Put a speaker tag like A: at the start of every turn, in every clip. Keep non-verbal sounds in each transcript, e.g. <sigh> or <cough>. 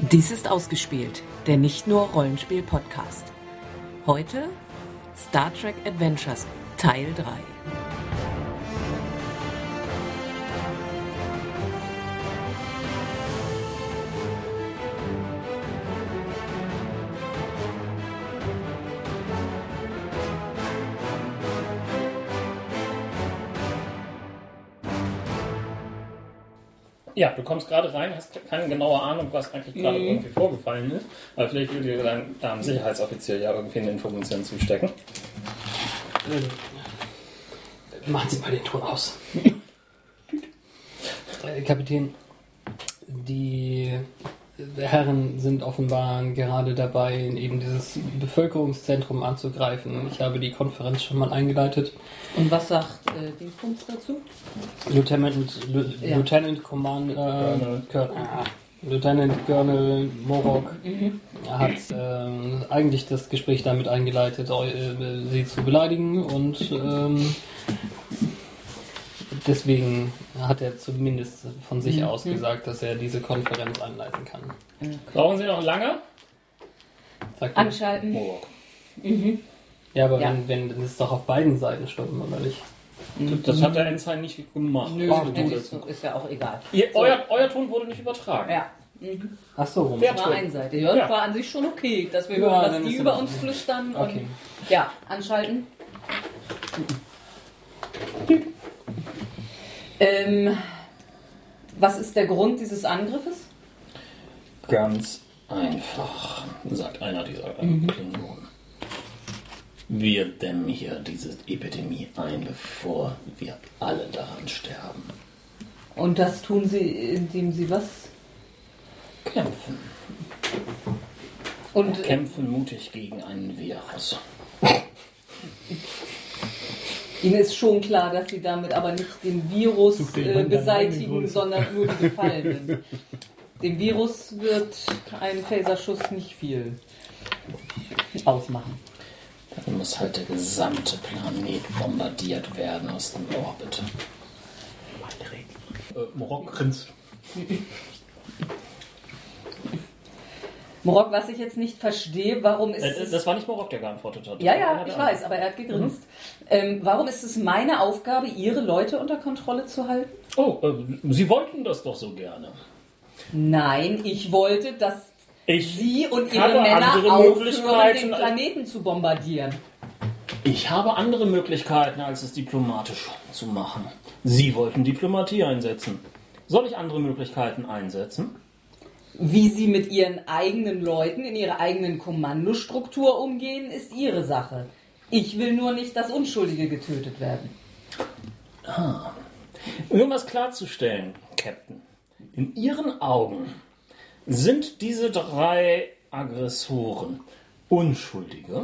A: Dies ist ausgespielt, der nicht nur Rollenspiel-Podcast. Heute Star Trek Adventures Teil 3.
B: Ja, du kommst gerade rein, hast keine genaue Ahnung, was eigentlich gerade
C: Mhm.
B: irgendwie vorgefallen ist. Aber vielleicht würde dir dein deinem Sicherheitsoffizier ja irgendwie eine Information zustecken.
D: Machen Sie mal den Ton aus. Äh, Kapitän, die Herren sind offenbar gerade dabei, eben dieses Bevölkerungszentrum anzugreifen. Ich habe die Konferenz schon mal eingeleitet.
C: Und was sagt äh, Dingsbums dazu?
D: Lieutenant, Lu-
C: Ja.
D: Lieutenant Commander
B: Colonel.
D: Colonel, ah, Lieutenant Colonel Morok
C: Mhm.
D: hat ähm, eigentlich das Gespräch damit eingeleitet, eu- äh, sie zu beleidigen und ähm, deswegen hat er zumindest von sich
C: Mhm.
D: aus gesagt, dass er diese Konferenz einleiten kann.
B: Brauchen Sie noch lange?
D: Sagt er.
C: Anschalten.
B: Morok.
D: Ja, aber
C: Ja.
D: Wenn, wenn das ist doch auf beiden Seiten stoppen, oder nicht?
B: Das hat der Ensign nicht gemacht.
C: Nö,
D: Warte,
C: nee,
D: du-
C: ist, so- ist ja auch egal.
B: Ihr, euer, euer Ton wurde nicht übertragen.
C: Ja.
D: Ach so rum.
B: Ja.
C: War einseitig. Ja,
B: Ja.
C: War an sich schon okay, dass wir
D: Ja,
C: hören,
D: dann
C: was die
D: ist
C: über
D: es-
C: uns flüstern.
D: Okay.
C: Und, ja, anschalten. Ähm, was ist der Grund dieses Angriffes?
B: Ganz einfach, sagt einer dieser
C: Mhm.
B: Klingonen. Wir dämmen hier diese Epidemie ein, bevor wir alle daran sterben.
C: Und das tun sie, indem sie was?
B: Kämpfen.
C: Und
B: Kämpfen mutig gegen einen Virus.
C: Ihnen ist schon klar, dass Sie damit aber nicht den Virus äh, beseitigen, sondern nur die Gefallenen. Dem Virus wird ein Phaserschuss nicht viel ausmachen.
B: Dann muss halt der gesamte Planet bombardiert werden aus dem Orbit. Äh, Morok grinst.
C: Morok, was ich jetzt nicht verstehe, warum ist
B: Äh,
C: es...
B: das war nicht Morok, der geantwortet hat.
C: ja, ja, ich weiß, aber er hat gegrinst.
B: Mhm.
C: Ähm, warum ist es meine Aufgabe, Ihre Leute unter Kontrolle zu halten?
B: Oh, äh, Sie wollten das doch so gerne.
C: Nein, ich wollte, dass
B: Ich
C: Sie und
B: habe
C: Ihre Männer
B: andere
C: aufhören, den
B: Möglichkeiten.
C: Planeten zu bombardieren.
B: Ich habe andere Möglichkeiten, als es diplomatisch zu machen. Sie wollten Diplomatie einsetzen. Soll ich andere Möglichkeiten einsetzen?
C: Wie sie mit ihren eigenen Leuten in ihrer eigenen Kommandostruktur umgehen, ist ihre Sache. Ich will nur nicht, dass Unschuldige getötet werden.
B: Nur um das klarzustellen, Captain, in Ihren Augen sind diese drei Aggressoren Unschuldige?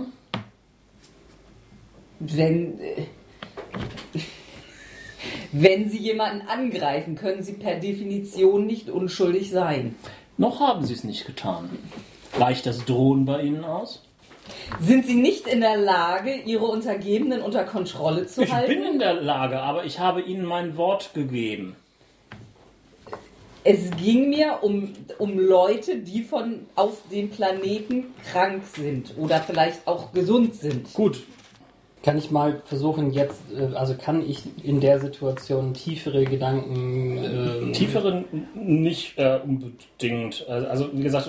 C: Wenn, äh, <laughs> wenn sie jemanden angreifen, können sie per Definition nicht unschuldig sein.
B: Noch haben Sie es nicht getan. Reicht das Drohen bei Ihnen aus?
C: Sind sie nicht in der Lage, ihre Untergebenen unter Kontrolle zu
B: Ich
C: halten?
B: bin in der Lage, aber ich habe Ihnen mein Wort gegeben.
C: Es ging mir um, um Leute, die von auf dem Planeten krank sind oder vielleicht auch gesund sind.
B: Gut,
D: Kann ich mal versuchen jetzt, äh, also kann ich in der Situation tiefere Gedanken ähm,
B: Tieferen nicht äh, unbedingt. Also, also wie gesagt,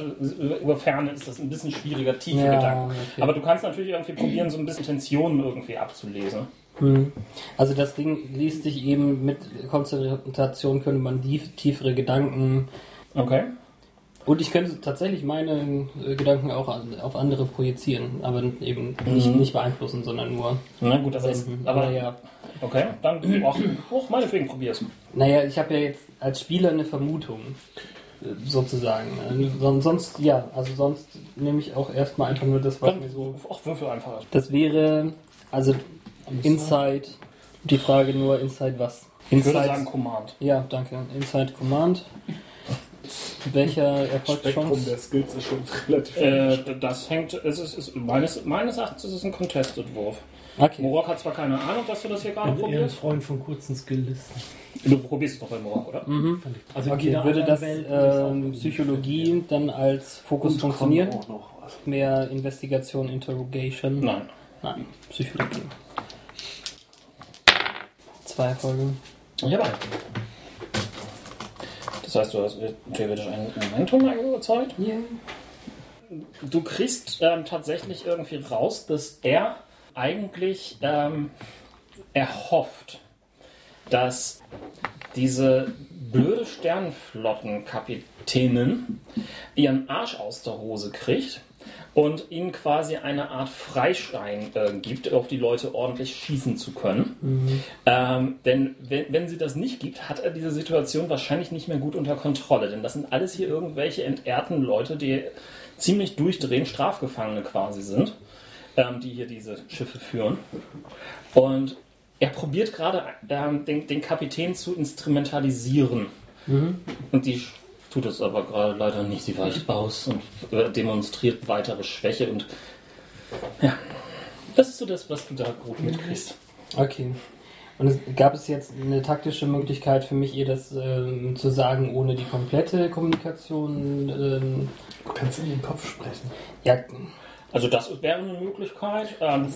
B: über Ferne ist das ein bisschen schwieriger, tiefe
D: Ja,
B: Gedanken.
D: okay.
B: Aber du kannst natürlich irgendwie probieren, so ein bisschen Tensionen irgendwie abzulesen.
D: Hm. Also das Ding liest sich eben mit Konzentration könnte man die tiefere Gedanken
B: Okay.
D: und ich könnte tatsächlich meine äh, Gedanken auch an, auf andere projizieren, aber eben nicht, nicht beeinflussen, sondern nur.
B: Na gut, Mhm. das ist. Aber ja.
D: naja,
B: Okay, dann auch, auch meinetwegen probier's.
D: naja, ich habe ja jetzt als Spieler eine Vermutung äh, sozusagen. Äh, son- Sonst ja, also sonst nehme ich auch erstmal einfach nur das, was
B: Dann
D: mir so
B: auch Würfel einfach.
D: Das wäre also Inside. Die Frage nur Inside was?
B: Ich würde
D: Inside.
B: sagen Command.
D: Ja, danke. Inside Command. Welcher erfolgt
E: Spektrum
D: schon?
E: der Skills ist schon <laughs> relativ.
B: Äh, das hängt, es ist, ist meines, meines Erachtens ist es ein Contested-Wurf.
D: Okay. Äh,
B: Morok hat zwar keine Ahnung, dass du das hier gerade
F: Ich bin eher ein
B: probierst.
F: Freund von kurzen Skilllisten.
B: Du probierst es noch bei Morok, oder?
D: Mhm.
F: Fand ich- Also in
D: Okay,
F: jeder
D: würde
F: anderen
D: das
F: Welt würde ich es auch
D: ähm,
F: irgendwie
D: Psychologie
F: finden,
D: dann als Fokus
E: Und
D: funktionieren?
E: kommt auch noch was.
D: Mehr Investigation, Interrogation?
B: Nein.
D: Nein, Psychologie. Zwei Erfolge.
B: Ich habe einen. Das heißt, du hast theoretisch einen Momentum überzeugt.
D: Yeah.
B: Du kriegst ähm, tatsächlich irgendwie raus, dass er eigentlich ähm, erhofft, dass diese blöde Sternenflottenkapitänin ihren Arsch aus der Hose kriegt und ihnen quasi eine Art Freischein äh, gibt, auf die Leute ordentlich schießen zu können. Ähm, denn wenn, wenn sie das nicht gibt, hat er diese Situation wahrscheinlich nicht mehr gut unter Kontrolle. Denn das sind alles hier irgendwelche entehrten Leute, die ziemlich durchdrehen, Strafgefangene quasi sind, ähm, die hier diese Schiffe führen. Und er probiert gerade ähm, den, den Kapitän zu instrumentalisieren. Und die sch- tut es aber gerade leider nicht. Sie weicht aus und äh, demonstriert weitere Schwäche. Und ja, das ist so das, was du da grob mitkriegst.
D: Okay. Und es, gab es jetzt eine taktische Möglichkeit für mich, ihr das ähm, zu sagen, ohne die komplette Kommunikation? Ähm,
E: Du kannst in den Kopf sprechen.
D: ja,
B: Also das wäre eine Möglichkeit. Ähm,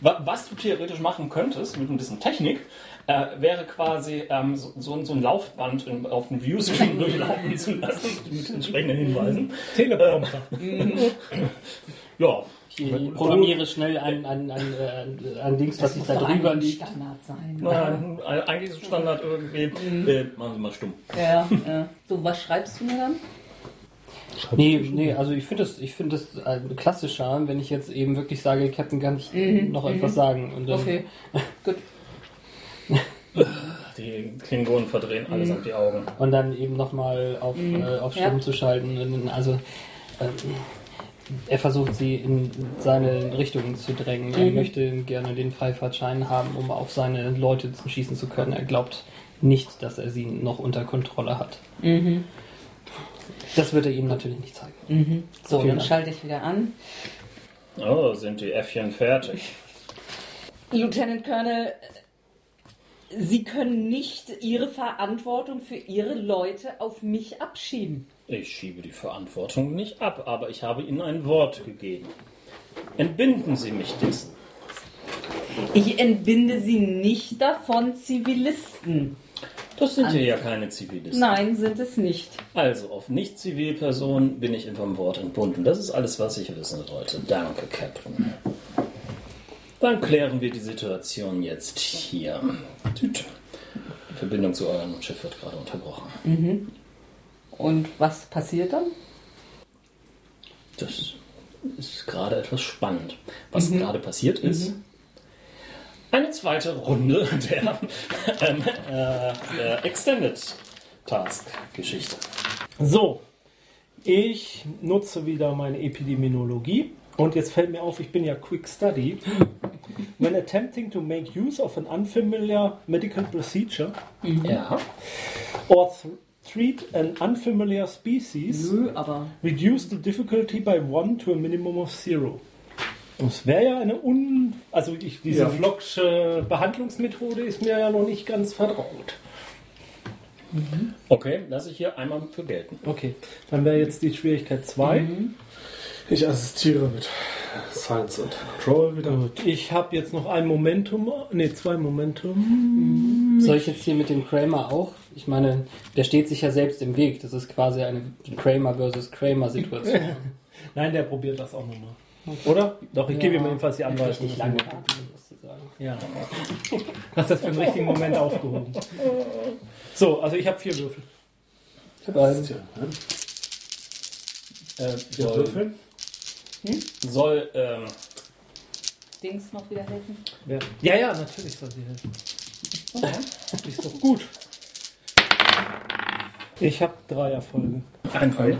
B: wa- was du theoretisch machen könntest mit ein bisschen Technik, äh, wäre quasi ähm, so, so, ein- so ein Laufband in, auf dem Viewscreen <laughs> durchlaufen zu lassen mit entsprechenden Hinweisen. Äh,
F: Teleprompter.
B: <laughs> Ja,
D: ich programmiere schnell ein, ein, ein, ein, ein Dings, was sich da drüber liegt.
G: Standard sein.
B: äh, eigentlich ist Standard irgendwie. Äh, machen Sie mal stumm.
G: Ja, ja. So, was schreibst du mir
D: Mhm.
G: dann?
E: Schreib
D: Nee, nee, also ich finde das, ich finde das äh, klassischer, wenn ich jetzt eben wirklich sage, Captain, kann ich noch etwas sagen? Und dann,
G: Okay, gut.
B: Die Klingonen verdrehen allesamt die Augen.
D: und dann eben nochmal auf, äh, auf Stimmen
G: Mhm. Ja.
D: zu schalten. Und, also ähm, er versucht sie in seine Richtung zu drängen. Er
G: Mhm.
D: möchte gerne den Freifahrtschein haben, um auf seine Leute zu schießen zu können. Er glaubt nicht, dass er sie noch unter Kontrolle hat.
G: Mhm.
D: Das wird er ihm natürlich nicht zeigen.
G: So,
D: Vielen
G: dann
D: Dank.
G: schalte ich wieder an.
B: Oh, sind die Äffchen fertig?
G: Lieutenant Colonel, Sie können nicht Ihre Verantwortung für Ihre Leute auf mich abschieben.
B: Ich schiebe die Verantwortung nicht ab, aber ich habe Ihnen ein Wort gegeben. Entbinden Sie mich dessen.
G: Ich entbinde Sie nicht davon, Zivilisten.
B: Das sind hier ja keine Zivilisten.
G: Nein, sind es nicht.
B: Also, auf Nicht-Zivilpersonen bin ich vom Wort entbunden. Das ist alles, was ich wissen wollte. Danke, Captain. Dann klären wir die Situation jetzt hier. Tüt. Die Verbindung zu eurem Schiff wird gerade unterbrochen.
G: Und was passiert dann?
B: Das ist gerade etwas spannend. Was gerade passiert ist, eine zweite Runde <laughs> der, ähm, äh, der Extended Task-Geschichte.
F: So, ich nutze wieder meine Epidemiologie. Und jetzt fällt mir auf, ich bin ja Quick Study. When attempting to make use of an unfamiliar medical procedure
B: Ja.
F: or th treat an unfamiliar species,
G: Nö, aber
F: reduce the difficulty by one to a minimum of zero. Das wäre ja eine un... Also ich, diese
E: Ja.
F: Flocksche Behandlungsmethode ist mir ja noch nicht ganz vertraut.
B: Okay, lasse ich hier einmal für gelten.
F: Okay, dann wäre jetzt die Schwierigkeit 2.
E: Ich assistiere mit Science und Control wieder.
F: Gut, ich habe jetzt noch ein Momentum, ne, zwei Momentum.
D: Soll ich jetzt hier mit dem Kramer auch? Ich meine, der steht sich ja selbst im Weg. Das ist quasi eine Kramer versus Kramer Situation.
F: <laughs> Nein, der probiert das auch nochmal. Oder? Doch, ich gebe ihm jedenfalls die
D: Vielleicht
F: Anweisung.
D: nicht lange warten, um das zu sagen.
F: Ja. Hast das für den richtigen Moment aufgehoben. So, also ich habe vier Würfel.
D: Weil
E: Assistieren, ne?
B: Äh,
E: Ja,
B: soll
E: Würfeln?
B: soll ähm,
G: Dings noch wieder helfen?
F: Wer- Ja, ja, natürlich soll sie helfen. Ist doch gut. Ich habe drei Erfolge.
B: Einfall.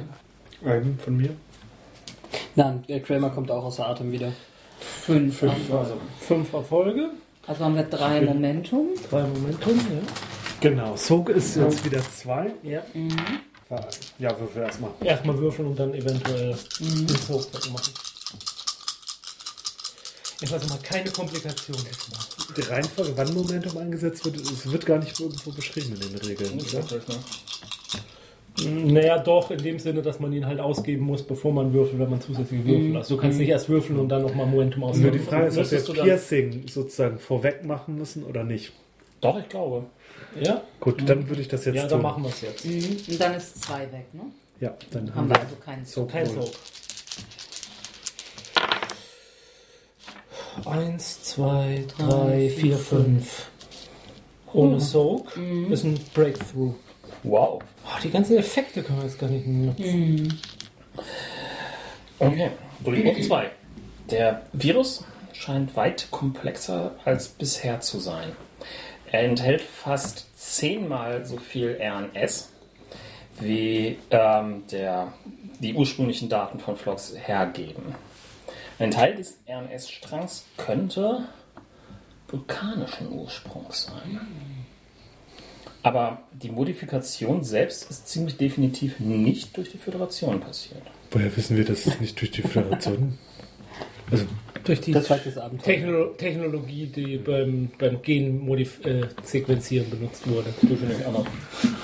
E: Einen Ähm, von mir.
D: Nein, äh, Kramer kommt auch außer Atem wieder.
G: Fünf.
E: Fünf, also
F: Fünf Erfolge,
G: Also haben wir drei Momentum.
F: drei Momentum. Ja.
E: Genau, Sog ist jetzt wieder zwei.
F: Ja.
E: War Ja, ja würfel erstmal.
F: Erstmal würfeln und dann eventuell
E: Mhm.
F: ins Hochbecken machen. Ich weiß mal, keine Komplikationen diesmal.
E: Die Reihenfolge, wann Momentum eingesetzt wird, es wird gar nicht irgendwo beschrieben in den Regeln. Oder?
F: Naja, doch, in dem Sinne, dass man ihn halt ausgeben muss, bevor man würfelt, wenn man zusätzliche Würfel lässt. Du kannst nicht erst würfeln und dann nochmal Momentum ausgeben.
E: Mhm. Nur die Frage ist, ob wir
F: Müsstest du dann,
E: Piercing sozusagen vorweg machen müssen oder nicht.
B: Doch, ich glaube.
F: ja?
E: Gut, dann würde ich das jetzt
F: ja, dann
E: tun.
F: machen wir es jetzt.
G: Mhm. Und dann ist zwei weg, ne?
E: Ja, dann
G: Haben
E: haben
G: wir
E: wir
G: also keinen
E: Soap
F: Kein
E: Roll.
F: Soap. Eins, zwei, drei, vier, fünf. Ohne Soak ist ein Breakthrough.
B: Wow.
F: Oh, die ganzen Effekte können wir jetzt gar nicht nutzen.
B: Okay, Durchbruch 2. Der Virus scheint weit komplexer als bisher zu sein. Er enthält fast zehnmal so viel RNS wie ähm, der, die ursprünglichen Daten von Flox hergeben. Ein Teil des RNS-Strangs könnte vulkanischen Ursprungs sein. Aber die Modifikation selbst ist ziemlich definitiv nicht durch die Föderation passiert.
E: Woher wissen wir, dass es nicht durch die Föderation? Also,
F: Durch die
D: Das war das Abenteuer.
F: Technolo Technologie, die beim, beim Genmodif-Sequenzieren benutzt wurde.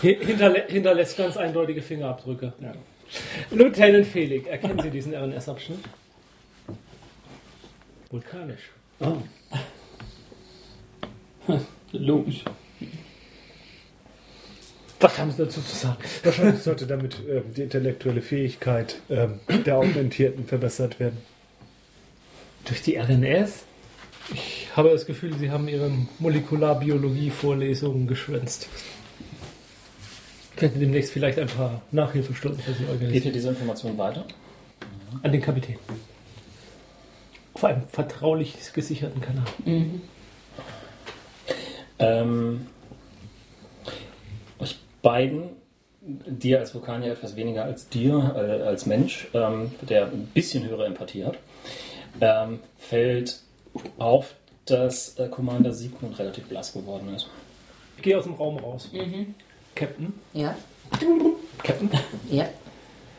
F: Hi- Hinterlä hinterlässt ganz eindeutige Fingerabdrücke. Lieutenant Felix, erkennen Sie diesen RNS-Abschnitt? Vulkanisch.
D: Logisch.
F: Was haben Sie dazu zu sagen?
E: wahrscheinlich sollte damit ähm, die intellektuelle Fähigkeit ähm, der Augmentierten verbessert werden.
F: Durch die RNS? Ich habe das Gefühl, Sie haben Ihre Molekularbiologie-Vorlesungen geschwänzt. Ich könnte demnächst vielleicht ein paar Nachhilfestunden für Sie
B: Geht hier
F: organisieren.
B: diese Information weiter?
F: An den Kapitän. Auf einem vertraulich gesicherten Kanal.
B: Ähm, euch beiden, dir als Vulkanier etwas weniger als dir, äh, als Mensch, ähm, der ein bisschen höhere Empathie hat, ähm, fällt auf, dass äh, Commander Siegmund relativ blass geworden ist.
F: Ich gehe aus dem Raum raus. Captain.
G: Ja.
F: Captain.
G: Ja.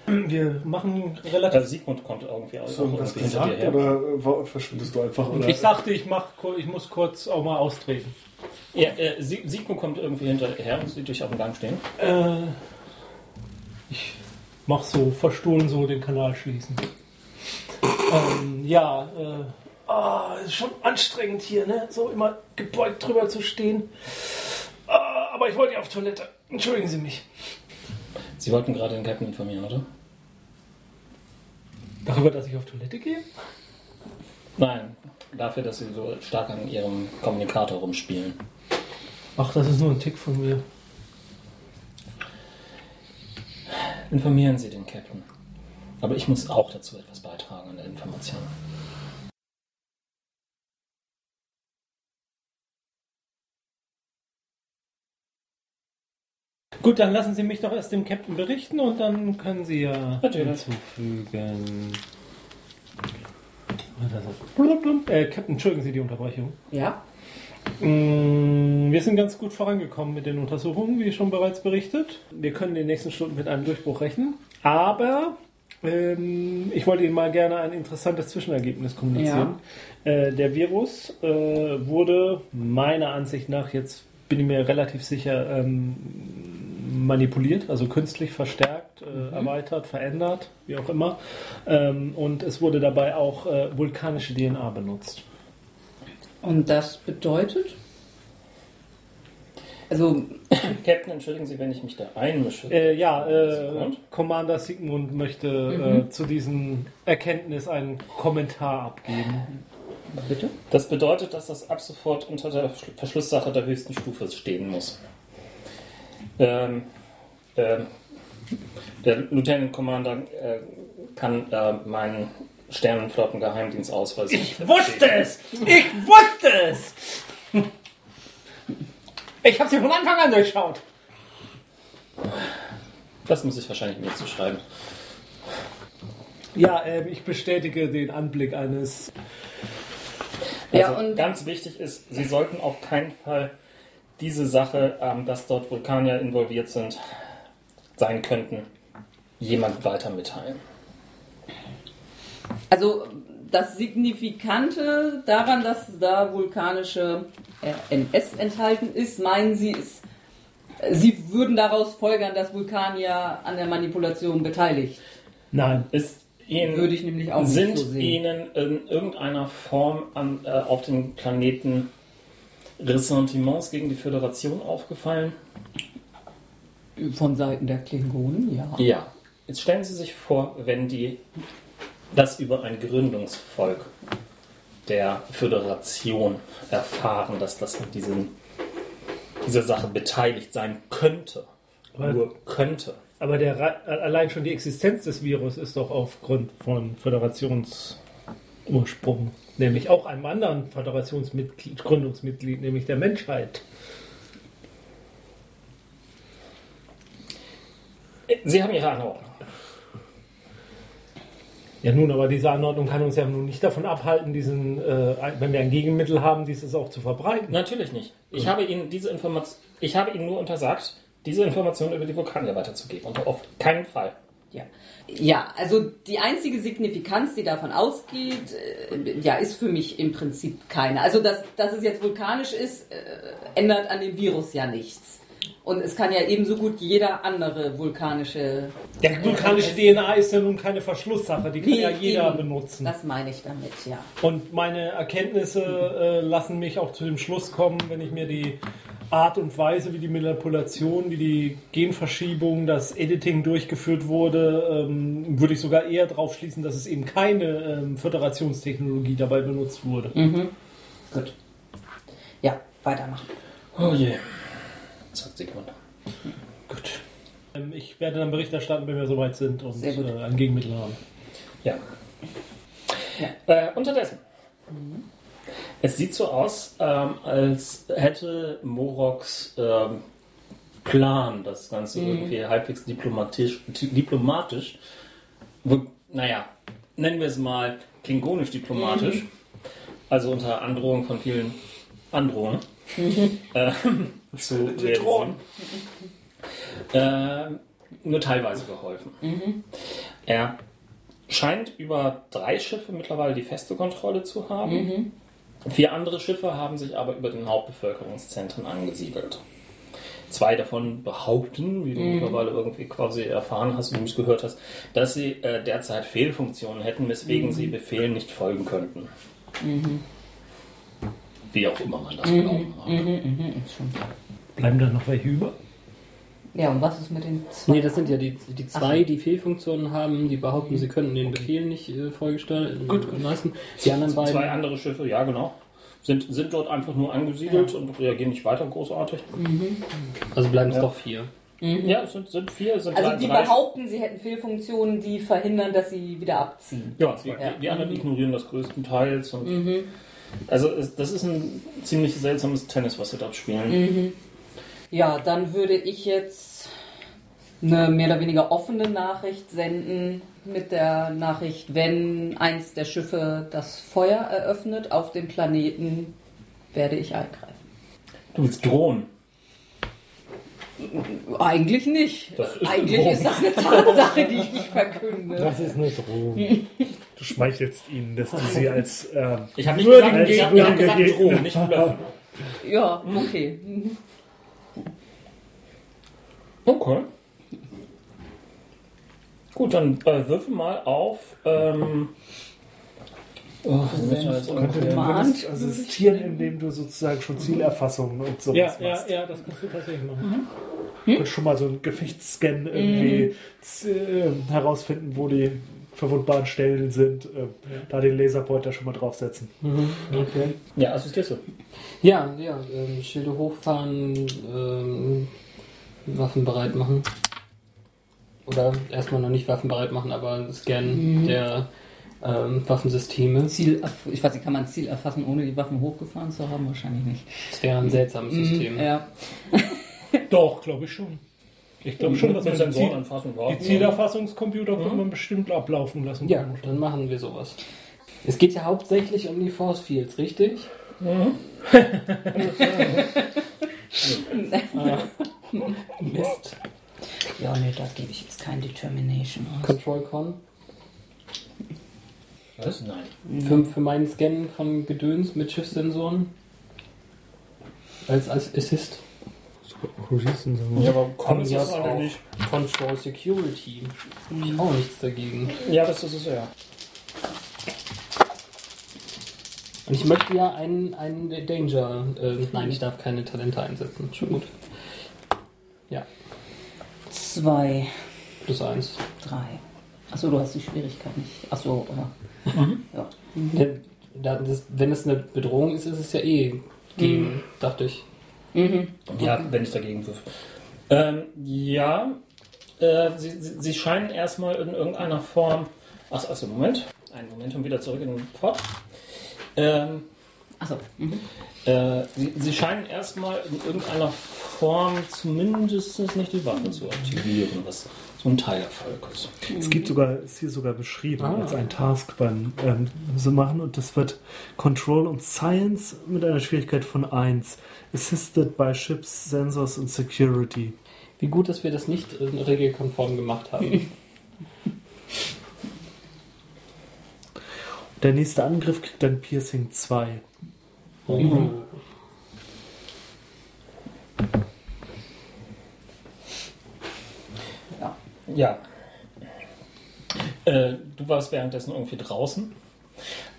F: Wir machen
B: Also
F: relativ.
B: Siegmund kommt irgendwie aus.
E: So, was
B: irgendwie hinter dir
E: gesagt
B: her.
E: oder wa- verschwindest du einfach? Oder?
F: Ich sagte, ich, mach, kur- ich muss kurz auch mal austreten.
B: Ja, äh, Sieg Siegmund kommt irgendwie hinterher und sieht dich auf dem Gang stehen.
F: Äh, ich mach so verstohlen so den Kanal schließen. Ähm, ja, äh, ah, ist schon anstrengend hier, ne? So immer gebeugt drüber zu stehen. Ah, aber ich wollte ja auf Toilette. Entschuldigen Sie mich.
B: Sie wollten gerade den Captain informieren, oder?
F: Darüber, dass ich auf Toilette gehe?
B: Nein, dafür, dass sie so stark an ihrem Kommunikator rumspielen.
F: Ach, das ist nur ein Tick von mir.
B: Informieren Sie den Captain. Aber ich muss auch dazu etwas beitragen an der Information.
F: Gut, dann lassen Sie mich doch erst dem Captain berichten und dann können Sie ja
B: Natürlich.
F: hinzufügen. Oder so. Blub, blub. Äh, Captain, entschuldigen Sie die Unterbrechung.
G: Ja.
F: Mm, Wir sind ganz gut vorangekommen mit den Untersuchungen, wie schon bereits berichtet. Wir können in den nächsten Stunden mit einem Durchbruch rechnen. Aber ähm, ich wollte Ihnen mal gerne ein interessantes Zwischenergebnis kommunizieren. Äh, der Virus äh, wurde meiner Ansicht nach, jetzt bin ich mir relativ sicher, ähm, manipuliert, also künstlich verstärkt, äh, erweitert, verändert, wie auch immer. Ähm, und es wurde dabei auch äh, vulkanische DNA benutzt.
G: Und das bedeutet? Also,
B: Captain, entschuldigen Sie, wenn ich mich da einmische.
F: Äh, ja, äh,
B: Sigmund?
F: Commander Sigmund möchte äh, zu diesem Erkenntnis einen Kommentar abgeben.
B: bitte? Das bedeutet, dass das ab sofort unter der Verschl- Verschlusssache der höchsten Stufe stehen muss. Ähm, ähm, der Lieutenant Commander äh, kann äh, meinen Sternenflotten-Geheimdienstausweis. Ich
F: es! Ich wusste es! Ich habe sie von Anfang an durchschaut.
B: Das muss ich wahrscheinlich mir zu schreiben.
F: Ja, ähm, ich bestätige den Anblick eines.
G: ja,
B: also
G: und
B: ganz wichtig ist, Sie sollten auf keinen Fall diese Sache, ähm, dass dort Vulkanier involviert sind, sein könnten, jemand weiter mitteilen.
C: Also das Signifikante daran, dass da vulkanische äh, NS enthalten ist, meinen Sie, ist, äh, Sie würden daraus folgern, dass Vulkanier an der Manipulation beteiligt.
F: Nein.
B: Ist Ihnen,
C: Würde ich nämlich auch nicht
B: sind
C: so sehen.
B: Ihnen in irgendeiner Form an, äh, auf dem Planeten Ressentiments gegen die Föderation aufgefallen?
C: Von Seiten der Klingonen, ja.
B: Ja. Jetzt stellen Sie sich vor, wenn die das über ein Gründungsvolk der Föderation erfahren, dass das an diesen, dieser Sache beteiligt sein könnte.
F: Weil-
B: Nur könnte.
F: Aber der, Ra- äh, allein schon die Existenz des Virus ist doch aufgrund von Föderationsursprung, nämlich auch einem anderen Föderationsmitglied, Gründungsmitglied, nämlich der Menschheit.
B: Sie haben Ihre Anordnung.
F: Ja nun, aber diese Anordnung kann uns ja nun nicht davon abhalten, diesen, äh, wenn wir ein Gegenmittel haben, dieses auch zu verbreiten.
B: Natürlich nicht. Ich habe Ihnen diese Information, ich habe Ihnen nur untersagt, diese Information über die Vulkanier weiterzugeben. Unter auf keinen Fall.
C: Ja. ja, also die einzige Signifikanz, die davon ausgeht, äh, ja, ist für mich im Prinzip keine. Also, dass, dass es jetzt vulkanisch ist, äh, ändert an dem Virus ja nichts. Und es kann ja ebenso gut jeder andere vulkanische.
F: Der vulkanische DNA ist ja nun keine Verschlusssache, die kann ja jeder
C: eben.
F: benutzen.
C: Das meine ich damit, ja.
F: Und meine Erkenntnisse äh, lassen mich auch zu dem Schluss kommen, wenn ich mir die Art und Weise, wie die Manipulation, wie die Genverschiebung, das Editing durchgeführt wurde, ähm, würde ich sogar eher darauf schließen, dass es eben keine ähm, Föderationstechnologie dabei benutzt wurde.
C: Mhm. Gut. Ja, weitermachen.
B: Oh je. Sagt Sigmund.
F: Gut. Ähm, ich werde dann Bericht erstatten, wenn wir soweit sind und
C: Sehr gut.
F: äh, ein Gegenmittel haben.
B: Ja. Äh, unterdessen. Es sieht so aus, ähm, als hätte Moroks ähm, Plan, das Ganze irgendwie halbwegs diplomatisch, diplomatisch wo- naja, nennen wir es mal klingonisch-diplomatisch, also unter Androhung von vielen Androhungen, ähm, zu realisieren. Ähm, nur teilweise geholfen. Er scheint über drei Schiffe mittlerweile die feste Kontrolle zu
C: Mhm.
B: haben. Vier andere Schiffe haben sich aber über den Hauptbevölkerungszentren angesiedelt. Zwei davon behaupten, wie du
C: Mhm.
B: mittlerweile irgendwie quasi erfahren hast, wie du es gehört hast, dass sie äh, derzeit Fehlfunktionen hätten, weswegen
C: Mhm.
B: sie Befehlen nicht folgen könnten. Wie auch immer man das
C: Mhm.
B: genau glauben mag.
C: Hm,
F: Bleiben da noch welche über?
C: Ja, und was ist mit den zwei?
D: Nee, das sind ja die, die zwei, die Fehlfunktionen haben, die
F: Mhm.
D: behaupten, sie könnten den Befehl nicht äh, vollgestellt äh, leisten. Die anderen beiden.
B: Zwei andere Schiffe, ja genau, sind, sind dort einfach nur angesiedelt und reagieren nicht weiter großartig.
C: Mhm.
D: Also bleiben es
B: Ja.
D: doch vier.
B: Ja, es sind, sind vier, es sind drei,
C: Also, die
B: drei
C: behaupten, sie hätten Fehlfunktionen, die verhindern, dass sie wieder abziehen.
B: Ja, die, die- die anderen ignorieren das größtenteils. Und Also es, das ist ein ziemlich seltsames Tennis, was sie dort spielen.
C: Ja, dann würde ich jetzt eine mehr oder weniger offene Nachricht senden mit der Nachricht, wenn eins der Schiffe das Feuer eröffnet auf dem Planeten, werde ich eingreifen.
B: Du willst drohen.
C: Eigentlich nicht.
B: Das ist
C: Eigentlich ist das eine Tatsache, die ich nicht verkünde.
F: Das ist eine Drohung.
H: Du schmeichelst ihnen, dass du sie als ähm,
B: Ich habe nicht
H: Nur
B: gesagt,
H: den
B: ich hab, ich hab
H: Gegner
B: gesagt
H: gegen-
B: drohen, nicht bluffen.
C: Ja, okay.
B: Okay. Gut, dann äh, würfel mal auf. Ähm, oh, das müssen wir jetzt
H: könnte also
B: irgendwie-
H: du
C: Command.
H: würdest assistieren, indem du sozusagen schon Zielerfassungen und
F: Ja,
H: sowas
F: ja,
H: machst.
F: ja, das kannst du tatsächlich machen.
H: Und schon mal so einen Gefechtsscan irgendwie z- äh, herausfinden, wo die verwundbaren Stellen sind. Äh, Da den Laserpointer schon mal draufsetzen.
D: Okay.
B: ja, assistierst du.
D: Ja, ja, ähm, Schilde hochfahren, ähm, Waffen bereit machen. Oder erstmal noch nicht Waffen bereit machen, aber Scan der ähm, Waffensysteme.
C: Ziel, ich weiß nicht, kann man ein Ziel erfassen, ohne die Waffen hochgefahren zu haben? Wahrscheinlich nicht.
D: Das wäre ein seltsames System.
C: Ja.
F: Doch, glaube ich schon. Ich glaube schon, dass man
B: Sensoren
F: das sieht.
B: anfassen
F: Die Zielerfassungscomputer kann man bestimmt ablaufen lassen.
D: Ja, dann machen wir sowas. Es geht ja hauptsächlich um die Force Fields, richtig? <laughs> Ah.
C: Mist. Ja, nee, da gebe ich jetzt kein Determination aus.
D: Control Con.
B: Was? Nein.
D: Für, für meinen Scan von Gedöns mit Schiffssensoren. Als, als Assist.
F: Ja.
B: Ja, aber Con ist
D: Ja,
B: es
D: ist
B: auch
D: auch.
B: nicht. Mhm.
D: Control Security. Hab ich auch nichts dagegen.
B: Ja, das ist es ja.
D: Und ich möchte ja einen, einen Danger. Äh, nein, ich darf keine Talente einsetzen. Schon gut.
C: Zwei,
D: Plus eins.
C: drei. Achso, du hast die Schwierigkeit nicht. Achso, aber. Ja.
D: Der- da- das- Wenn es eine Bedrohung ist, ist es ja eh gegen, dachte ich.
C: Mhm.
B: Ja, wenn ich dagegen wirf. Ähm, ja, äh, sie, sie, sie scheinen erstmal in irgendeiner Form. Ach, also Moment. Einen Moment und wieder zurück in den Pod. Ähm,
C: Achso. Mhm.
B: äh, sie, sie scheinen erstmal in irgendeiner Form zumindest nicht die Waffe zu aktivieren, was so ein Teilerfolg ist.
H: Es gibt sogar, ist hier sogar beschrieben
D: Ah.
H: als ein Task beim ähm, so machen und das wird Control und Science mit einer Schwierigkeit von 1. Assisted by Ships, Sensors und Security.
D: Wie gut, dass wir das nicht äh, regelkonform
B: <laughs>
D: gemacht haben.
H: Der nächste Angriff kriegt dann Piercing 2.
D: Mhm.
B: Ja. Äh, du warst währenddessen irgendwie draußen.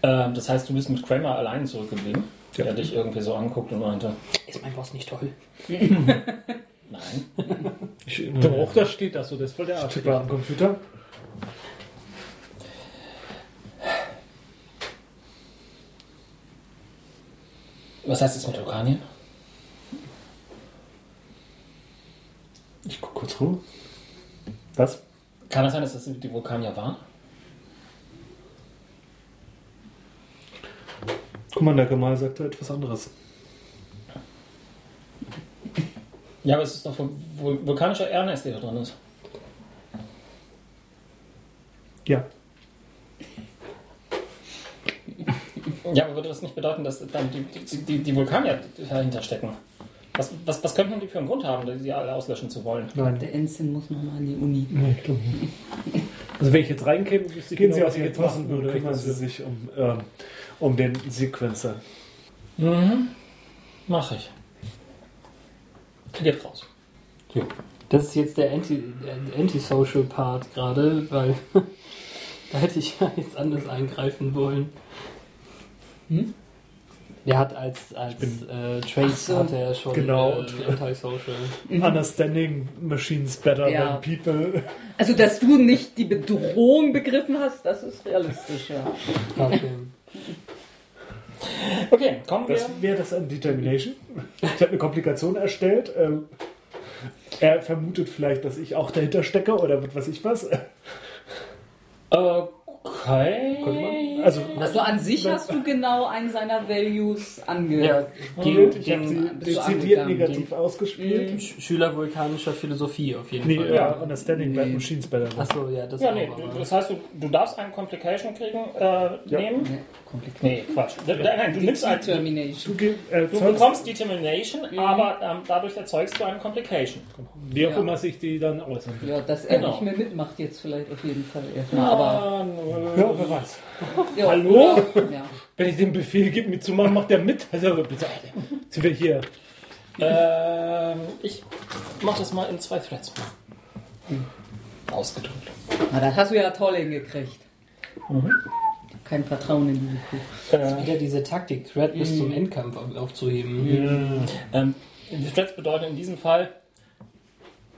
B: Ähm, das heißt, du bist mit Kramer allein zurückgeblieben, der dich irgendwie so anguckt und meinte,
D: Ist mein Boss nicht toll?
B: nein.
H: Ich,
F: Doch, da steht das so, das ist voll der Arsch.
H: Tipp am Computer.
B: Was heißt das mit Orkanien?
H: Ich guck kurz rum. Was?
B: Kann das sein, dass das die Vulkanier waren?
H: Commander Gamal sagte etwas anderes.
B: Ja, aber es ist doch vul- vul- vulkanischer Ernest, der da drin ist.
H: Ja.
B: Ja, aber würde das nicht bedeuten, dass dann die, die, die, die Vulkanier dahinter stecken? Was, was, was könnten die für einen Grund haben, die alle auslöschen zu wollen?
H: Nein.
C: Der Ensign muss nochmal an die Uni.
H: Nee, ich glaub nicht.
F: Also wenn ich jetzt reinkäme, wüsste ich
H: Gehen
F: genau,
H: Sie
F: was
H: aus
F: ich
H: Ihren
F: jetzt machen
H: Posten und
F: würde. Also,
H: kümmern Sie sich um, ähm, um den Sequencer.
B: Mhm. Mach ich. Geht raus.
D: Das ist jetzt der Anti- der antisocial Part gerade, weil <laughs> da hätte ich ja jetzt anders eingreifen wollen.
C: Hm?
D: Der hat als, als äh,
C: Ach
D: Trace
C: so.
D: hat er schon
H: Genau.
D: äh, antisocial.
H: Understanding Machines better
C: Mhm. Ja.
H: than people.
C: Also, dass du nicht die Bedrohung begriffen hast, das ist realistisch, ja.
D: Okay.
B: Okay, kommen wir.
H: Das wäre das an Determination. Ich habe eine Komplikation erstellt. Ähm, er vermutet vielleicht, dass ich auch dahinter stecke oder was weiß ich was.
B: Okay.
H: Also,
C: Also, an sich hast du genau einen seiner Values
D: Ja,
C: angehört.
D: gegen
H: ich habe
D: den
H: sie
C: bist du
H: dezidiert
C: angegangen, Mhm.
H: negativ ausgespielt.
D: Sch Schüler vulkanischer Philosophie auf jeden
H: Nee,
D: Fall.
H: ja, Understanding
C: Nee.
H: Machines better than
D: Achso, ja, das
B: Ja,
D: auch,
B: nee,
D: aber-
B: du, das heißt, du, du darfst einen Complication kriegen, äh, nehmen.
C: Nee, kompliziert.
B: Nee, Quatsch. Nein, nein, du nimmst einen,
C: Determination.
H: Du, ge-
B: Du
H: erzeugst-
B: bekommst Determination, aber ähm, dadurch erzeugst du eine Complication.
F: Wie auch
C: Ja.
F: immer sich die dann äußern.
C: Ja, dass er
B: Genau.
C: nicht mehr mitmacht jetzt vielleicht auf jeden Fall erstmal. Aber
F: Ja, wer weiß.
C: <laughs> ja,
F: Hallo?
C: ja.
F: Wenn ich den Befehl gebe, mitzumachen, macht der mit. Also bitte, Alter. sind wir hier.
B: ähm, ich mach das mal in zwei Threads. Ausgedrückt.
C: Na, das hast du ja toll hingekriegt. Kein Vertrauen in diese Kuh.
B: Äh,
D: Wieder diese Taktik, Thread bis zum Endkampf auf- aufzuheben.
B: ähm, die Threads bedeuten in diesem Fall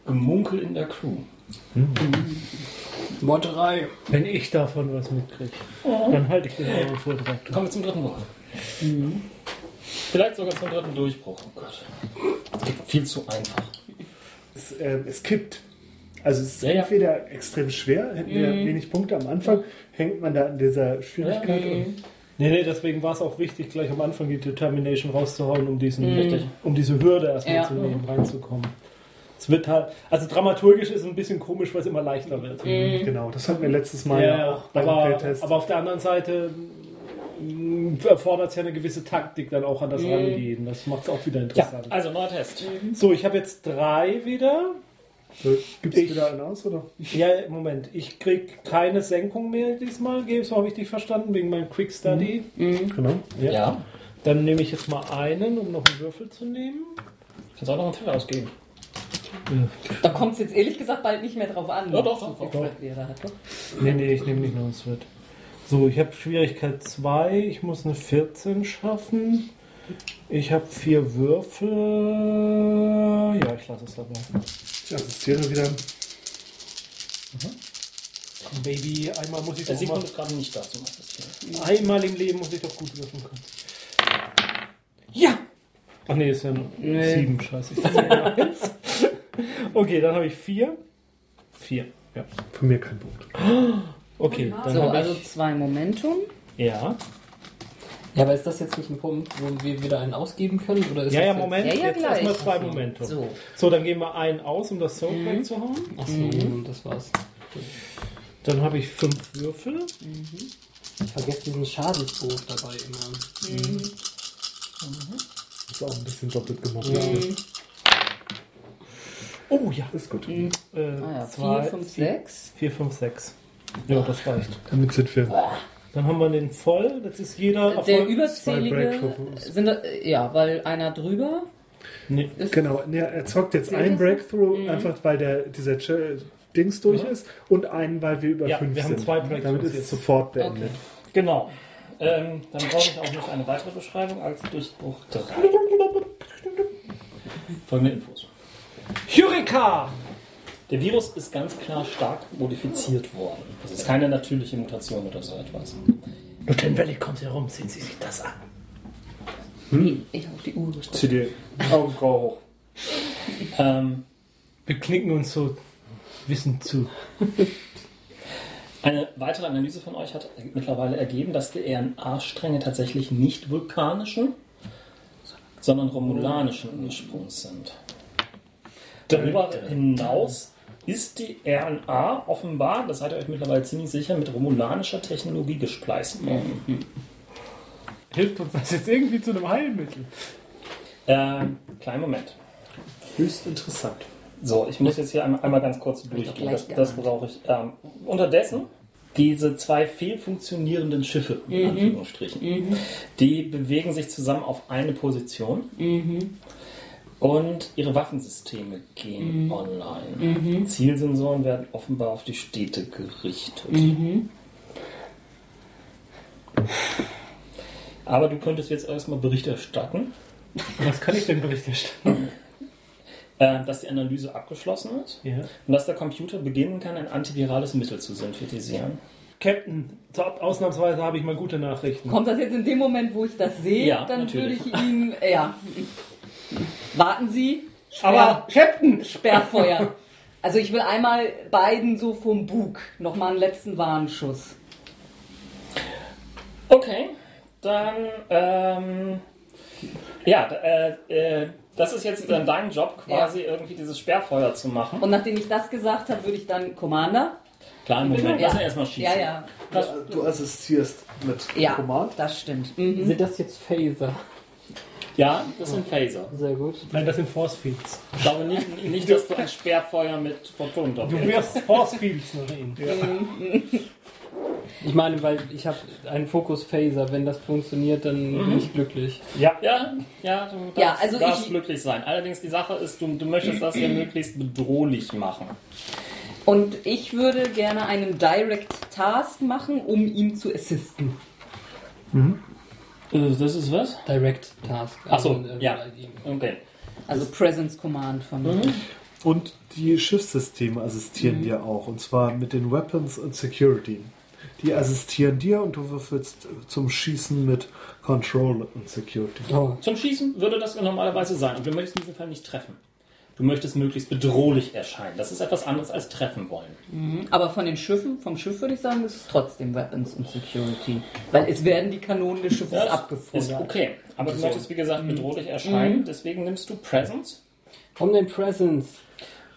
B: Gemunkel in der Crew.
D: Meuterei.
F: Wenn ich davon was mitkriege, dann halte ich den euren Vortrag.
B: Kommen wir zum dritten Wurf. Vielleicht sogar zum dritten Durchbruch. Oh Gott. Das geht viel zu einfach.
H: es, äh, es kippt. Also es ist
B: Ja, ja.
H: entweder extrem schwer, hätten wir
C: Mhm.
H: wenig Punkte am Anfang, hängt man da an dieser Schwierigkeit. Und
F: Nee, nee, deswegen war es auch wichtig, gleich am Anfang die Determination rauszuhauen, um, diesen,
B: Richtig.
F: um diese Hürde erstmal
C: Ja.
F: zu nehmen, reinzukommen. Es wird halt, also dramaturgisch ist es ein bisschen komisch, weil es immer leichter wird.
C: Mhm.
H: Genau, das hatten wir letztes Mal ja,
F: Ja,
H: auch beim
F: aber,
H: Playtest.
F: aber auf der anderen Seite mh, erfordert es ja eine gewisse Taktik dann auch an das Rangehen. Das macht es auch wieder
B: Ja,
F: interessant.
B: also neuer Test.
F: So, ich habe jetzt drei wieder.
H: Gibt es
F: Ich-
H: wieder einen aus, oder?
F: Ja, Moment, ich krieg keine Senkung mehr diesmal, Gebs, habe ich dich verstanden, wegen meinem Quick Study.
H: Genau.
F: Ja.
B: Ja.
F: Dann nehme ich jetzt mal einen, um noch einen Würfel zu nehmen.
B: Kannst auch noch einen Teller ausgeben.
C: Da kommt es jetzt ehrlich gesagt bald nicht mehr drauf an.
B: Ja, doch, doch,
C: doch. Jeder hat, doch.
F: Nee, nee, ich nehme nicht noch einen Sweat. So, ich habe Schwierigkeit 2, ich muss eine 14 schaffen. Ich habe vier Würfel. Ja, ich lasse es dabei.
H: Ich assistiere wieder.
F: Baby, einmal muss Also ich
B: Der
F: doch
B: Sigmund
F: mal,
B: ist gerade nicht da zum Assistieren.
F: einmal im Leben muss ich doch gut würfeln können.
C: Ja!
F: Ach nee, ist ja nur
C: Nee.
F: <laughs> sieben, scheiße. Ich seh ja eins. okay, dann habe ich vier. Vier, ja.
H: Von mir kein Punkt.
F: Okay, dann
C: So,
F: habe
C: also
F: ich...
C: zwei Momentum.
F: Ja,
D: Ja, aber ist das jetzt nicht ein Punkt, wo wir wieder einen ausgeben können? Oder ist
F: ja,
D: das
F: ja,
D: jetzt-
F: Moment.
C: Ja, ja,
F: jetzt
C: gleich.
F: erstmal zwei Momente. So.
C: So,
F: dann geben wir einen aus, um das Soap wegzuhauen.
D: Ach so, und das war's.
F: Dann habe ich fünf Würfel.
D: Ich vergesse diesen Schadenswurf dabei immer.
H: Ist auch ein bisschen doppelt gemacht.
C: Mhm.
F: Oh ja,
H: Ist gut.
F: äh,
C: ah ja,
F: zwei,
C: vier, fünf, sechs.
F: vier, fünf, sechs. Ja, das reicht.
H: Damit sind wir.
F: Dann haben wir den voll. Jetzt ist jeder
C: Der
F: Erfolg.
H: Zwei
C: überzählige
H: Breakthroughs.
C: sind äh, ja, weil einer drüber.
F: Nee.
C: Ist,
H: Genau. Nee, er zockt jetzt
C: Seht ihr
H: einen
C: das? Mhm.
H: Breakthrough, einfach weil der, dieser Ch Dings durch ist und einen, weil wir über
F: Ja,
H: fünf
F: wir haben
H: sind.
F: zwei
H: Damit
F: Breakthroughs
H: ist es
F: jetzt.
H: sofort beendet.
B: Genau. Ähm, dann brauche ich auch noch eine weitere Beschreibung als Durchbruch 3. Folgende Infos.
F: Jurika!
B: Der Virus ist ganz klar stark modifiziert worden. Das ist keine natürliche Mutation oder so etwas.
F: Lieutenant Valley kommt herum. Sehen Sie sich das an.
C: ich auf die Uhr gestellt.
H: Zieh dir
B: Augenbraue hoch. Ähm,
F: Wir knicken uns so wissend zu.
B: Eine weitere Analyse von euch hat mittlerweile ergeben, dass die RNA-Stränge tatsächlich nicht vulkanischen, sondern romulanischen Ursprungs sind. Darüber hinaus ist die RNA offenbar, das seid ihr euch mittlerweile ziemlich sicher, mit romulanischer Technologie gespleist worden.
F: Hilft uns das jetzt irgendwie zu einem Heilmittel?
B: Ähm, kleinen Moment.
H: höchst interessant.
B: So, ich muss jetzt hier einmal, einmal ganz kurz durchgehen. Das, das brauche ich. Ähm, unterdessen diese zwei fehlfunktionierenden Schiffe, in Anführungsstrichen, die bewegen sich zusammen auf eine Position und ihre Waffensysteme gehen online. Zielsensoren werden offenbar auf die Städte gerichtet. Aber du könntest jetzt erstmal Bericht erstatten,
F: Was kann ich denn Bericht erstatten?
B: äh, dass die Analyse abgeschlossen ist.
F: Ja.
B: Und dass der Computer beginnen kann, ein antivirales Mittel zu synthetisieren.
F: Captain, so- ausnahmsweise habe ich mal gute Nachrichten.
C: Kommt das jetzt in dem Moment, wo ich das sehe,
B: Ja,
C: dann
B: natürlich.
C: würde ich ihm. äh, Ja. Warten Sie. Sperr,
F: Aber Captain!
C: Sperrfeuer. Also ich will einmal beiden so vom Bug nochmal einen letzten Warnschuss.
B: Okay, dann, ähm, ja, d- äh, äh, das ist jetzt dann dein Job, quasi irgendwie dieses Sperrfeuer zu machen.
C: Und nachdem ich das gesagt habe, würde ich dann Commander.
B: Klar, Moment,
C: Ja.
B: lass ihn erstmal schießen.
C: Ja, ja.
B: Das,
H: Du assistierst mit
C: Ja, das stimmt. Mhm.
D: Sind das jetzt Phaser?
B: ja, das sind Phaser.
D: Sehr gut.
F: Nein, das sind Force Fields.
B: Ich glaube nicht, nicht dass du ein Sperrfeuer mit Photonentopf
F: Du wirfst Force Fields nach ihm.
C: Äh,
D: Ich meine, weil ich habe einen Fokus-Phaser. Wenn das funktioniert, dann bin ich glücklich.
F: Ja.
B: Ja, ja, du darfst,
C: Ja, also
B: darfst
C: ich-
B: glücklich sein. Allerdings die Sache ist, du, du möchtest das ja möglichst bedrohlich machen.
C: Und ich würde gerne einen Direct Task machen, um ihm zu assisten.
B: Äh, Das ist was?
D: Direct Task.
B: Ach so,
D: Also, äh,
B: ja. Okay.
C: Also Presence Command von mir.
H: Und die Schiffssysteme assistieren
C: Mhm.
H: dir auch. Und zwar mit den Weapons und Security. Die assistieren dir und du würfelst zum Schießen mit Control und Security.
D: Oh,
B: Zum Schießen würde das normalerweise sein. Und wir möchten in diesem Fall nicht treffen. Du möchtest möglichst bedrohlich erscheinen. Das ist etwas anderes als treffen wollen.
C: Aber von den Schiffen, vom Schiff würde ich sagen, ist es trotzdem Weapons und Security. Weil es werden die Kanonen des Schiffes
B: Das ist
C: abgefeuert.
B: okay. Aber du möchtest, wie gesagt, bedrohlich erscheinen. Deswegen nimmst du Presence.
D: um den Presence.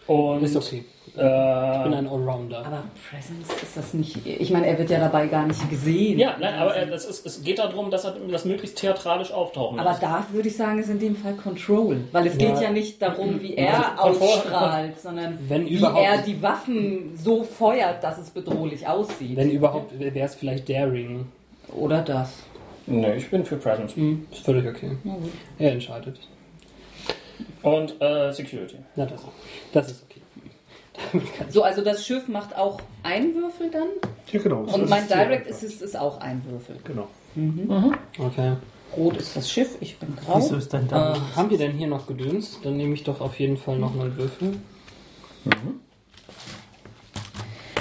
B: Und
D: Ist okay. Ich bin
B: Äh,
D: ein Allrounder.
C: Aber Presence ist das nicht. Ich meine, er wird ja dabei gar nicht gesehen.
B: ja, nein, aber äh, das ist, es geht darum, dass er das möglichst theatralisch auftauchen
C: Aber
B: lässt.
C: da würde ich sagen, ist in dem Fall Control. Weil es geht ja nicht darum, wie er
B: Also, Control-
C: ausstrahlt, sondern
D: Wenn
C: wie
D: überhaupt.
C: er die Waffen so feuert, dass es bedrohlich aussieht.
D: Wenn überhaupt, wäre es vielleicht Daring.
C: Oder das.
B: Nee, ich bin für Presence.
D: Hm, ist völlig okay. Er entscheidet.
B: Und äh, Security.
D: Na, das, das ist okay.
C: So, also das Schiff macht auch einen Würfel dann.
H: Ja, genau. das
C: Und mein
H: die
C: Direct
H: einfach.
C: Assist ist auch ein Würfel.
H: Genau.
D: Okay.
C: Rot ist das Schiff, ich bin grau.
F: Wieso ist denn
D: Äh,
F: da?
D: haben wir denn hier noch gedönst? Dann nehme ich doch auf jeden Fall noch einen Würfel.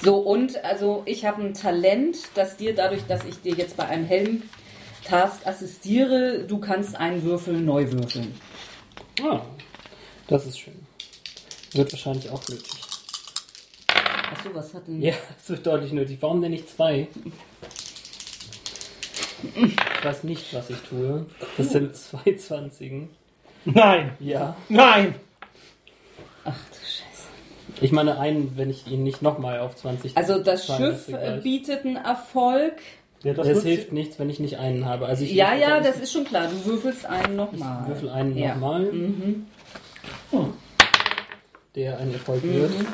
C: So, und also ich habe ein Talent, dass dir dadurch, dass ich dir jetzt bei einem Helm-Task assistiere, du kannst einen Würfel neu würfeln.
D: Ah, das ist schön. Wird wahrscheinlich auch nötig.
C: Achso, was hat denn.
D: Ja, es wird deutlich nötig. Warum denn nicht zwei? Ich weiß nicht, was ich tue. Das sind zwei Zwanzigen.
F: Nein!
D: Ja.
F: Nein!
C: Ach du Scheiße.
D: Ich meine, einen, wenn ich ihn nicht nochmal auf 20.
C: Also das
D: Zwei
C: Schiff
D: ist
C: äh,
D: gleich.
C: bietet einen Erfolg.
F: Ja, das
D: Es
F: nutzt-
D: hilft nichts, wenn ich nicht einen habe. Also ich
C: Ja,
D: ich-
C: ja,
D: ich
C: das ist schon klar. Du würfelst einen nochmal.
D: Würfel einen
C: Ja. Mhm.
D: nochmal,
B: Hm.
D: der ein Erfolg wird.
C: Mhm.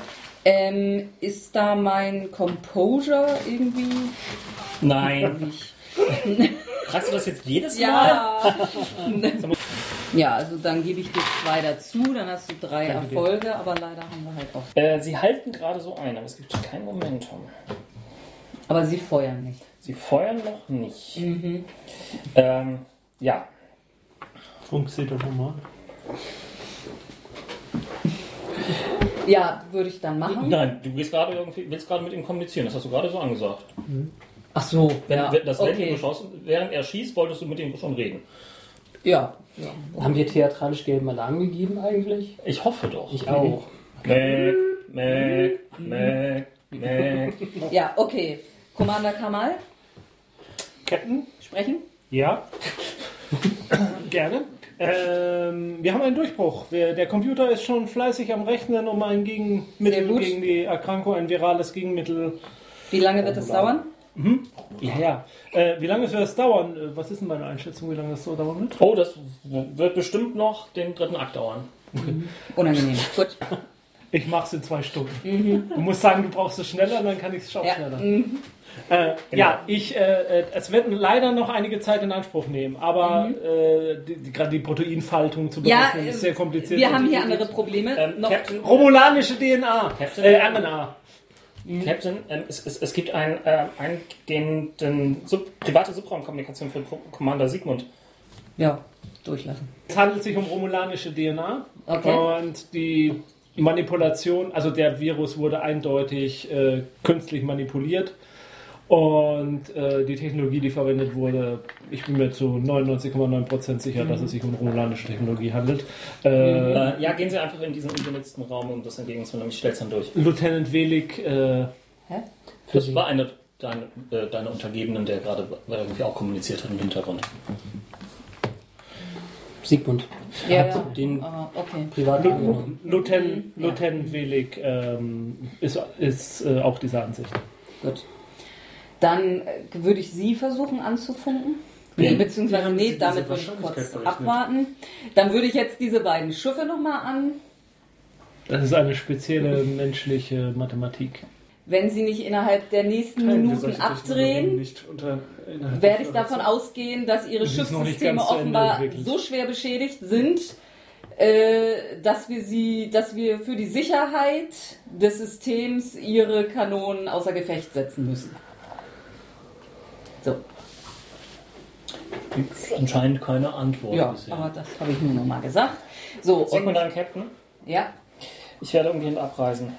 C: Ähm, ist da mein Composure irgendwie? <laughs>
B: Nein. Fragst du das jetzt jedes Mal?
C: Ja.
D: <laughs>
C: ja, also dann gebe ich dir zwei dazu, dann hast du drei
D: Danke dir.
C: Erfolge, aber leider haben wir halt auch.
B: Äh, sie halten gerade so ein, aber es gibt kein Momentum.
C: Aber sie feuern nicht.
B: Sie feuern noch nicht. Ähm, ja.
F: Funktioniert doch nochmal.
C: Ja, würde ich dann machen.
B: Nein, du gehst gerade irgendwie, willst gerade mit ihm kommunizieren. Das hast du gerade so angesagt.
C: Ach so,
B: Wenn,
C: ja.
B: wenn, das, wenn du
C: okay.
B: geschossen, während er schießt, wolltest du mit ihm schon reden.
C: ja. ja.
D: Haben wir theatralisch gelben Alarm gegeben eigentlich?
B: Ich hoffe doch.
D: Ich auch.
B: Mac, Mac, Mac, Mac.
C: Ja, okay. Commander Kamal,
F: Captain?
C: sprechen?
F: Ja. <laughs> Gerne. Ähm, wir haben einen Durchbruch. Wir, der Computer ist schon fleißig am Rechnen, um ein
C: Sehr
F: Gegenmittel
C: gut.
F: gegen die Erkrankung, ein virales Gegenmittel.
C: Wie lange wird das dauern?
F: Ja, ja. Äh, wie lange wird das dauern? Äh, Was ist denn meine Einschätzung, wie lange das so dauern wird?
B: Oh, das wird bestimmt noch den dritten Akt dauern.
C: Unangenehm.
I: <laughs>
C: Gut.
F: Ich mach's in zwei Stunden. Du musst sagen, du brauchst es schneller, dann kann ich es auch
C: Mhm. Ja. Mhm.
F: schneller. Äh, Ja, ich, äh, äh, es wird leider noch einige Zeit in Anspruch nehmen, aber äh, die, die, gerade die Proteinfaltung zu
C: Mhm. Ja,
F: berechnen
C: äh,
F: ist sehr kompliziert.
C: wir haben hier andere Probleme.
B: Ähm,
C: Noch
B: Captain,
F: Romulanische DNA,
B: Captain-
F: äh, RNA.
B: Captain, ähm, es, es, es gibt ein, äh, ein, den, den Sub, private Subraumkommunikation für Pro- Commander Sigmund.
C: ja, durchlassen.
F: Es handelt sich um romulanische DNA
C: Okay.
F: und die Manipulation, also der Virus wurde eindeutig äh, künstlich manipuliert und äh, die Technologie, die verwendet wurde, ich bin mir zu 99,9% sicher,
C: Mhm.
F: dass es sich um romulanische Technologie handelt. Äh,
B: Äh, ja, gehen Sie einfach in diesen unbenutzten Raum, um das entgegenzunehmen. Ich stell's dann durch.
F: Lieutenant Welig, äh,
D: Für
B: Das
D: Sie.
B: war eine deine, äh, deine Untergebenen, der gerade irgendwie auch kommuniziert hat im Hintergrund.
D: Sigmund.
C: Ja,
D: Hat
C: ja.
D: Den
C: Aber Ah, okay.
D: privat angenommen.
F: Lieutenant,
C: Mhm. Ja.
F: Lieutenant Welig ähm, ist, ist äh, auch dieser Ansicht.
C: Gut. Dann äh, würde ich Sie versuchen anzufunken.
B: Ja.
C: Nee, beziehungsweise
I: haben
C: nee,
I: Sie
C: damit
I: diese
C: würde ich
I: Wahrscheinlichkeit
C: kurz
I: berechnet?
C: abwarten. Dann würde ich jetzt diese beiden Schiffe nochmal an.
F: Das ist eine spezielle menschliche Mathematik.
C: Wenn sie nicht innerhalb der nächsten Minuten abdrehen,
I: Nicht unter, innerhalb
C: werde ich
I: der
C: davon ausgehen, dass ihre
F: ist noch nicht
C: Schiffssysteme
F: ganz zu Ende
C: offenbar
F: entwickelt.
C: so schwer beschädigt sind, äh, dass wir sie, dass wir für die Sicherheit des Systems ihre Kanonen außer Gefecht setzen müssen. So,
B: Gibt's anscheinend keine Antwort
C: ja,
B: bisher.
C: aber das habe ich nur nochmal gesagt. So,
B: Sieht man
C: und
B: dann, Captain?
C: ja.
B: Ich werde umgehend abreisen.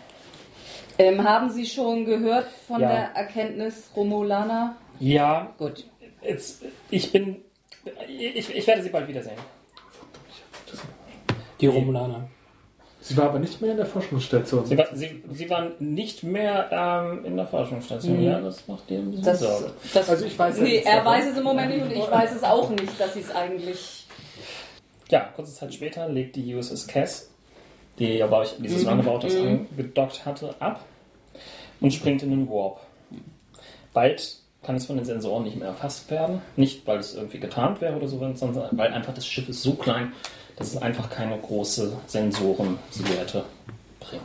C: Ähm, haben Sie schon gehört von
B: Ja.
C: der Erkenntnis Romulana?
B: Ja,
C: Gut.
B: jetzt, ich bin. Ich, ich werde Sie bald wiedersehen.
D: Die Romulaner.
I: Sie war aber nicht mehr in der Forschungsstation.
B: Sie, war, Sie, Sie waren nicht mehr ähm, in der Forschungsstation. Ja, das macht dir ein bisschen
C: Das,
B: Sorge.
C: das,
I: Also ich weiß ja
C: nee,
I: nichts
C: er
I: davon.
C: weiß es im Moment nicht und ich weiß es auch nicht, dass sie es eigentlich
B: Ja, kurze Zeit später legt die USS Cass die ja bei euch dieses mhm. Roundabout das angedockt hatte, ab und springt in den Warp. Bald kann es von den Sensoren nicht mehr erfasst werden. Nicht, weil es irgendwie getarnt wäre oder so, sondern weil einfach das Schiff ist so klein, dass es einfach keine große Sensorensilhouette bringt.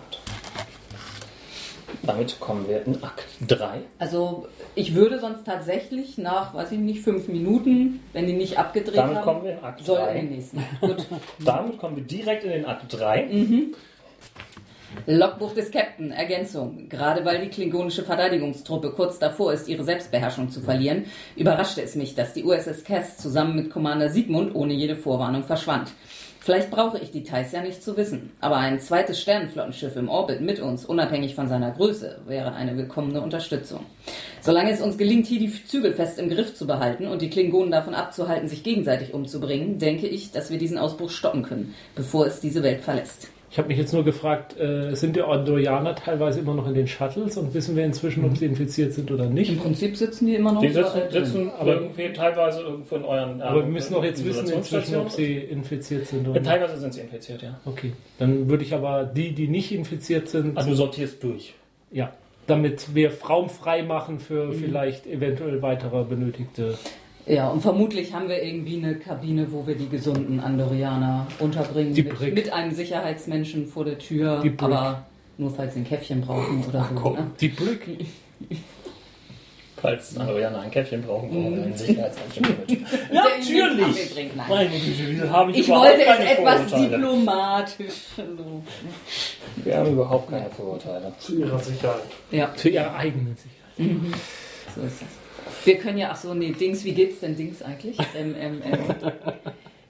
B: Damit kommen wir in Akt 3.
C: Also ich würde sonst tatsächlich nach, weiß ich nicht, fünf Minuten, wenn die nicht abgedreht
B: Damit
C: haben,
B: kommen wir in Akt
C: soll er den
B: 3.
C: nächsten. Gut.
B: Damit kommen wir direkt in den Akt 3.
C: Logbuch des Captain, Ergänzung. Gerade weil die klingonische Verteidigungstruppe kurz davor ist, ihre Selbstbeherrschung zu verlieren, überraschte es mich, dass die USS Cass zusammen mit Commander Siegmund ohne jede Vorwarnung verschwand. Vielleicht brauche ich Details ja nicht zu wissen, aber ein zweites Sternenflottenschiff im Orbit mit uns, unabhängig von seiner Größe, wäre eine willkommene Unterstützung. Solange es uns gelingt, hier die Zügel fest im Griff zu behalten und die Klingonen davon abzuhalten, sich gegenseitig umzubringen, denke ich, dass wir diesen Ausbruch stoppen können, bevor es diese Welt verlässt.
F: Ich habe mich jetzt nur gefragt, äh, sind die Andorianer teilweise immer noch in den Shuttles und wissen wir inzwischen, ob sie infiziert sind oder nicht?
C: Im Prinzip sitzen die immer noch
B: Die
C: überall
B: sitzen,
C: drin.
B: sitzen
F: Aber-
B: irgendwie teilweise irgendwo in euren.
F: Aber
B: äh,
F: wir müssen doch jetzt wissen inzwischen, ob sie infiziert sind oder
B: Ja,
F: nicht.
B: teilweise sind sie infiziert, ja.
F: Okay, dann würde ich aber die, die nicht infiziert sind,
B: Also du sortierst durch.
F: ja, damit wir Raum frei machen für vielleicht eventuell weitere benötigte.
C: Ja, und vermutlich haben wir irgendwie eine Kabine, wo wir die gesunden Andorianer unterbringen.
F: Die
C: mit,
F: Brick.
C: mit einem Sicherheitsmenschen vor der Tür,
F: Die Brick.
C: aber nur falls sie ein Käffchen brauchen oder so. ne?
F: Die Brücke.
B: Falls Ariana ein Käffchen brauchen, brauchen
F: Mhm.
B: wir einen
F: <laughs>
B: Sicherheitsanständigen.
C: Der ihnen den Kaffee bringt. Nein.
B: Meine Güte, wieso habe
C: Ich
B: überhaupt
C: wollte es
B: keine
C: etwas
B: Vorurteile?
C: diplomatisch. So.
B: Wir haben überhaupt keine Vorurteile.
J: Zu ihrer Sicherheit.
C: Ja,
F: Zu ihrer eigenen Sicherheit.
C: so ist das. Wir können ja, ach so, nee, Dings, wie geht's denn
B: <laughs>
C: Dings eigentlich? Ähm, ähm, ähm,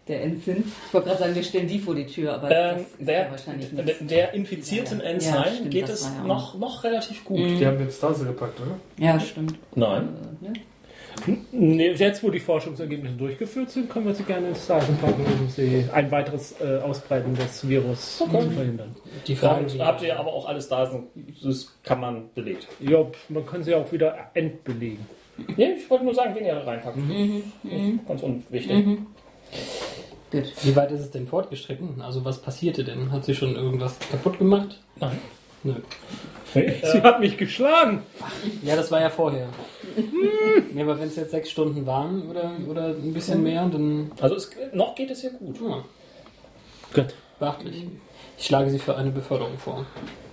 C: der Endsinn. Ich wollte gerade sagen, wir stellen die vor die Tür, aber
B: Ähm,
C: das ist ja
B: der,
C: wahrscheinlich
B: der,
C: nicht.
B: der infizierten
C: Ja, ja.
B: Ensign
C: Ja, stimmt,
B: geht
C: das
B: es
C: war ja auch.
B: noch, noch relativ gut.
J: Die haben jetzt Stase gepackt, oder?
C: Ja, stimmt.
B: Nein.
C: Äh, ne?
F: Nee, jetzt, wo die Forschungsergebnisse durchgeführt sind, können wir sie gerne ins Daten packen, um sie ein weiteres äh, Ausbreiten des Virus zu verhindern.
D: Die Frage,
F: Also
B: Damit
D: die,
B: habt ihr aber auch alles da, sind- das kann man belegt.
F: Ja, man kann sie auch wieder entbelegen.
B: Nee, ich wollte nur sagen, wen ihr da reinpackt.
F: Mhm.
B: Ganz unwichtig.
C: Gut.
D: wie weit ist es denn fortgeschritten? Also was passierte denn? Hat sie schon irgendwas kaputt gemacht?
B: Nein.
D: Nö.
F: <laughs> Sie hat mich geschlagen.
D: Ja, das war
B: <laughs>
D: ja vorher. ja, aber wenn es jetzt sechs Stunden waren oder, oder ein bisschen mehr, dann
B: Also es, noch geht es ja gut.
D: ja,
F: Gott,
D: beachtlich. Ich schlage sie für eine Beförderung vor.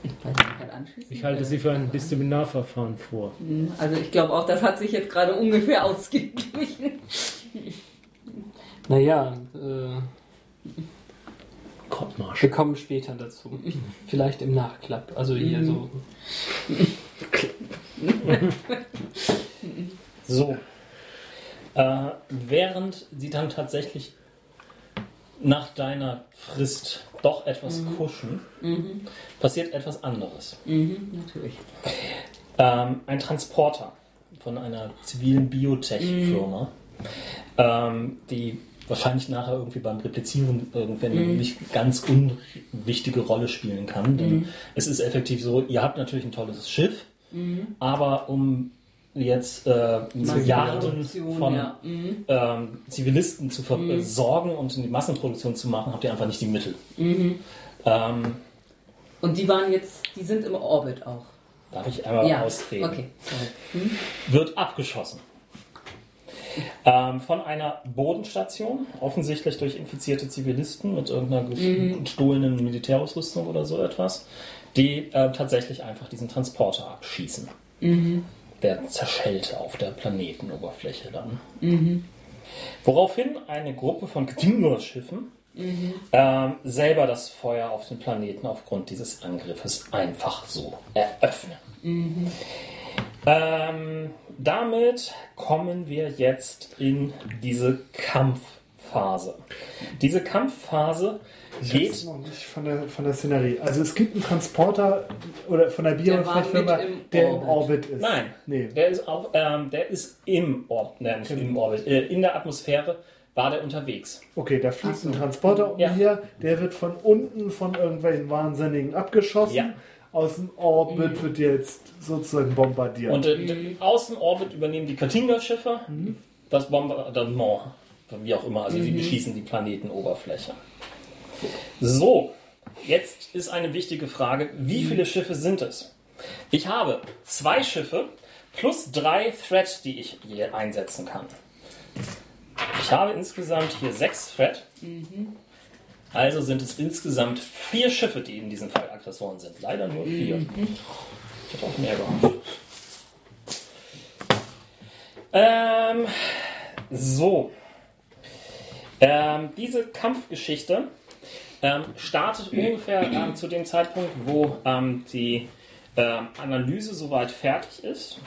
C: Weiß ich nicht, halt anschließen?
F: ich halte sie für ein Disziplinarverfahren vor.
C: Also ich glaube auch, das hat sich jetzt gerade ungefähr ausgeglichen.
D: Naja, äh,
F: Kopfmarsch.
D: wir kommen später dazu. Vielleicht im Nachklapp. Also
B: Mhm.
D: hier so.
B: So. Äh, während sie dann tatsächlich nach deiner Frist doch etwas kuschen, passiert etwas anderes.
C: Natürlich.
B: Ähm, ein Transporter von einer zivilen Biotech-Firma, ähm, die wahrscheinlich nachher irgendwie beim Replizieren irgendwann eine
C: Mhm.
B: nicht ganz unwichtige Rolle spielen kann.
C: Mhm.
B: Denn es ist effektiv so, ihr habt natürlich ein tolles Schiff,
C: Mhm.
B: aber um jetzt äh, Milliarden
C: Massenproduktion,
B: von
C: ja. Mhm.
B: ähm, Zivilisten zu versorgen und in die Massenproduktion zu machen, habt ihr einfach nicht die Mittel.
C: Mhm.
B: Ähm,
C: Und die waren jetzt, die sind im Orbit auch.
B: darf ich einmal ausreden?
C: Okay, sorry.
B: wird abgeschossen. Ähm, von einer Bodenstation, offensichtlich durch infizierte Zivilisten mit irgendeiner gestohlenen Militärausrüstung oder so etwas, die äh, tatsächlich einfach diesen Transporter abschießen. Der zerschellte auf der Planetenoberfläche dann. Woraufhin eine Gruppe von Klingerschiffen ähm, selber das Feuer auf den Planeten aufgrund dieses Angriffes einfach so eröffnen. Ähm, damit kommen wir jetzt in diese Kampfphase. Diese Kampfphase
H: Ist
B: geht.
H: noch nicht von der, von der Szenerie. Also es gibt einen Transporter oder von der
C: Der war
H: Biofirma,
C: mit im
H: der im
C: Orbit.
H: Orbit ist.
B: Nein,
H: Nee. Genau.
B: der ist auf, ähm, der ist im Orbit, nein, nicht im Orbit, äh, in der Atmosphäre war der unterwegs.
H: Okay, da fliegt ein Transporter um
B: Ja.
H: hier, der wird von unten von irgendwelchen Wahnsinnigen abgeschossen.
B: Ja.
H: Aus dem
C: Mhm.
H: Orbit wird jetzt sozusagen bombardiert.
B: Und äh, d- aus dem Orbit übernehmen die Katinga-Schiffe das Bombardement, wie auch immer, also sie beschießen die Planetenoberfläche. So, jetzt ist eine wichtige Frage, wie viele Schiffe sind es? Ich habe zwei Schiffe plus drei Thread, die ich je einsetzen kann. Ich habe insgesamt hier sechs Thread. Also sind es insgesamt vier Schiffe, die in diesem Fall Aggressoren sind. Leider nur vier. Ich hätte auch mehr gehofft. Ähm, so. Ähm, diese Kampfgeschichte ähm, startet ungefähr ähm, zu dem Zeitpunkt, wo ähm, die ähm, Analyse soweit fertig ist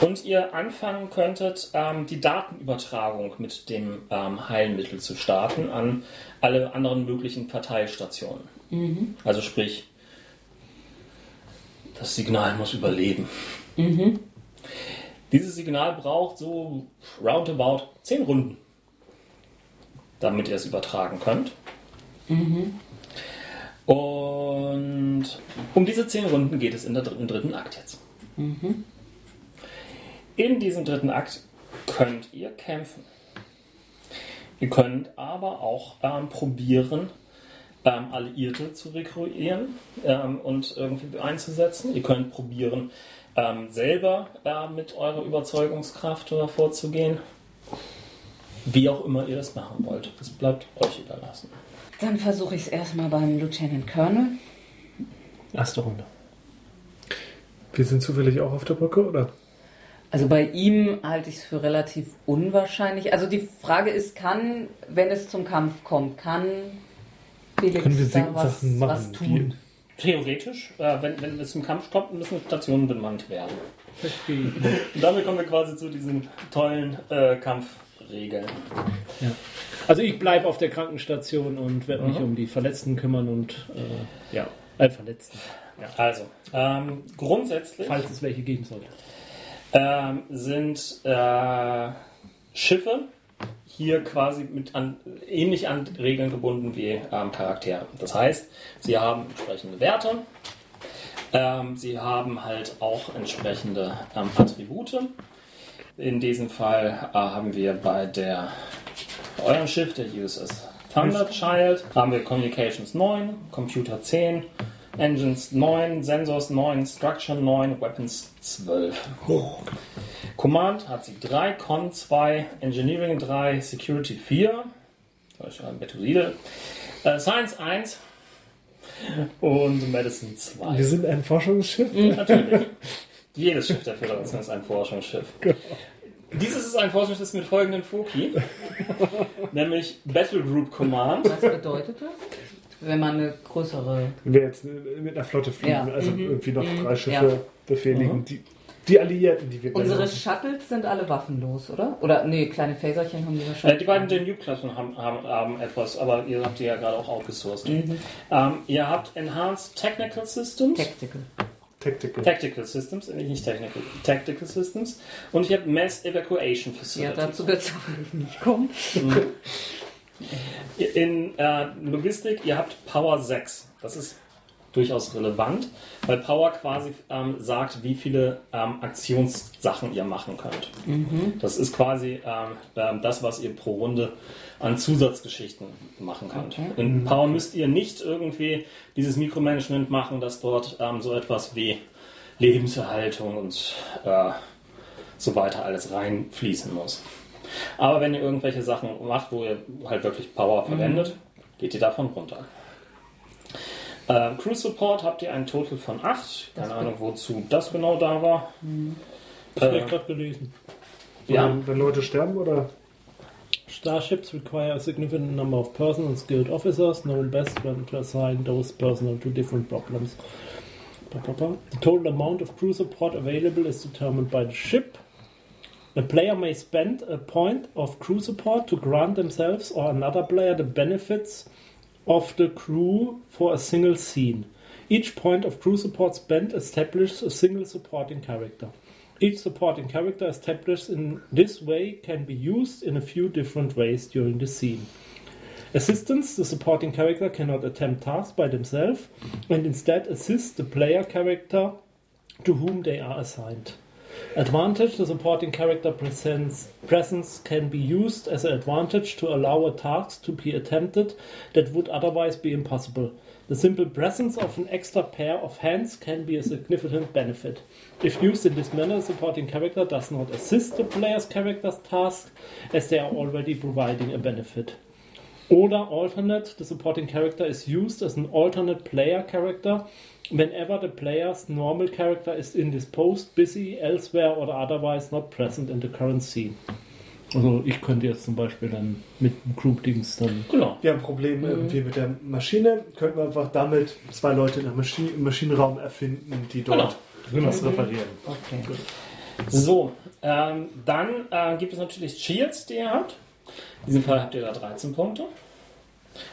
B: und ihr anfangen könntet, ähm, die Datenübertragung mit dem ähm, Heilmittel zu starten an alle anderen möglichen Parteistationen. Also sprich, das Signal muss überleben. Dieses Signal braucht so roundabout 10 Runden, damit ihr es übertragen könnt. Und um diese 10 Runden geht es in der, dr- im dritten Akt jetzt. In diesem dritten Akt könnt ihr kämpfen. Ihr könnt aber auch ähm, probieren, ähm, Alliierte zu rekrutieren ähm, und irgendwie einzusetzen. Ihr könnt probieren, ähm, selber äh, mit eurer Überzeugungskraft vorzugehen. Wie auch immer ihr das machen wollt. Das bleibt euch überlassen.
C: Dann versuche ich es erstmal beim Lieutenant Colonel.
F: Erste Runde.
E: Wir sind zufällig auch auf der Brücke, oder?
G: Also bei ihm halte ich es für relativ unwahrscheinlich. Also die Frage ist, kann, wenn es zum Kampf kommt, kann Felix
E: Können wir
G: da was,
E: Sachen machen?
G: was tun?
B: Theoretisch, äh, wenn, wenn es zum Kampf kommt, müssen Stationen benannt werden. Und damit kommen wir quasi zu diesen tollen äh, Kampfregeln.
F: Also ich bleibe auf der Krankenstation und werde mich um die Verletzten kümmern und äh, ja, äh, Verletzten,
B: Also, ähm, grundsätzlich
F: falls es welche geben sollte.
B: ähm, sind äh, Schiffe hier quasi mit an, ähnlich an Regeln gebunden wie ähm, Charaktere. Das heißt, sie haben entsprechende Werte, ähm, sie haben halt auch entsprechende ähm, Attribute. In diesem Fall äh, haben wir bei der bei eurem Schiff, der USS Thunderchild, haben wir Communications 9, Computer 10, Engines 9, Sensors 9, Structure 9, Weapons 12. Command hat sie 3, Con 2, Engineering 3, Security 4, da ist ein Betulide, äh, Science 1 und Medicine 2.
G: Also-
E: Wir sind ein Forschungsschiff.
G: Mhm.
B: Natürlich. Jedes Schiff der Föderation ist ein Forschungsschiff. Dieses ist ein Forschungsschiff mit folgenden Foki, nämlich Battle Group Command.
G: Was bedeutet das? Wenn man eine größere.
E: Wir jetzt mit einer Flotte fliegen,
G: Ja,
E: also
G: mhm,
E: irgendwie noch
G: mhm,
E: drei Schiffe
G: ja.
E: befehligen. Die, die Alliierten, die wir
G: Unsere
E: gleich-
G: Shuttles sind alle waffenlos, oder? Oder nee, kleine Phaserchen haben die
B: Äh,
G: wahrscheinlich.
B: die beiden Danube-Klassen haben, haben, haben etwas, aber ihr habt die ja gerade auch outgesourced. Ähm, ihr habt Enhanced Technical Systems,
G: Tactical.
E: Tactical.
B: Tactical Systems, äh, nicht Technical, Tactical Systems und ihr habt Mass Evacuation
G: Ja,
B: Facilities.
G: dazu wird <laughs> es nicht kommen.
B: In äh, Logistik, ihr habt Power 6. Das ist durchaus relevant, weil Power quasi ähm, sagt, wie viele ähm, Aktionssachen ihr machen könnt. Das ist quasi ähm, ähm, das, was ihr pro Runde an Zusatzgeschichten machen könnt. In Power müsst ihr nicht irgendwie dieses Mikromanagement machen, dass dort ähm, so etwas wie Lebenserhaltung und äh, so weiter alles reinfließen muss. Aber wenn ihr irgendwelche Sachen macht, wo ihr halt wirklich Power verwendet, geht ihr davon runter. Ähm, Crew Support habt ihr einen Total von 8. Keine Ahnung, wozu das genau da war.
F: Das habe
B: Äh,
F: ich gerade gelesen.
B: ja,
H: ähm,
E: Wenn, wenn Leute sterben oder
F: Starships require a significant number of persons and skilled officers, known best when to assign those personnel to different problems. Ba, ba, ba. The total amount of crew support available is determined by the ship. The player may spend a point of crew support to grant themselves or another player the benefits of the crew for a single scene. Each point of crew support spent establishes a single supporting character. Each supporting character established in this way can be used in a few different ways during the scene. Assistance the supporting character cannot attempt tasks by themselves and instead assist the player character to whom they are assigned. Advantage the supporting character presents, presence can be used as an advantage to allow a task to be attempted that would otherwise be impossible. The The simple presence of an extra pair of hands can be a significant benefit. If used in this manner, supporting character does not assist the player's character's task, as they are already providing a benefit. Oder alternate, the supporting character is used as an alternate player character whenever the player's normal character is indisposed, busy, elsewhere or otherwise not present in the current scene. Also ich könnte jetzt zum Beispiel dann mit dem Group-Dings dann...
B: Genau.
E: Wir haben ein Problem
G: Mhm.
E: irgendwie mit der Maschine. Könnten wir einfach damit zwei Leute in der Maschi im Maschinenraum erfinden, die dort
G: Genau.
F: Genau.
E: was reparieren.
C: Okay.
B: So, ähm, dann äh, gibt es natürlich Cheats, die ihr habt. In diesem Fall habt ihr da 13 Punkte.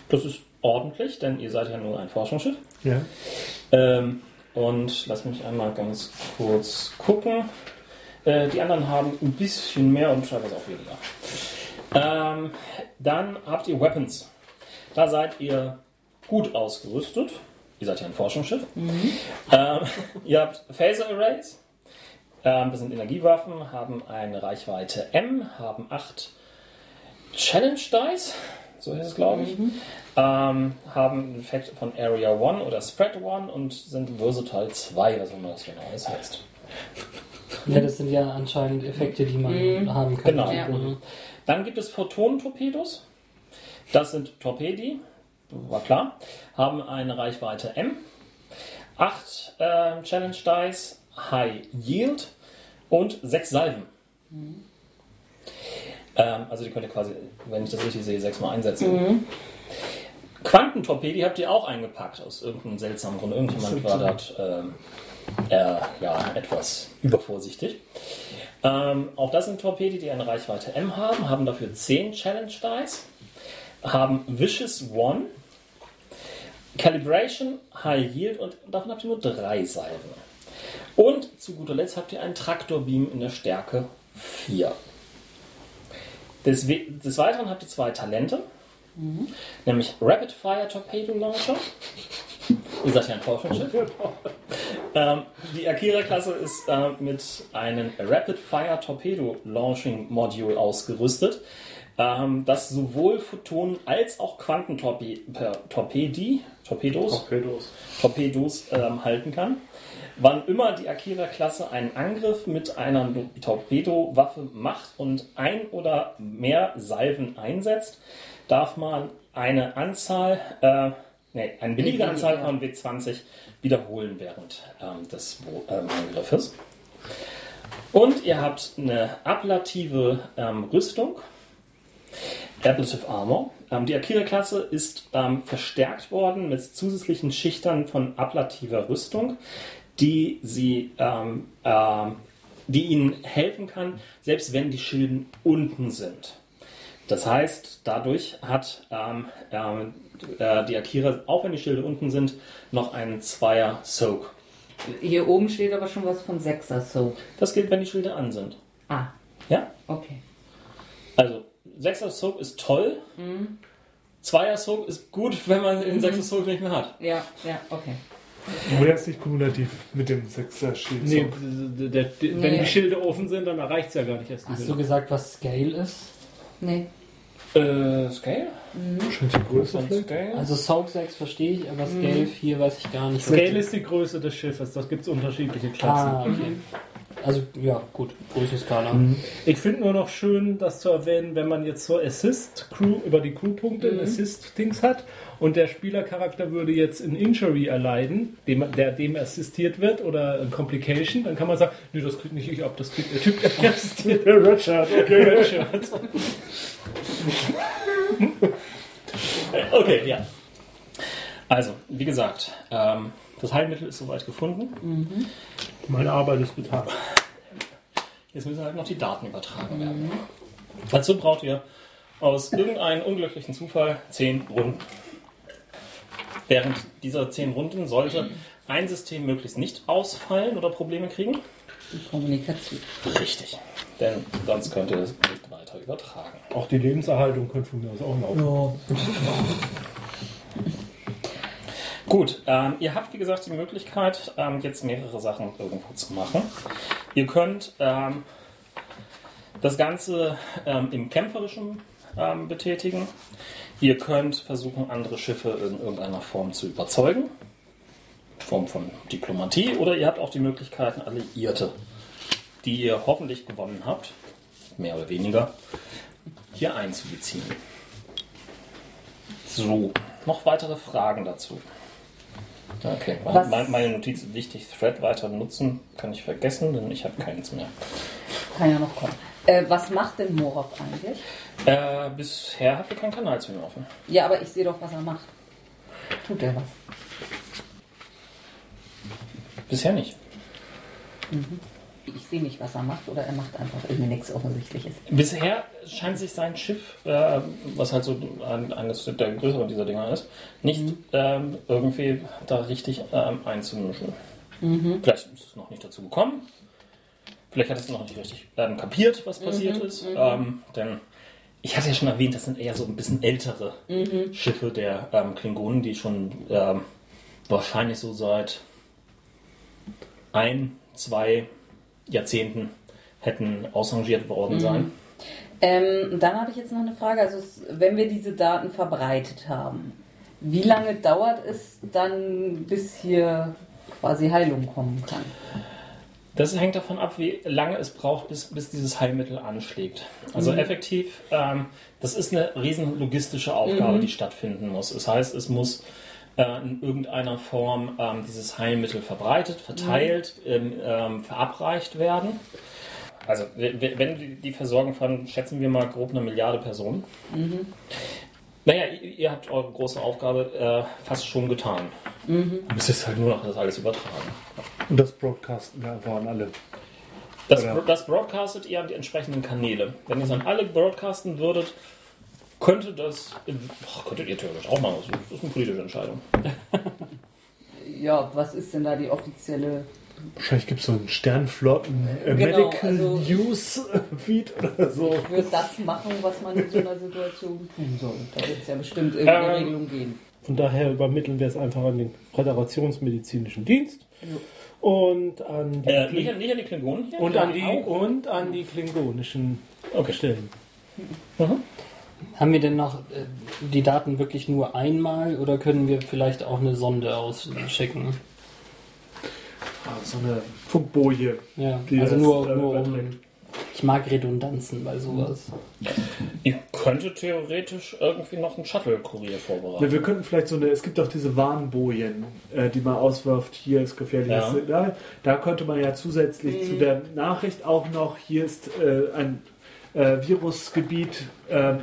B: Das ist ordentlich, denn ihr seid ja nur ein Forschungsschiff.
E: Ja.
B: Ähm, und lass mich einmal ganz kurz gucken. Äh, die anderen haben ein bisschen mehr und teilweise auch weniger. Ähm, dann habt ihr Weapons. Da seid ihr gut ausgerüstet. Ihr seid ja ein Forschungsschiff. Ähm, ihr habt Phaser Arrays. Ähm, das sind Energiewaffen, haben eine Reichweite M, haben 8 Challenge Dice, so heißt es, glaube ich ähm, haben einen Effekt von Area 1 oder Spread 1 und sind Versatile 2, was immer das genau das heißt.
D: Ja, das sind ja anscheinend Effekte, die man haben kann.
B: Genau.
C: Ja.
B: Mhm. Dann gibt es Photonentorpedos. Das sind Torpedi, war klar. Haben eine Reichweite M. Acht äh, Challenge Dice, High Yield und sechs Salven. Ähm, also die könnt ihr quasi, wenn ich das richtig sehe, sechsmal einsetzen. Quantentorpedi habt ihr auch eingepackt, aus irgendeinem seltsamen Grund. Irgendjemand war dort ähm, äh, ja, etwas übervorsichtig. Ähm, auch das sind Torpedi, die eine Reichweite M haben, haben dafür 10 Challenge Dice, haben Vicious One, Calibration, High Yield und davon habt ihr nur drei Salven. Und zu guter Letzt habt ihr einen Traktorbeam in der Stärke 4. Des, We- des Weiteren habt ihr zwei Talente, nämlich Rapid Fire Torpedo Launcher. Ihr seid ja ein Forschungsschiff. Ähm, die Akira-Klasse ist äh, mit einem Rapid Fire Torpedo Launching Module ausgerüstet, ähm, das sowohl Photonen als auch Quantentorpedi, Torpedos,
K: Torpedos.
B: Torpedos ähm, halten kann. Wann immer die Akira-Klasse einen Angriff mit einer Torpedowaffe macht und ein oder mehr Salven einsetzt, darf man eine Anzahl, äh, nee, eine beliebige Anzahl von W20 wiederholen während ähm, des Bo- ähm, Angriffes. Und ihr habt eine ablative ähm, Rüstung, Ablative Armor. Ähm, die Akira-Klasse ist ähm, verstärkt worden mit zusätzlichen Schichtern von ablativer Rüstung, die sie ähm, ähm, die ihnen helfen kann, selbst wenn die Schilden unten sind. Das heißt, dadurch hat ähm, ähm, äh, die Akira, auch wenn die Schilde unten sind, noch einen Zweier Soak.
C: Hier oben steht aber schon was von Sechser, so.
B: Das gilt, wenn die Schilde an sind.
C: Ah,
B: Ja?
C: okay.
B: Also, 6er Soak ist toll. Mhm. Zweier Soak ist gut, <laughs> wenn man den 6er Soak nicht mehr hat.
C: Ja, ja, okay.
E: Wo jetzt nicht kumulativ mit dem sechser schild
F: Nee, d- d- d- wenn
C: Nee.
F: die Schilde offen sind, dann erreicht es ja gar nicht erst. die
D: Hast du
F: Welle.
D: gesagt, was Scale ist?
C: Nee.
B: Äh, Scale?
E: Scheint die Größe
B: Und Scale?
D: Also Soak 6 verstehe ich, aber
B: Mhm.
D: Scale 4 weiß ich gar nicht.
F: Scale ist die Größe des Schiffes, das gibt es unterschiedliche Klassen.
D: Ah, okay. Also, ja, gut. Größenskala.
F: Ich finde nur noch schön, das zu erwähnen, wenn man jetzt so Assist-Crew über die Crew-Punkte ein Assist-Dings hat und der Spielercharakter würde jetzt ein Injury erleiden, dem, der dem assistiert wird oder ein Complication, dann kann man sagen, nö, das kriegt nicht ich ab, das kriegt der Typ, der <laughs> mir assistiert.
E: Der Richard, okay.
B: Okay, ja. Also, wie gesagt, ähm, das Heilmittel ist soweit gefunden.
F: Meine Arbeit ist getan.
B: Jetzt müssen halt noch die Daten übertragen werden. Dazu braucht ihr aus irgendeinem unglücklichen Zufall zehn Runden. Während dieser zehn Runden sollte ein System möglichst nicht ausfallen oder Probleme kriegen.
C: Die Kommunikation.
B: Richtig. Denn sonst könnt ihr das nicht weiter übertragen.
F: Auch die Lebenserhaltung könnte von mir aus auch laufen.
B: Gut, ähm, ihr habt wie gesagt die Möglichkeit, ähm, jetzt mehrere Sachen irgendwo zu machen. Ihr könnt ähm, das Ganze ähm, im Kämpferischen ähm, betätigen. Ihr könnt versuchen, andere Schiffe in irgendeiner Form zu überzeugen. Form von Diplomatie. Oder ihr habt auch die Möglichkeiten, Alliierte, die ihr hoffentlich gewonnen habt, mehr oder weniger, hier einzubeziehen. So, noch weitere Fragen dazu. Okay,
C: Was-
B: meine, meine Notiz ist wichtig. Thread weiter nutzen kann ich vergessen, denn ich habe keins mehr.
C: Kann ja noch kommen. Äh, was macht denn Morov eigentlich?
B: Äh, bisher habt ihr keinen Kanal zu ihm offen.
C: Ja, aber ich sehe doch, was er macht. Tut er was?
B: Bisher nicht.
C: Ich sehe nicht, was er macht, oder er macht einfach irgendwie nichts Offensichtliches.
B: Bisher scheint sich sein Schiff, äh, was halt so ein- eines der größeren dieser Dinger ist, nicht ähm, irgendwie da richtig ähm, einzumischen. Vielleicht ist es noch nicht dazu gekommen. Vielleicht hat es noch nicht richtig ähm, kapiert, was passiert ist. Ähm, denn ich hatte ja schon erwähnt, das sind eher so ein bisschen ältere Schiffe der ähm, Klingonen, die schon ähm, wahrscheinlich so seit ein, zwei Jahrzehnten hätten ausrangiert worden sein.
C: Ähm, dann habe ich jetzt noch eine Frage. Also, es- wenn wir diese Daten verbreitet haben, wie lange dauert es dann, bis hier quasi Heilung kommen kann?
B: Das hängt davon ab, wie lange es braucht, bis, bis dieses Heilmittel anschlägt. Also effektiv, ähm, das ist eine riesen logistische Aufgabe, die stattfinden muss. Das heißt, es muss äh, in irgendeiner Form ähm, dieses Heilmittel verbreitet, verteilt, ähm, ähm, verabreicht werden. Also we- we- wenn die- die Versorgung von, schätzen wir mal, grob eine Milliarde Personen. Naja, ihr, ihr habt eure große Aufgabe äh, fast schon getan. Es ist halt nur noch das alles übertragen.
H: Und das broadcasten wir einfach an alle.
B: Das,
H: Oder-
B: das broadcastet ihr an die entsprechenden Kanäle. Wenn ihr es an alle broadcasten würdet, könnte das. Ach, könntet ihr theoretisch auch machen. Das ist eine politische Entscheidung.
C: Ja, was ist denn da die offizielle.
H: Wahrscheinlich gibt es so einen Sternflotten äh,
C: Genau,
H: Medical
C: also-
H: News äh, Feed oder so.
C: Ich würde das machen, was man in so einer Situation tun soll. Da wird es ja bestimmt irgendeine
B: Ähm,
C: Regelung geben.
F: Von daher übermitteln wir es einfach an den Föderationsmedizinischen Dienst und an die,
B: Äh,
F: Kling-
B: nicht, an- nicht an die Klingonen hier?
F: und an die,
B: Auch?
F: und an die klingonischen
B: Okay.
F: Stellen.
D: Haben wir denn noch äh, die Daten wirklich nur einmal oder können wir vielleicht auch eine Sonde ausschicken?
H: Ah, so eine Funkboje.
D: Ja,
H: Die
D: also
H: das,
D: nur,
H: äh,
D: nur um.
H: überträgt.
D: Ich mag Redundanzen bei sowas.
B: Ihr könntet theoretisch irgendwie noch einen Shuttle-Kurier vorbereiten.
F: Ne-
H: Ja, wir könnten vielleicht so eine, es gibt doch diese Warnbojen, äh, die man auswirft, hier ist gefährliches
B: Ja.
H: Signal. Da könnte man ja zusätzlich zu der Nachricht auch noch, hier ist äh, ein äh, Virusgebiet, ähm,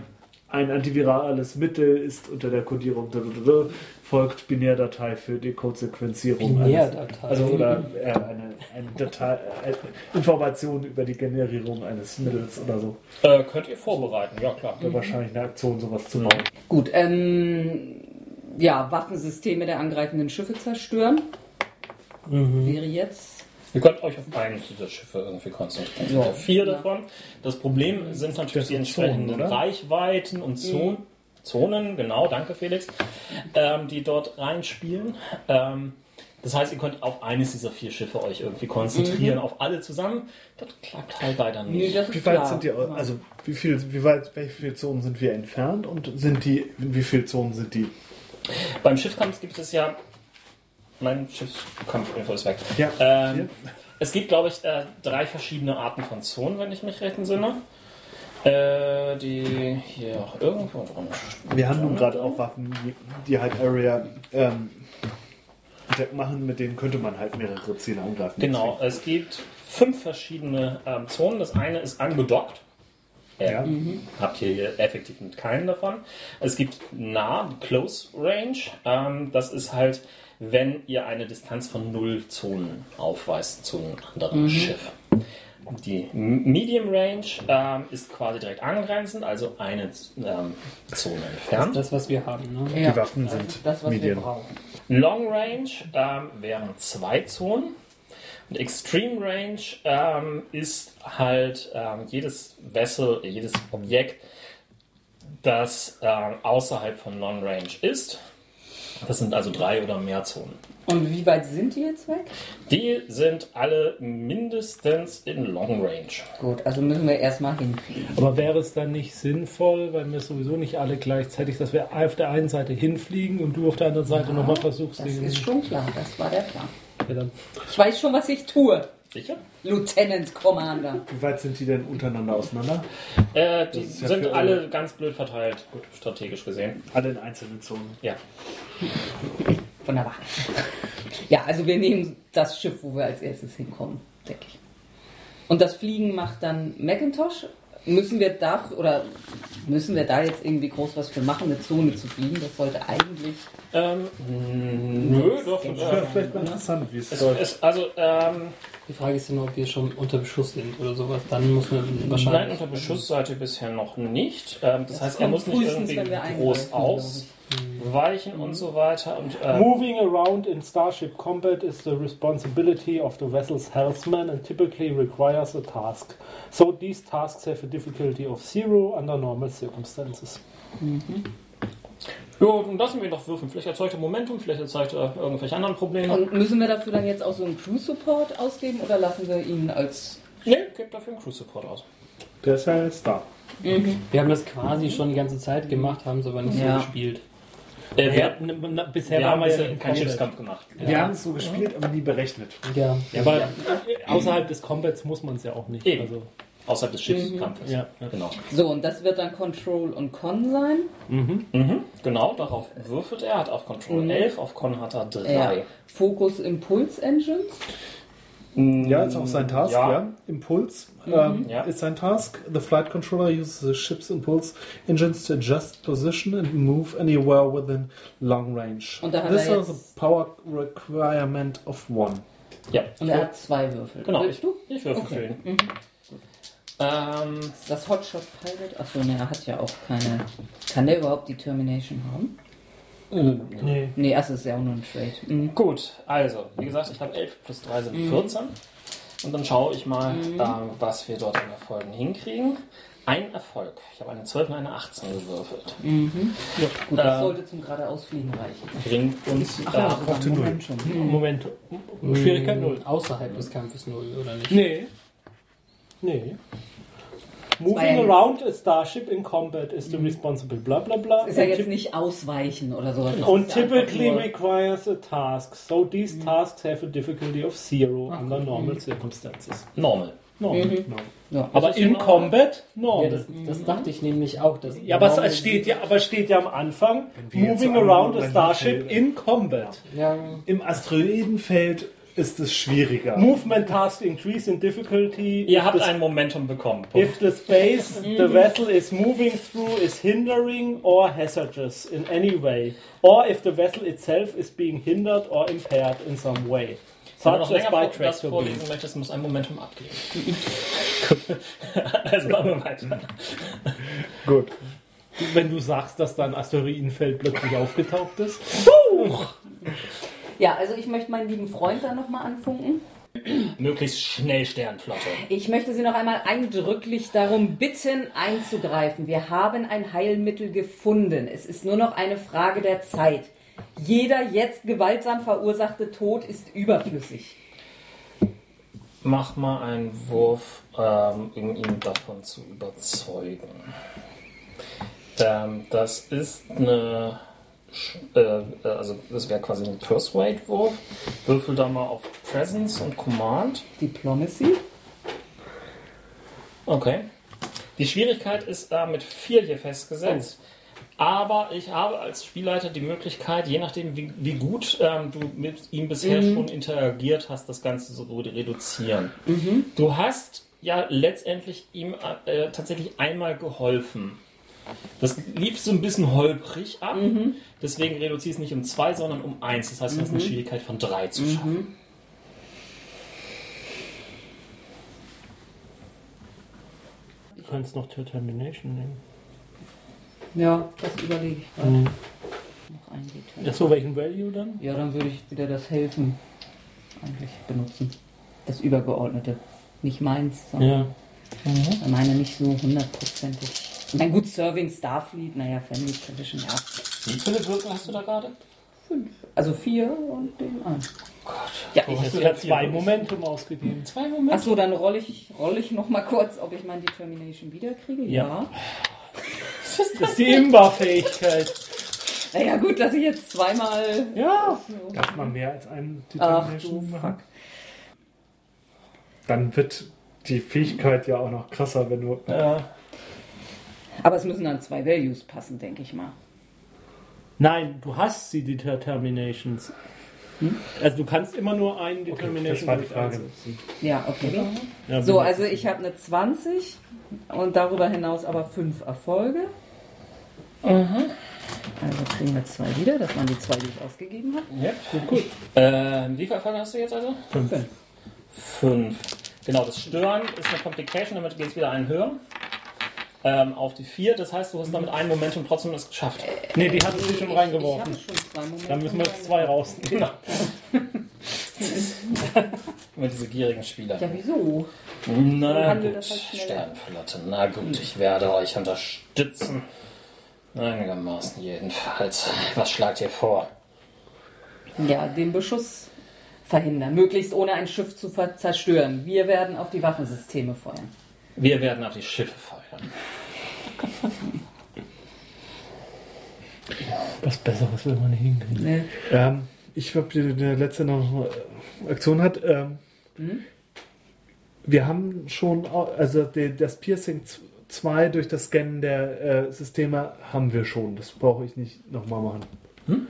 H: ein antivirales Mittel ist unter der Kodierung, dr- dr- dr- folgt Binärdatei für die Codesequenzierung. eines-
D: Binärdatei.
H: Also oder äh, eine, eine Datei, äh, Informationen über die Generierung eines Mittels oder so.
B: Äh, könnt ihr vorbereiten, ja klar.
H: Oder wahrscheinlich eine Aktion, sowas zu bauen.
C: Gut, ähm, ja, Waffensysteme der angreifenden Schiffe zerstören.
H: Mhm.
C: Wäre jetzt.
B: Ihr könnt euch auf eines dieser Schiffe irgendwie konzentrieren.
C: Ja.
B: Auf vier
C: Ja.
B: davon. Das Problem sind natürlich die entsprechenden
H: Zonen, oder?
B: Reichweiten
C: Mhm.
B: und Zonen. Zonen, genau, danke Felix, ähm, die dort reinspielen. Ähm, das heißt, ihr könnt auf eines dieser vier Schiffe euch irgendwie konzentrieren, auf alle zusammen. Das klappt halt leider
C: Mhm. Nee,
B: nicht.
C: das
H: Wie
C: ist
H: weit
C: klar.
H: sind die,
E: genau.
H: au- also wie viel, wie weit, welche viele Zonen sind wir entfernt und sind die, wie viele Zonen sind die?
B: Beim Schiffskampf gibt es ja. Mein Schiffskampf-Info ist weg.
H: Ja.
B: Ähm, es gibt, glaube ich, äh, drei verschiedene Arten von Zonen, wenn ich mich recht entsinne. Äh, die hier auch irgendwo drin stehen.
H: Wir haben nun gerade auch Waffen, die, die halt Area ähm, Attack machen, mit denen könnte man halt mehrere Ziele angreifen.
B: Genau, es gibt fünf verschiedene ähm, Zonen. Das eine ist angedockt. Äh,
H: Ja.
E: Mhm.
B: Habt ihr hier effektiv mit keinem davon. Es gibt nah, Close Range. Ähm, das ist halt, wenn ihr eine Distanz von null Zonen aufweist zu einem anderen Schiff. Die M- Medium Range ähm, ist quasi direkt angrenzend, also eine ähm, Zone entfernt.
D: Das, was wir haben, ne?
H: Die Waffen
E: Also,
H: sind
C: das, was
H: Medien.
C: wir brauchen.
B: Long Range ähm, wären zwei Zonen. Und Extreme Range ähm, ist halt ähm, jedes Vessel, jedes Objekt, das ähm, außerhalb von Non-Range ist. Das sind also drei oder mehr Zonen.
C: Und wie weit sind die jetzt weg?
B: Die sind alle mindestens in Long Range.
C: Gut, also müssen wir erstmal hinfliegen.
F: Aber wäre es dann nicht sinnvoll, weil wir sowieso nicht alle gleichzeitig, dass wir auf der einen Seite hinfliegen und du auf der anderen Seite nochmal versuchst,
C: Das
H: Mhm.
F: den-
C: ist schon klar, das war der Plan.
F: Ja, dann-
C: Ich weiß schon, was ich tue,
B: Sicher?
C: Lieutenant Commander.
E: Wie weit sind die denn untereinander auseinander?
B: Äh, die
E: ist ja
B: sind
E: für
B: alle ganz blöd verteilt, gut, strategisch gesehen.
E: Alle in einzelnen Zonen.
B: Ja.
C: Wunderbar. Ja, also wir nehmen das Schiff, wo wir als erstes hinkommen, denke ich. Und das Fliegen macht dann Macintosh. Müssen wir da oder müssen wir da jetzt irgendwie groß was für machen, eine Zone zu fliegen? Das sollte eigentlich.
B: Ähm, nö, doch.
E: Ja,
B: Äh,
E: vielleicht mal interessant, wie es
B: es,
E: läuft.
B: es, also, ähm,
D: Die Frage ist ja nur, ob wir schon unter Beschuss sind oder sowas. Dann muss man
B: nein,
D: wahrscheinlich.
B: unter Beschussseite bisher noch nicht. Ähm, das, heißt, er
C: kommt
B: muss nicht
C: frühestens,
B: irgendwie
C: wenn wir
B: groß
C: eingreifen, glaub Mhm.
B: ausweichen und so weiter. Und, äh,
F: Moving around in Starship Combat is the responsibility of the vessel's helmsman and typically requires a task. So these tasks have a difficulty of zero under normal circumstances.
B: Ja, dann lassen wir ihn doch würfeln. Vielleicht erzeugt er Momentum, vielleicht erzeugt er irgendwelche anderen Probleme.
C: Und müssen wir dafür dann jetzt auch so einen Crew Support ausgeben oder lassen wir ihn als.
B: Nee, gebt dafür einen Cruise Support aus.
E: Der ist ja jetzt da.
D: Wir haben das quasi schon die ganze Zeit gemacht, haben es aber nicht
C: Ja.
D: so gespielt.
B: Äh,
F: Wir
B: wir,
F: hatten- na- na- bisher
B: wir haben
F: waren wir
B: bisher
F: ja im
B: keinen
F: Combat.
B: Schiffskampf gemacht.
E: Wir haben es so gespielt, aber nie berechnet.
D: Ja.
F: Ja, aber Äh, außerhalb des Combats muss man es ja auch nicht.
B: Eben.
F: Also,
B: Außerhalb des Schiffskampfes.
F: ja.
B: Genau.
C: So, und das wird dann Control und Con sein.
B: Mhm. Genau, darauf würfelt er. Hat auf Control
C: Mhm.
B: 11, auf Con hat er 3.
C: Fokus Impuls Engines.
E: Ja, ist auch sein Task,
B: Ja. Mhm.
E: ja. Impuls ähm,
B: Ja.
E: ist sein Task. The flight controller uses the ship's impulse engines to adjust position and move anywhere within long range.
C: Und da hat
E: This
C: er
E: is
C: jetzt-
E: a power requirement of one.
B: Ja,
C: Und er hat zwei Würfel.
B: genau.
C: Willst du?
B: Ich, ich würfel
C: Okay. Mhm.
B: für ihn. Ähm,
C: Ist Das Hotshot Pilot? Achso, ne, er hat ja auch keine. Kann der überhaupt Determination haben?
B: Äh,
F: nee.
C: Ne, erst ist ja auch nur ein Trade. Mhm.
B: gut, also, wie gesagt, ich habe 11 plus 3 sind 14. Und dann schaue ich mal, ähm, was wir dort an Erfolgen hinkriegen. Ein Erfolg. Ich habe eine 12 und eine 18 gewürfelt.
C: Gut, das
B: Äh.
C: sollte zum geradeausfliegen reichen.
B: Bringt uns.
C: Ach
B: äh,
C: ja, aber
E: die
C: Moment schon.
F: Moment.
C: Hm.
F: Schwierigkeit null.
D: Außerhalb des Kampfes null, oder nicht?
F: Nee. Nee. Moving
C: ja jetzt-
F: around a starship in combat is the responsible bla bla bla.
C: Ist ja
F: And
C: jetzt
F: typ-
C: nicht ausweichen oder sowas. Das
F: Und
C: ist ja einfach
F: typically
C: nur-
F: requires a task. So these tasks have a difficulty of zero under normal circumstances.
B: Normal.
F: Normal.
C: Ja,
F: Aber
B: Das ist
F: in
B: normal.
F: Combat
D: Ja,
F: normal.
D: das, das dachte ich nämlich auch. Dass
F: Ja, aber es steht ja, aber steht ja am Anfang,
E: wir jetzt
F: moving
E: so
F: around a
E: einmal
F: starship
E: gleich
F: in combat.
D: Ja,
E: Im Asteroidenfeld ist es
C: Mhm.
E: schwieriger.
F: Movement task increase in difficulty.
B: Ihr habt
F: Das-
B: ein Momentum bekommen. Punkt.
F: If the space the vessel is moving through is hindering or hazardous in any way, or if the vessel itself is being hindered or impaired in some way,
B: Wenn du
F: such
B: noch
F: as
B: länger
F: by
B: vor, das
F: tractor beams.
B: vorlesen möchtest, muss ein Momentum abgeben. <laughs> also machen wir weiter.
E: Gut.
F: Wenn du sagst, dass da ein Asteroidenfeld plötzlich aufgetaucht ist.
C: ja, also ich möchte meinen lieben Freund dann nochmal anfunken.
B: Möglichst schnell Sternflotte.
C: Ich möchte Sie noch einmal eindrücklich darum bitten, einzugreifen. Wir haben ein Heilmittel gefunden. Es ist nur noch eine Frage der Zeit. Jeder jetzt gewaltsam verursachte Tod ist überflüssig.
B: Mach mal einen Wurf, ähm, um ihn davon zu überzeugen. Ähm, das ist eine. Sch- Äh, äh, also, das wäre quasi ein Persuade-Wurf. Würfel da mal auf Presence und Command.
C: Diplomacy?
B: Okay. Die Schwierigkeit ist äh, mit 4 hier festgesetzt. Aber ich habe als Spielleiter die Möglichkeit, je nachdem, wie, wie gut ähm, du mit ihm bisher schon interagiert hast, das Ganze so zu reduzieren. Du hast ja letztendlich ihm äh, tatsächlich einmal geholfen. Das lief so ein bisschen holprig ab. Deswegen reduziere ich es nicht um 2, sondern um 1. Das heißt, du hast eine Schwierigkeit von 3 zu schaffen.
F: Du kannst noch Determination nehmen.
C: Ja, das überlege ich gerade. Noch ein Detail.
F: Achso, welchen Value dann?
C: Ja, dann würde ich wieder das Helfen eigentlich benutzen. Das Übergeordnete. Nicht meins, sondern
F: Ja.
C: Ich meine nicht so hundertprozentig. Mein gut Serving Starfleet, naja, Family Tradition, ja.
B: Wie viele Würfel hast du da gerade?
C: fünf. Also vier und den einen.
B: Ja,
F: Du hast ja zwei Momentum ausgegeben. Zwei Momentum?
C: Achso, dann rolle ich, roll ich nochmal kurz, ob ich mein Determination wiederkriege.
F: Ja.
C: Ja.
F: Das ist die Imba-Fähigkeit.
C: Naja, gut, dass ich jetzt zweimal.
F: Ja.
C: So.
F: Darf man mehr als einen
C: Ach du
F: Determination machen?
C: Fuck.
H: Dann wird die Fähigkeit ja auch noch krasser, wenn du.
F: Ja.
C: Aber es müssen dann zwei Values passen, denke ich mal.
F: Nein, du hast sie, die Determinations. Also du kannst immer nur einen Determination.
L: war die Frage.
C: Ja, okay.
F: Ja,
C: So,
F: also
C: also ich habe eine 20 und darüber hinaus aber fünf Erfolge. Also kriegen wir zwei wieder, das waren die zwei, die ich ausgegeben habe.
B: Ja, gut, gut. Ähm, wie viel Erfolge hast du jetzt also? Fünf. Fünf. Genau, das Stören ist eine Complication, damit geht es wieder einen höher. Ähm, auf die vier, das heißt, du hast damit einen Momentum trotzdem das geschafft.
F: nee, die hattest du schon
C: Ich,
F: reingeworfen.
C: ich habe schon zwei Momente.
F: Dann müssen wir jetzt zwei rausnehmen.
B: Genau. Immer diese gierigen Spieler.
C: Ja, wieso?
B: Na
C: Handel
B: gut,
C: das halt schneller.
B: Sternflotte. Na gut, ich werde euch unterstützen. Einigermaßen jedenfalls. Was schlagt ihr vor?
C: Ja, den Beschuss verhindern, möglichst ohne ein Schiff zu ver- zerstören. Wir werden auf die Waffensysteme feuern.
B: Wir werden auf die Schiffe feuern.
F: Was Besseres will man nicht hinkriegen.
C: Ne?
H: Ähm, ich glaube, die, die letzte noch äh, Aktion hat. Ähm,
C: Mhm.
H: Wir haben schon, au- also die, das Piercing 2 durch das Scannen der äh, Systeme haben wir schon. Das brauche ich nicht nochmal machen.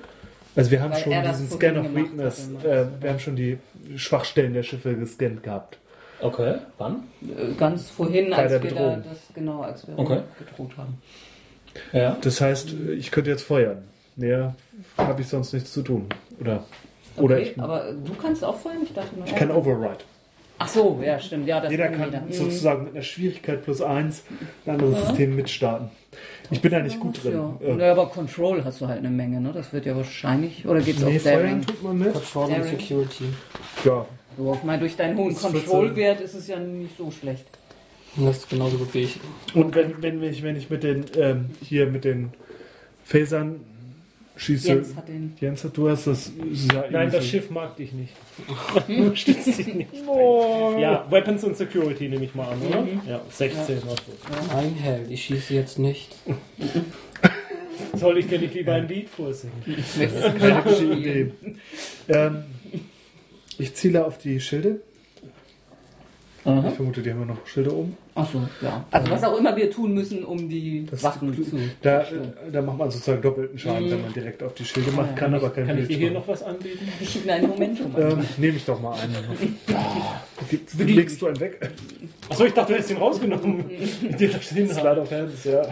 H: Also wir haben
C: Hm? Weil
H: schon
C: er das
H: diesen
C: vorhin
H: Scan of
C: gemacht
H: Weakness.
C: hatte,
H: Äh, wir haben schon die Schwachstellen der Schiffe gescannt gehabt.
B: Okay, wann?
C: Äh, Ganz vorhin,
H: Bei
C: als
H: der
C: wir da
H: Bedrohung.
C: das genau, als wir
B: Okay.
C: gedroht haben.
B: Ja.
H: Das heißt, äh, ich könnte jetzt feuern. Mehr habe ich sonst nichts zu tun. Oder, oder
C: okay,
H: ich,
C: aber du kannst auch feuern, ich dachte nur.
H: ich kann Override.
C: Ach so, ja, stimmt, ja, das
H: Jeder
C: kann
H: kann
C: jeder. Mhm.
H: sozusagen mit einer Schwierigkeit plus eins ein anderes System mitstarten. Ich bin da nicht gut drin.
C: Ja.
H: Äh,
C: Naja, aber Control hast du halt eine Menge, ne? Das wird ja wahrscheinlich. Oder geht's
H: nee,
C: auf
H: feuern
C: Daring?
H: tut man mit.
D: Control und
C: Daring.
D: Security.
H: Ja,
C: So, ich meine, durch deinen hohen
H: Das wird so-
C: Control-Wert ist es ja nicht so schlecht.
D: Das ist genauso gut wie ich.
H: und wenn, wenn, ich, wenn ich mit den ähm, hier mit den Phasern schieße.
C: Jens
H: Jens,
C: hat den.
H: du hast das. Ja,
F: Nein, das Schiff mag dich nicht. Stützt dich nicht. Ja, Weapons und Security nehme ich mal an, oder? Ja, 16. oder so.
D: Ein Held, ich schieße jetzt nicht.
F: Soll ich dir nicht lieber ein Lied vorsingen?
H: Keine gute Idee. Ähm, ich ziele auf die Schilde. Ich vermute, die haben ja noch Schilde oben.
C: Ach so, ja. Also was auch immer wir tun müssen, um die
H: Das-
C: Waffen zu.
H: Da, äh, da macht man sozusagen doppelten Schaden, wenn man direkt auf die Schilde macht, kann aber kein
F: Kann ich dir
H: Bild
F: hier
H: machen.
F: noch was anbieten?
C: Ich gebe ein Momentum. an.
H: Ähm, Nehme ich doch mal
F: <laughs>
H: einen. Gib- Legst du einen weg?
F: Achso, ich dachte, du hättest ihn rausgenommen. Ich dir das hin
H: Slide of Hands,
F: <laughs>
H: ja.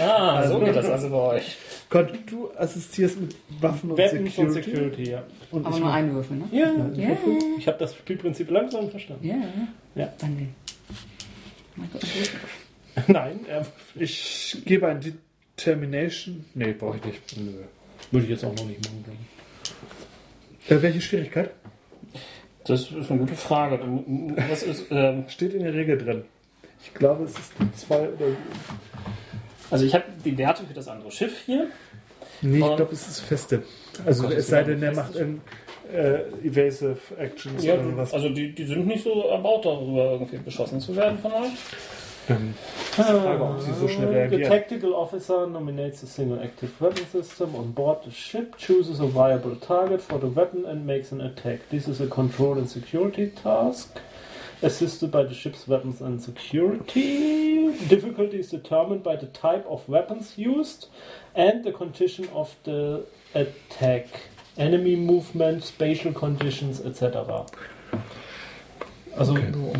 B: Ah, so geht das also bei euch.
H: Gott, du assistierst mit Waffen und
F: Weapons und
H: Security.
F: Security, ja.
H: Und
C: aber
H: ich
C: nur
H: mach-
C: Einwürfe, ne?
F: Ja,
C: Ja.
F: ich habe das Spielprinzip langsam verstanden.
C: Ja,
F: Ja.
C: Dann den. Mein Gott,
F: Nein, äh,
H: ich gebe ein Determination. Nee, brauche ich nicht. Nö.
F: würde ich jetzt auch noch nicht machen. glaub ich.
H: Äh, welche Schwierigkeit?
B: Das ist eine gute Frage. Du- Das ist, ähm,
H: Steht in der Regel drin. Ich glaube, es ist die zwei oder.
B: also ich habe die Werte für das andere Schiff hier.
H: Nee, ich
B: Ähm,
H: glaube, es ist feste. Also,
B: Gott,
H: es
B: ist
H: sei
B: die
H: denn, der
B: feste?
H: macht in, äh, Evasive Actions
B: Ja,
H: oder was.
B: also die, die sind nicht so erbaut darüber, irgendwie beschossen zu werden von euch.
H: Ähm, Frage, ob sie so schnell
F: Uh, The
H: reagieren.
F: tactical officer nominates a single active weapon system on board the ship, chooses a viable target for the weapon and makes an attack. This is a control and security task, assisted by the ship's weapons and security. Difficulty is determined by the type of weapons used and the condition of the attack. Enemy movement, spatial conditions, etc. Also,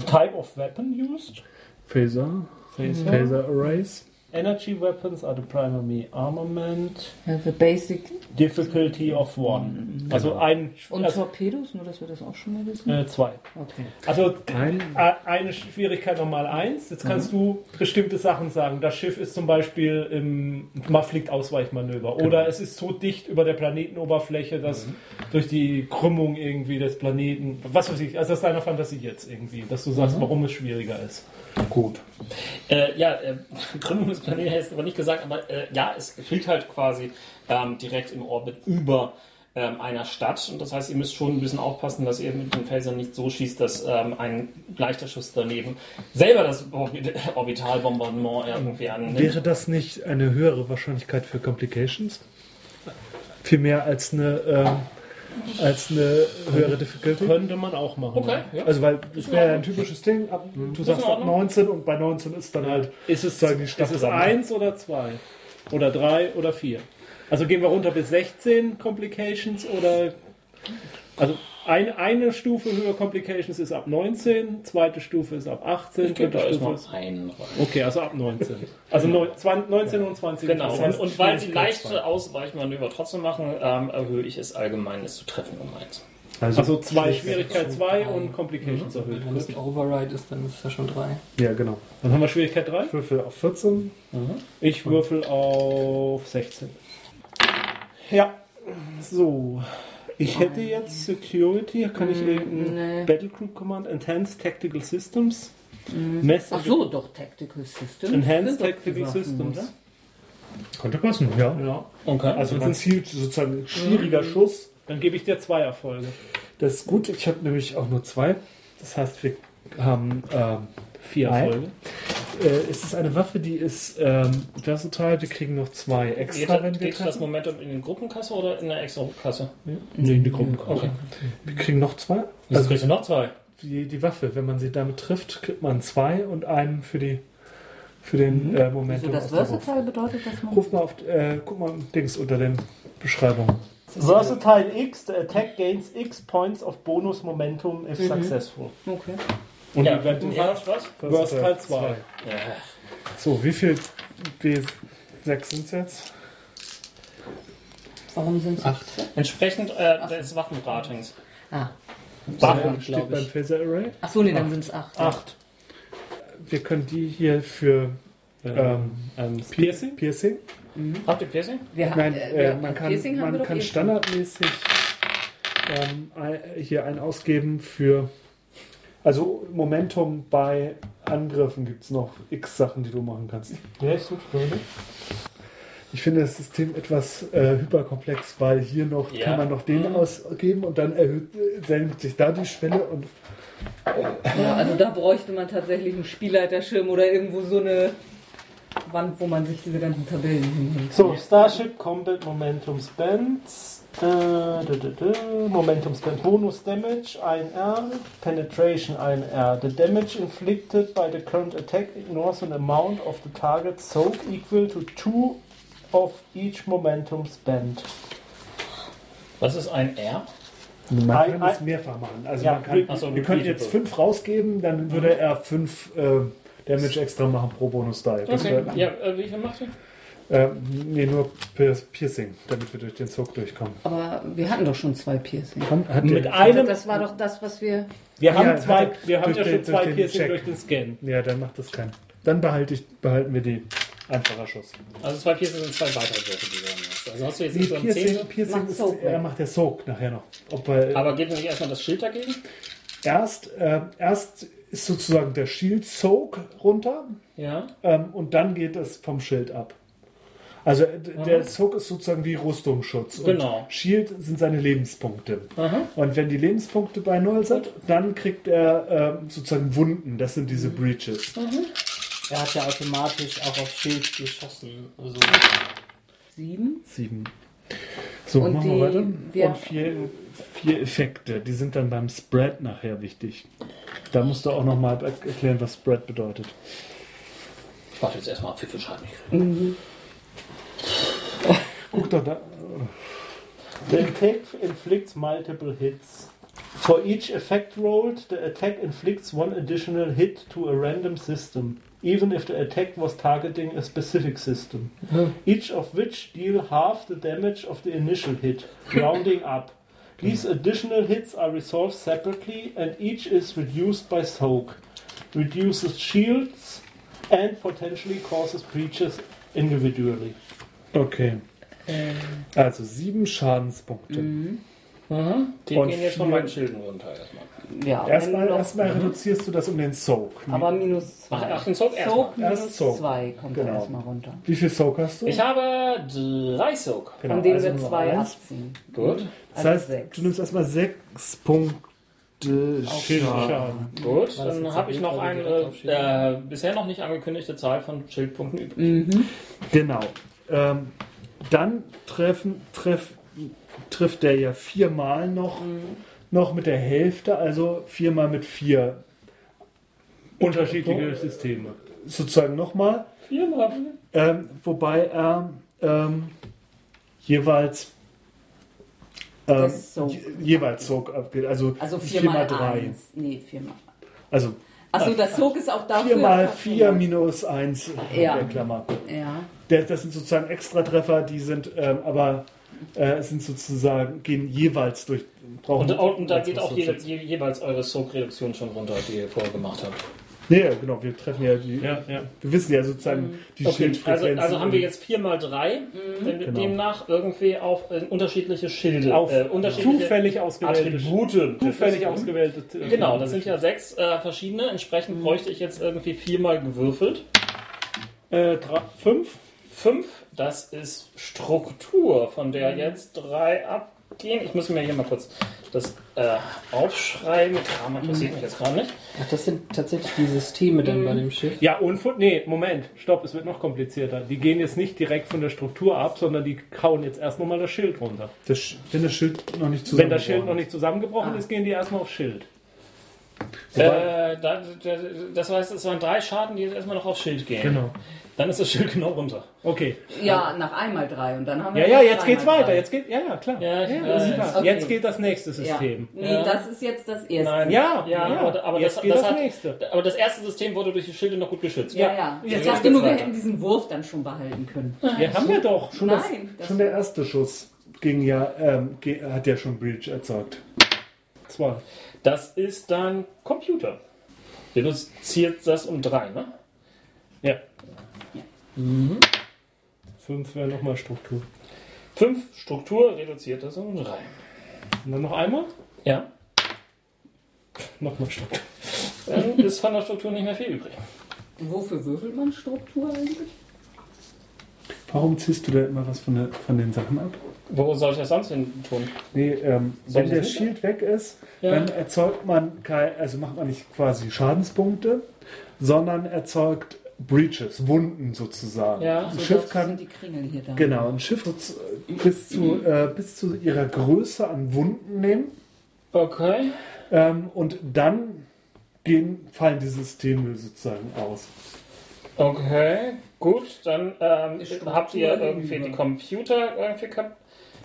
F: type of weapon used.
H: Phaser. Phaser. Phaser Arrays.
F: Energy weapons are the primary armament.
C: ja. The Basic Mm,
F: Difficulty of one. Also ein,
C: und
F: also,
C: Torpedos, nur dass wir das auch schon mal wissen.
F: äh, zwei.
C: Okay.
F: Also
H: Ein.
F: a- eine Schwierigkeit nochmal eins.
C: Mhm.
F: Jetzt kannst du bestimmte Sachen sagen. Das Schiff ist zum Beispiel im man fliegt Ausweichmanöver
C: Genau.
F: oder es ist so dicht über der Planetenoberfläche, dass
C: Mhm.
F: durch die Krümmung irgendwie des Planeten, was weiß ich, also das ist deiner Fantasie
C: Mhm.
F: jetzt irgendwie, dass du sagst, warum es schwieriger ist.
B: Gut. Äh, <laughs> ja, äh, Gründung des das hat er jetzt aber nicht gesagt, aber äh, ja, es fliegt halt quasi ähm, direkt im Orbit über ähm, einer Stadt. Und das heißt, ihr müsst schon ein bisschen aufpassen, dass ihr mit den Phasern nicht so schießt, dass ähm, ein leichter Schuss daneben selber das Orbi- <laughs> Orbitalbombardement irgendwie annimmt.
H: Wäre das nicht eine höhere Wahrscheinlichkeit für Complications? Viel mehr als eine, ähm, als eine höhere Difficulty?
F: Könnte man auch machen.
B: Okay, ja.
H: Also, weil es wäre ja ein typisches Ding, ab, du sagst
B: in
H: ab
B: Ordnung.
H: 19 und bei 19 ist dann halt,
F: Ist es,
H: Sagen die ne?
F: ist es
H: Stadtversammlung.
F: eins oder zwei? Oder drei oder vier? Also gehen wir runter bis 16 Complications oder. Also ein, eine Stufe höher Complications ist ab 19, zweite Stufe ist ab 18,
B: Ich gebe
F: dritte
B: da
F: Stufe
B: erstmal
F: ist.
B: einen rein.
F: Okay, also ab 19. Also neun- zwan- 19 und 20.
B: Genau,
F: Das
B: und,
F: heißt,
B: und weil sie
F: Schwierigkeit zwei.
B: leichte Ausweichmanöver trotzdem machen, ähm, erhöhe ich es allgemein, es zu treffen um eins.
F: Also zwei Schwierigkeit 2 und
H: Mhm.
F: Complications erhöht.
D: Wenn das
F: Gut.
D: Override ist, dann ist es ja schon drei.
H: ja genau.
F: Dann haben wir Schwierigkeit 3.
H: Würfel auf 14.
F: Ich würfel auf 16. Ja, so. Ich hätte jetzt Security, kann ich irgendein
C: Mm, nee.
F: Battlegroup Command, Enhanced Tactical Systems, Mess
C: Mm. Ach so, doch, Tactical System.
F: Enhanced
C: Sind doch
F: Tactical
C: die Waffen,
F: Systems.
C: oder?
H: Könnte passen, ja.
F: Ja.
B: Okay.
H: Also man zielt sozusagen ein schwieriger
B: Mhm.
H: Schuss.
F: Dann gebe ich dir zwei Erfolge.
H: Das ist gut, ich habe nämlich auch nur zwei. Das heißt, wir haben. Ähm,
F: Vier
H: Nein.
F: Erfolge.
H: äh, es ist eine Waffe, die ist ähm, versatile. Wir kriegen noch zwei
B: Geht,
H: extra, wenn
B: das-
H: wir
B: geht das
H: treffen.
B: Momentum in den Gruppenkasse oder in der extra Kasse?
H: Nee, in die Gruppenkarte.
B: Okay.
H: Wir kriegen noch zwei.
B: Also kriegst du noch zwei.
H: die, die Waffe, wenn man sie damit trifft, kriegt man zwei und einen für die für den äh, Moment.
C: So, das Versatile bedeutet, dass man.
H: Ruf mal auf, äh, guck mal im Dings unter den Beschreibungen.
F: Versatile X, the attack gains X points of bonus momentum if successful.
C: Mhm. Okay.
F: Und
B: Ja,
F: die werden
B: ja, was?
F: Versatile
H: halt
F: 2.
B: Ja.
H: So, wie viel B6 sind es jetzt?
C: Warum sind sie?
D: Acht.
B: Entsprechend äh, des Waffenratings.
C: Ah.
H: Waffen steht
D: glaube
H: beim
D: ich.
H: Phaser Array.
C: Ach so, nee, dann sind es acht.
F: Acht.
H: Wir können die hier für ähm,
F: Ähm,
H: Pi- Piercing.
B: Habt ihr Piercing?
C: Wir haben,
H: Nein,
C: äh,
H: äh,
C: wir haben-
H: man kann,
C: Piercing haben wir
H: man
C: doch
H: kann
C: eh schon.
H: standardmäßig ähm, ein- hier einen ausgeben für. Also Momentum bei Angriffen gibt es noch x Sachen, die du machen kannst.
F: Ja, ist gut.
H: Ich finde das System etwas äh, hyperkomplex, weil hier noch
B: Ja.
H: kann man noch den
C: Mhm.
H: ausgeben und dann erhöht, äh, senkt sich da die Schwelle und
C: Ja, also da bräuchte man tatsächlich einen Spielleiterschirm oder irgendwo so eine Wand, wo man sich diese ganzen Tabellen hinhängt.
F: So, Starship Combat Momentum äh, Spends. Da, da, da, da. Momentum Spend. Bonus Damage 1R. Penetration 1R. The damage inflicted by the current attack ignores an amount of the target soak equal to 2 of each Momentum Spend.
B: Was ist ein R?
H: man
F: Ei-
H: kann
F: ei-
H: es mehrfach machen. Also
F: Ja,
H: man kann,
B: ach so,
H: wir können
B: repeatable.
H: jetzt fünf rausgeben, dann
C: Mhm.
H: würde er fünf äh, Damage extra machen pro Bonus die. Das
B: Okay.
H: wär-
B: Ja, äh, wie viel macht ihr?
H: Ähm, nee, nur Pier- Piercing, damit wir durch den Zug durchkommen.
C: Aber wir hatten doch schon zwei Piercing.
H: Hat, hat
F: Mit
H: der-
F: einem.
C: Also Das war doch das, was wir.
F: Wir haben,
H: Ja,
F: zwei,
H: hat er-
F: wir haben
H: Ah, durch
F: ja
H: den-
F: schon zwei
H: durch den
F: Piercing
H: Check.
F: durch den Scan.
H: ja, dann macht das keinen. Dann behalte ich, behalten wir die. Einfacher Schuss.
B: Also zwei Piercing sind zwei weitere Würfe, die du dann hast. Also hast du jetzt
H: Nee,
B: nicht so einen Zehn.
H: Piercing, Piercing
C: Macht
H: ist,
C: Soak,
H: er
C: ne?
H: macht der Soak nachher noch. Ob wir,
B: Aber geht nicht erstmal das Schild dagegen?
H: erst, ähm, erst ist sozusagen der Shield Soak runter
B: Ja.
H: ähm, und dann geht es vom Schild ab. Also äh, d- der Soak ist sozusagen wie Rüstungsschutz.
B: Genau.
H: Und Shield sind seine Lebenspunkte.
B: Aha.
H: Und wenn die Lebenspunkte bei Null sind, dann kriegt er ähm, sozusagen Wunden. Das sind
C: Mhm.
H: diese Breaches.
D: Er hat ja automatisch auch auf Schild geschossen. Also
C: Sieben?
H: Sieben. So,
C: Und
H: machen wir
C: die-
H: weiter.
C: wir-
H: Und vier, vier Effekte. Die sind dann beim Spread nachher wichtig. Da musst du auch nochmal erklären, was Spread bedeutet.
B: Ich warte jetzt erstmal ab, wie viel Schaden ich kriege.
H: Guck doch da.
F: The attack inflicts multiple hits. For each effect rolled, the attack inflicts one additional hit to a random system, even if the attack was targeting a specific system, each of which deal half the damage of the initial hit, rounding up. These additional hits are resolved separately and each is reduced by soak, reduces shields, and potentially causes breaches individually.
C: Ähm. Mhm.
H: Okay. Also sieben Schadenspunkte.
B: Die
H: Und
B: gehen jetzt von
H: vier-
B: meinen Schilden runter erstmal.
C: Ja,
H: Erstmal,
C: wenn noch-
H: erstmal reduzierst du das um den Soak. Wie,
C: aber minus
B: Ach,
C: 2.
B: ach den Soak erstmal.
C: Soak
H: Erst
C: minus
H: Soak.
C: 2 kommt
H: Genau.
C: dann erstmal runter.
H: wie viel Soak hast du?
B: Ich habe drei Soak.
H: Genau,
C: Von denen
H: also
C: wir
H: nur
C: 2
H: eins.
C: abziehen.
B: Gut,
H: Das
C: also
H: heißt,
C: sechs.
H: du nimmst erstmal sechs Punkte Schaden.
F: Schaden.
B: gut.
D: War das
B: Dann
D: jetzt
B: habe
D: ein
B: ich noch
D: Bild,
B: eine
D: weil wir direkt auf Schild
B: äh, bisher noch nicht angekündigte Zahl von Schildpunkten übrig.
H: Genau. Ähm, dann treffen, treff, trifft der ja viermal noch,
C: Mhm.
H: noch mit der Hälfte, also viermal mit vier.
F: Unterschiedliche Systeme.
H: Sozusagen nochmal.
B: Viermal.
H: Ähm, wobei er ähm, jeweils ähm,
C: Das Sog.
H: je, jeweils Sog abgeht. Also,
C: Also 4
H: vier
C: mal
H: mal drei.
C: 1. Nee, 4 mal.
H: Also
C: Achso, das Sog ist auch dafür.
H: 4 mal 4
C: verringert.
H: minus 1
C: Ja.
H: der Klammer.
C: Ja.
H: Das, das sind sozusagen Extratreffer, die sind ähm, aber äh, es sind sozusagen, gehen jeweils durch. Brauchen
B: Und, und da
H: jeweils
B: geht
H: was
B: auch
H: zu
B: je,
H: schützen.
B: je, jeweils eure Soak-Reduktion schon runter, die ihr vorher gemacht habt.
H: Nee, ja, genau, wir treffen ja die.
F: Ja, ja.
H: Wir wissen ja
C: Mhm.
H: sozusagen die
B: Okay, also,
H: Schildfrequenzen.
B: also haben wir jetzt 4 mal 3, demnach irgendwie auf äh, unterschiedliche Schilde,
F: Auf
B: äh, unterschiedliche
F: zufällig ausgewählte.
B: Attribute.
F: Zufällig ausgewählte.
H: Äh,
B: Genau, das sind ja sechs äh, verschiedene. Entsprechend bräuchte ich jetzt irgendwie viermal gewürfelt.
F: Äh, drei, fünf.
B: Fünf, das ist Struktur, von der jetzt drei abgehen. Ich muss mir hier mal kurz das äh, aufschreiben. Kram interessiert mich jetzt gerade nicht.
D: Ach, das sind tatsächlich die Systeme dann bei dem Schiff.
F: Ja, und von, nee, Moment, stopp, es wird noch komplizierter. Die gehen jetzt nicht direkt von der Struktur ab, sondern die kauen jetzt erst nochmal das Schild runter.
H: das, Sch- wenn das Schild noch nicht
F: Wenn
H: zusammen
F: das Schild noch nicht zusammengebrochen ist, gehen die erstmal aufs Schild.
B: Äh, da, da, das heißt, es waren drei Schaden, die jetzt erstmal noch aufs Schild gehen.
H: Genau.
B: Dann ist das Schild genau runter.
F: Okay.
C: Ja, nach einmal 3 und dann haben wir.
F: Ja, ja, jetzt
C: dreimal
F: geht's weiter.
C: drei.
F: Jetzt geht, ja, ja, klar.
B: Ja, äh, ich
F: das ist
B: weiß.
F: klar.
C: Okay.
F: Jetzt geht das nächste
C: ja.
F: System.
C: Nee,
B: Ja.
C: das ist jetzt das erste.
B: Nein.
F: Ja,
B: Ja,
F: ja.
B: aber, aber,
F: jetzt
B: das,
F: geht
B: das
F: das,
B: hat,
F: nächste.
B: aber das erste System wurde durch die Schilde noch gut geschützt.
C: Ja, ja.
F: Ja,
C: Ich
F: jetzt
C: dachte
B: geht's
C: nur, wir
B: weiter.
C: hätten diesen Wurf dann schon behalten können.
F: Ja, haben wir doch.
H: Schon,
C: Nein,
H: das,
C: das-
H: schon der erste Schuss ging ja, ähm, ge- hat ja schon Breach erzeugt.
F: Zwei.
B: Das ist dann Computer. Reduziert das um drei, ne?
F: Ja. Fünf wäre nochmal Struktur.
B: Fünf Struktur reduziert das um drei.
F: Und dann noch einmal?
B: Ja. <laughs>
F: Nochmal Struktur.
B: Dann ist von der Struktur nicht mehr viel übrig.
C: Wofür würfelt man Struktur eigentlich?
H: Warum ziehst du da immer was von, der, von den Sachen ab?
B: Wo soll ich das sonst hin tun?
H: Nee, ähm,
B: Soll das
H: wenn der
B: nicht?
H: Shield weg ist,
B: Ja.
H: dann erzeugt man kein, also macht man nicht quasi Schadenspunkte, sondern erzeugt Breaches, Wunden sozusagen.
B: Ja,
H: ein
C: So,
H: Schiff
C: dazu
H: kann
C: sind die Kringel hier da.
H: genau ein Schiff zu- bis zu äh, bis zu ihrer Größe an Wunden nehmen
B: Okay.
H: ähm, und dann gehen, fallen die Systeme sozusagen aus.
B: Okay, gut. Dann ähm,
C: Die Struktur
B: habt ihr irgendwie die Computer irgendwie kap-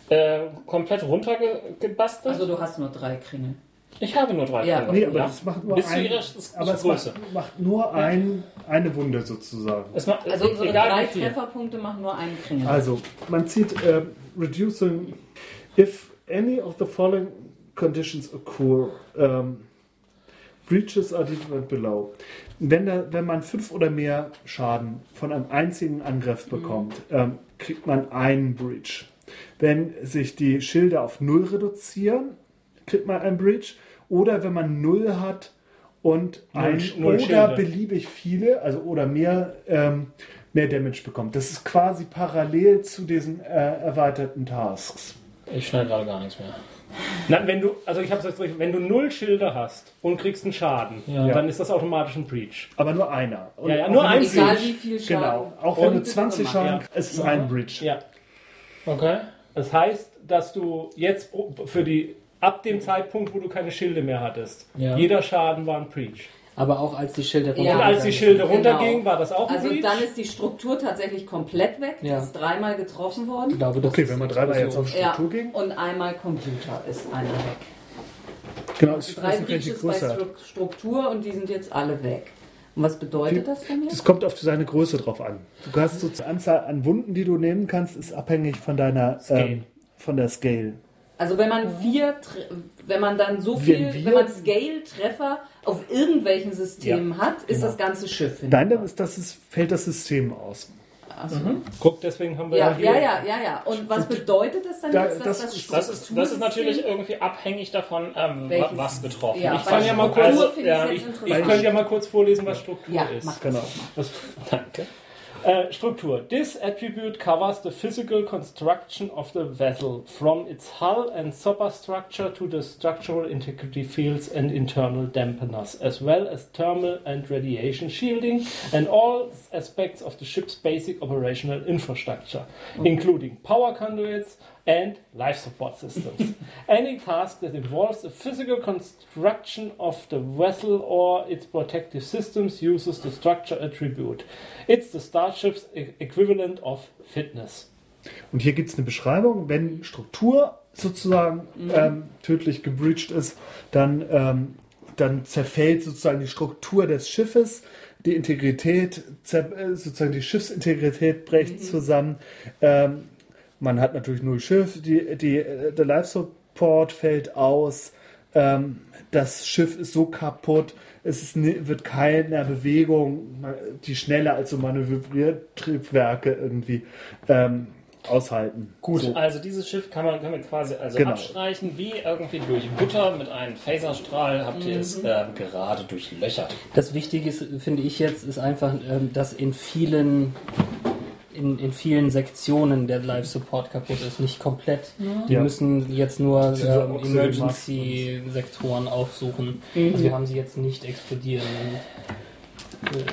B: äh, komplett runtergebastelt.
C: Also du hast nur drei Kringel.
B: ich habe nur drei
C: Ja.
B: Finger.
H: Nee, aber das macht nur
B: Bis zu
H: ein,
B: ihrer Sch-
H: aber es
B: Größe.
H: macht, macht nur ein, eine Wunde sozusagen.
B: Es macht,
C: Also unsere
B: egal
C: drei
B: wie viel.
C: Trefferpunkte machen nur einen Kringel.
H: Also, man zieht äh, reducing if any of the following conditions occur. Ähm, breaches are defined below. Wenn, da, wenn man fünf oder mehr Schaden von einem einzigen Angriff bekommt, ähm, kriegt man einen Breach. Wenn sich die Schilde auf null reduzieren, kriegt man einen Breach. Oder wenn man null hat und
F: Null
H: ein
F: Sch- null
H: oder
F: Schilde.
H: beliebig viele, also oder mehr, ähm, mehr Damage bekommt. Das ist quasi parallel zu diesen äh, erweiterten Tasks.
B: Ich schneide gerade gar nichts mehr.
F: Na, wenn du, also ich hab's jetzt richtig, wenn du null Schilder hast und kriegst einen Schaden, dann ist das automatisch ein Breach.
H: Aber nur einer. Und
F: Ja, ja,
H: auch
F: nur
H: wenn-
F: ein
C: Egal
F: Breach.
C: wie viel Schaden.
H: Genau. Auch wenn du
C: Und-
H: 20 Schaden,
F: Ja.
H: es ist ein Breach.
F: Ja.
B: Okay.
F: Das heißt, dass du jetzt pro- für die ab dem Zeitpunkt, wo du keine Schilde mehr hattest,
B: Ja.
F: jeder Schaden war ein Breach.
D: Aber auch als die Schilder
C: Ja.
F: Und als die
D: runtergegangen
F: Schilde
C: Genau.
F: runtergingen, war das auch ein
C: Also
F: Breach.
C: dann ist die Struktur tatsächlich komplett weg.
D: Ja.
C: Die ist dreimal getroffen
D: sind. Ich
F: Genau,
C: worden.
D: glaube, das
H: Okay,
D: ist
H: wenn man dreimal jetzt auf
C: Ja.
H: Struktur ging.
C: Und einmal Computer ist einer weg.
H: Genau, ich
C: Drei
H: weiß nicht, welche
C: Breaches bei
H: Größe hat.
C: Stru Struktur und die sind jetzt alle weg. Und was bedeutet das denn jetzt?
H: Es kommt auf seine Größe drauf an. Du hast so die Anzahl an Wunden, die du nehmen kannst, ist abhängig von deiner
F: Scale.
H: ähm, von der Scale.
C: Also wenn man vier, tre- wenn man dann so
H: Wenn
C: viel,
H: wir-
C: wenn man Scale-Treffer auf Genau. irgendwelchen Systemen hat, ist das ganze Schiff hin.
H: Nein, dann ist das, ist, fällt das System aus.
C: Achso.
F: Guck, deswegen haben wir
C: Ja,
F: hier.
C: ja, ja, ja, ja. Und was bedeutet das dann
H: Da-
C: jetzt, dass
H: das-
C: das,
B: Das ist, das ist natürlich irgendwie abhängig davon, ähm, wa-
C: Welches-
B: was betroffen
C: Ja,
B: ist.
C: bei
F: ja mal
C: Struktur
F: kurz-
C: finde ich
B: ja,
C: es
B: ich-
C: jetzt
F: Ich
C: interessant.
F: könnte ja mal kurz vorlesen, was Struktur
C: Ja,
F: ist.
C: mach
H: Genau.
F: Das, danke. Äh, Struktur. This attribute covers the physical construction of the vessel, from its hull and superstructure to the structural integrity fields and internal dampeners, as well as thermal and radiation shielding, and all aspects of the ship's basic operational infrastructure, including power conduits and life support
B: <laughs>
F: systems. Any task that involves the physical construction of the vessel or its protective systems uses the structure attribute. It's the starship's e- equivalent of fitness.
H: Und hier gibt es eine Beschreibung, wenn Struktur sozusagen ähm, tödlich gebreached ist, dann, ähm, dann zerfällt sozusagen die Struktur des Schiffes, die Integrität, zer, äh, sozusagen die Schiffsintegrität bricht zusammen. Ähm, man hat natürlich null Schiff, die, die, äh, der Life Support fällt aus, ähm, das Schiff ist so kaputt, es ist, ne- wird keiner Bewegung, man- die schneller als so Manövriertriebwerke irgendwie ähm, aushalten.
B: Gut,
H: So.
B: also dieses Schiff kann man, können wir quasi also
H: Genau.
B: abstreichen, wie irgendwie durch Butter mit einem Phaserstrahl habt ihr es ähm, gerade durchlöchert.
D: Das Wichtige ist, finde ich jetzt, ist einfach, ähm, dass in vielen, in, in vielen Sektionen der Live Support kaputt ist, nicht komplett. Die
H: Ja.
D: müssen jetzt nur
H: Beziehungsweise
D: ähm,
H: auch so gemacht
D: Emergency-Sektoren aufsuchen. Also wir haben sie jetzt nicht explodieren.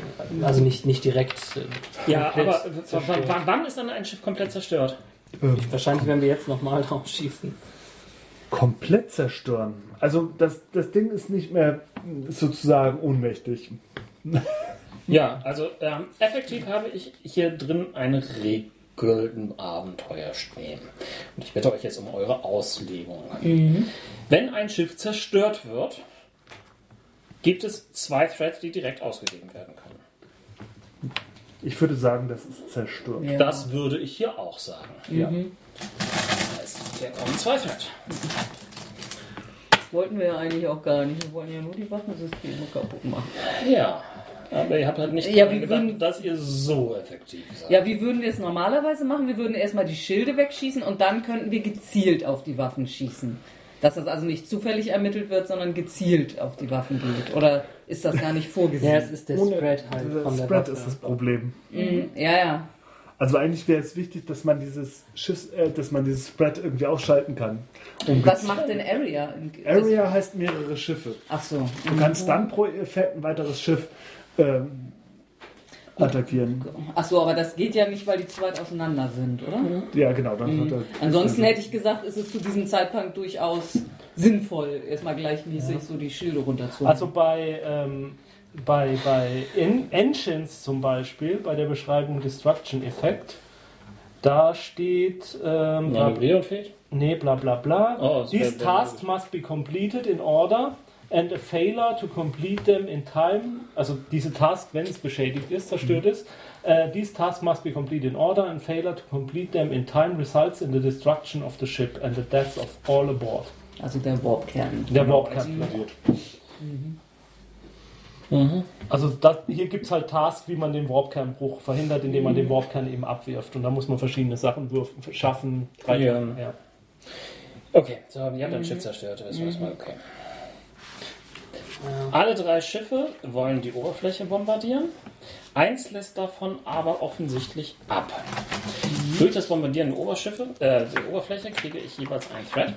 D: äh, Also nicht, nicht direkt. äh,
B: Ja,
D: komplett
B: aber w- w-
D: zerstört.
B: wann, wann ist dann ein Schiff komplett zerstört?
D: Wahrscheinlich werden wir jetzt nochmal <laughs> drauf schießen.
H: Komplett zerstören. Also das, das Ding ist nicht mehr mh, sozusagen ohnmächtig.
B: Ja, also ähm, effektiv habe ich hier drin eine Regel im Abenteuer stehen. Und ich bitte euch jetzt um eure Auslegung. Wenn ein Schiff zerstört wird, gibt es zwei Threads, die direkt ausgegeben werden können.
H: Ich würde sagen, das ist zerstört.
C: Ja.
B: Das würde ich hier auch sagen.
H: Ja.
B: Das heißt, der kommt zwei Thread.
C: wollten wir ja eigentlich auch gar nicht. Wir wollten ja nur die Waffensysteme kaputt machen.
B: Ja, aber ihr habt halt nicht
C: Ja,
B: daran
C: wir
B: gedacht,
C: würden-
B: dass ihr so effektiv seid.
C: Ja, wie würden wir es normalerweise machen? Wir würden erstmal die Schilde wegschießen und dann könnten wir gezielt auf die Waffen schießen. Dass das also nicht zufällig ermittelt wird, sondern gezielt auf die Waffen geht. Oder ist das gar nicht vorgesehen?
D: Ja, es ist der Spread halt
H: Der
D: von der
H: Spread
D: Waffe.
H: ist das Problem.
C: Mhm, ja, ja.
H: Also eigentlich wäre es wichtig, dass man dieses Schiff, äh, dass man dieses Spread irgendwie ausschalten kann. Und
C: Was macht denn Area?
H: Area heißt mehrere Schiffe.
C: Ach so.
H: Du kannst dann pro Effekt ein weiteres Schiff ähm, attackieren.
C: Ach so, aber das geht ja nicht, weil die zu weit auseinander sind, oder?
H: Ja, genau. Dann hat er,
C: Ansonsten hätte ich gesagt, ist es zu diesem Zeitpunkt durchaus sinnvoll, erstmal gleichmäßig so die Schilde runterzuholen.
F: Also bei, ähm, bei, bei en Engines zum Beispiel, bei der Beschreibung Destruction Effect, da steht. Ähm, bla-
B: Manövrierfähig?
F: Nee, Ne, bla bla bla.
B: Oh, das
F: These
B: wär- wär-
F: tasks must be completed in order and a failure to complete them in time. Also diese Task, wenn es beschädigt ist,
B: Mhm.
F: zerstört ist. Äh, these tasks must be completed in order and failure to complete them in time results in the destruction of the ship and the deaths of all aboard.
C: Also der Warpkern.
F: Der Warp explodiert. Also das, hier gibt es halt Tasks, wie man den Warpkernbruch verhindert, indem man
B: Mhm.
F: den Warpkern eben abwirft. Und da muss man verschiedene Sachen würfen, schaffen. Drei-
B: Ja.
F: Ja.
B: Okay, so, ihr habt ein Schiff zerstört, das ist mal okay. Alle drei Schiffe wollen die Oberfläche bombardieren. Eins lässt davon aber offensichtlich ab. Durch das Bombardieren der, Oberschiffe, äh, der Oberfläche kriege ich jeweils ein Thread.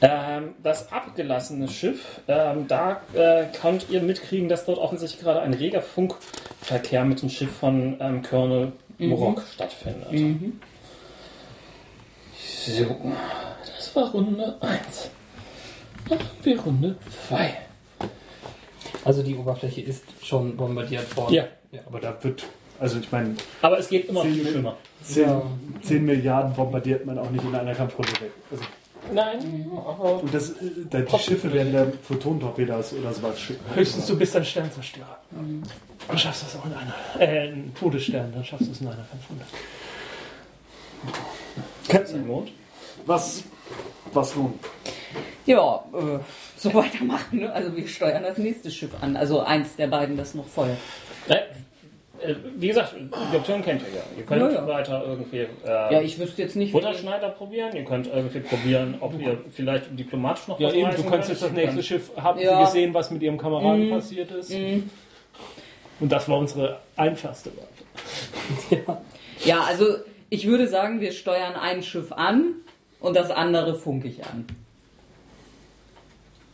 B: Ähm, das abgelassene Schiff, ähm, da äh, könnt ihr mitkriegen, dass dort offensichtlich gerade ein reger Funkverkehr mit dem Schiff von ähm, Colonel Morok stattfindet. So, das war Runde 1. Machen wir Runde 2.
D: Also die Oberfläche ist schon bombardiert worden.
B: Ja,
H: aber da wird, also ich meine,
B: aber es geht immer
H: Sie-
B: viel schlimmer.
H: 10,
D: Ja.
H: 10 Milliarden bombardiert man auch nicht in einer Kampfrunde weg. Also,
B: Nein, aber
H: und das, äh, da, die Schiffe werden da Photontorpedos oder sowas schicken.
F: Höchstens du bist ein Sternzerstörer. Du schaffst das auch in einer. Äh, ein Todesstern, dann schaffst du es in einer 500.
B: sein Mond.
H: Was, was nun?
C: Ja, äh, <laughs> so weitermachen. Ne? Also wir steuern das nächste Schiff an. Also eins der beiden, das noch voll.
B: Nein, äh, wie gesagt, Doktoren kennt ihr ja. Ihr könnt
C: Ja, ja.
B: weiter irgendwie äh,
C: Ja, ich wüsste jetzt nicht.
B: Butterschneider probieren. Ihr könnt irgendwie probieren, ob ihr vielleicht diplomatisch noch
F: Ja,
B: was
F: eben,
B: reißen
F: du kannst
B: könnt.
F: jetzt das
B: Ihr
F: nächste
B: könnt-
F: Schiff. Haben
C: Ja.
F: Sie gesehen, was mit Ihrem Kameraden passiert ist? Und das war unsere einfachste Waffe.
C: Ja, also ich würde sagen, wir steuern ein Schiff an und das andere funke ich an.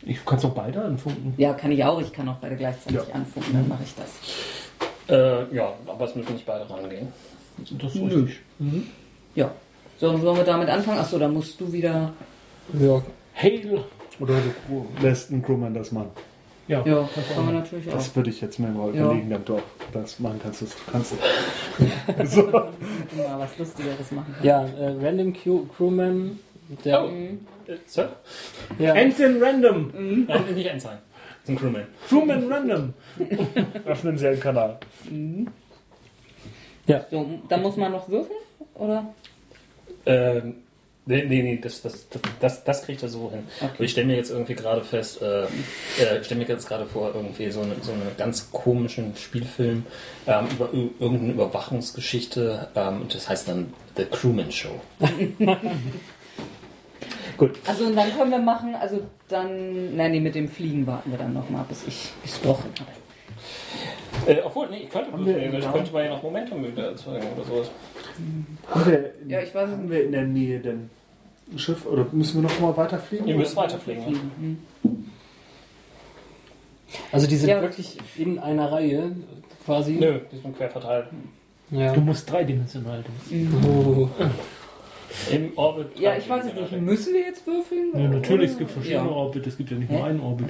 F: Ich kann doch beide anfunken.
C: Ja, kann ich auch. Ich kann auch beide gleichzeitig anfunken, dann mache ich das.
B: Äh, ja, aber es müssen nicht beide rangehen.
F: Das ist richtig.
C: Ja. So, sollen wir damit anfangen? Achso, da musst du wieder.
D: Ja,
F: Hail!
H: Oder du Crew- lässt einen Crewman das machen.
F: Ja.
C: Ja, das kann man natürlich auch.
H: Das würde ich jetzt mir mal
C: Ja.
H: überlegen, damit du auch das machen kannst, was du kannst.
C: Damit du mal was Lustigeres machen kannst.
D: ja äh, Random Q Crewman, der.
B: Äh, Sir?
D: Ja,
F: Ends in Random!
B: Nein, nicht eins sein. Zum Crewman.
F: Crewman Random!
H: Öffnen Sie einen Kanal.
C: So, da muss man noch würfeln? Oder?
B: Ähm, nee, nee, nee, das, das, das, das, das kriegt er so hin. Aber Ich stelle mir jetzt irgendwie gerade fest, äh, äh, ich stelle mir jetzt gerade vor, irgendwie so einen so eine ganz komischen Spielfilm ähm, über ir- irgendeine Überwachungsgeschichte ähm, und das heißt dann The Crewman Show. Gut,
C: Also, und dann können wir machen, also dann. Nein, nee, mit dem Fliegen warten wir dann nochmal, bis ich gesprochen habe.
B: äh, obwohl, nee, ich könnte,
H: wir-
C: genau
B: ich könnte mal ja noch Momentum wieder erzeugen oder sowas.
H: Haben wir, in-
C: Ja, ich weiß es
H: haben wir in der Nähe denn ein Schiff oder müssen wir noch mal weiterfliegen?
B: Ihr müsst weiterfliegen.
C: Fliegen. Hm.
D: also die sind
C: Ja.
D: wirklich in einer Reihe quasi.
B: Nö, die sind quer verteilt.
D: Ja.
F: Du musst dreidimensional denken.
D: Oh.
B: Im Orbit.
C: Ja, ich weiß es nicht. Müssen wir jetzt würfeln?
F: Ja, natürlich, es gibt verschiedene
C: Ja.
F: Orbit, es gibt ja nicht nur
C: Hä?
F: einen Orbit.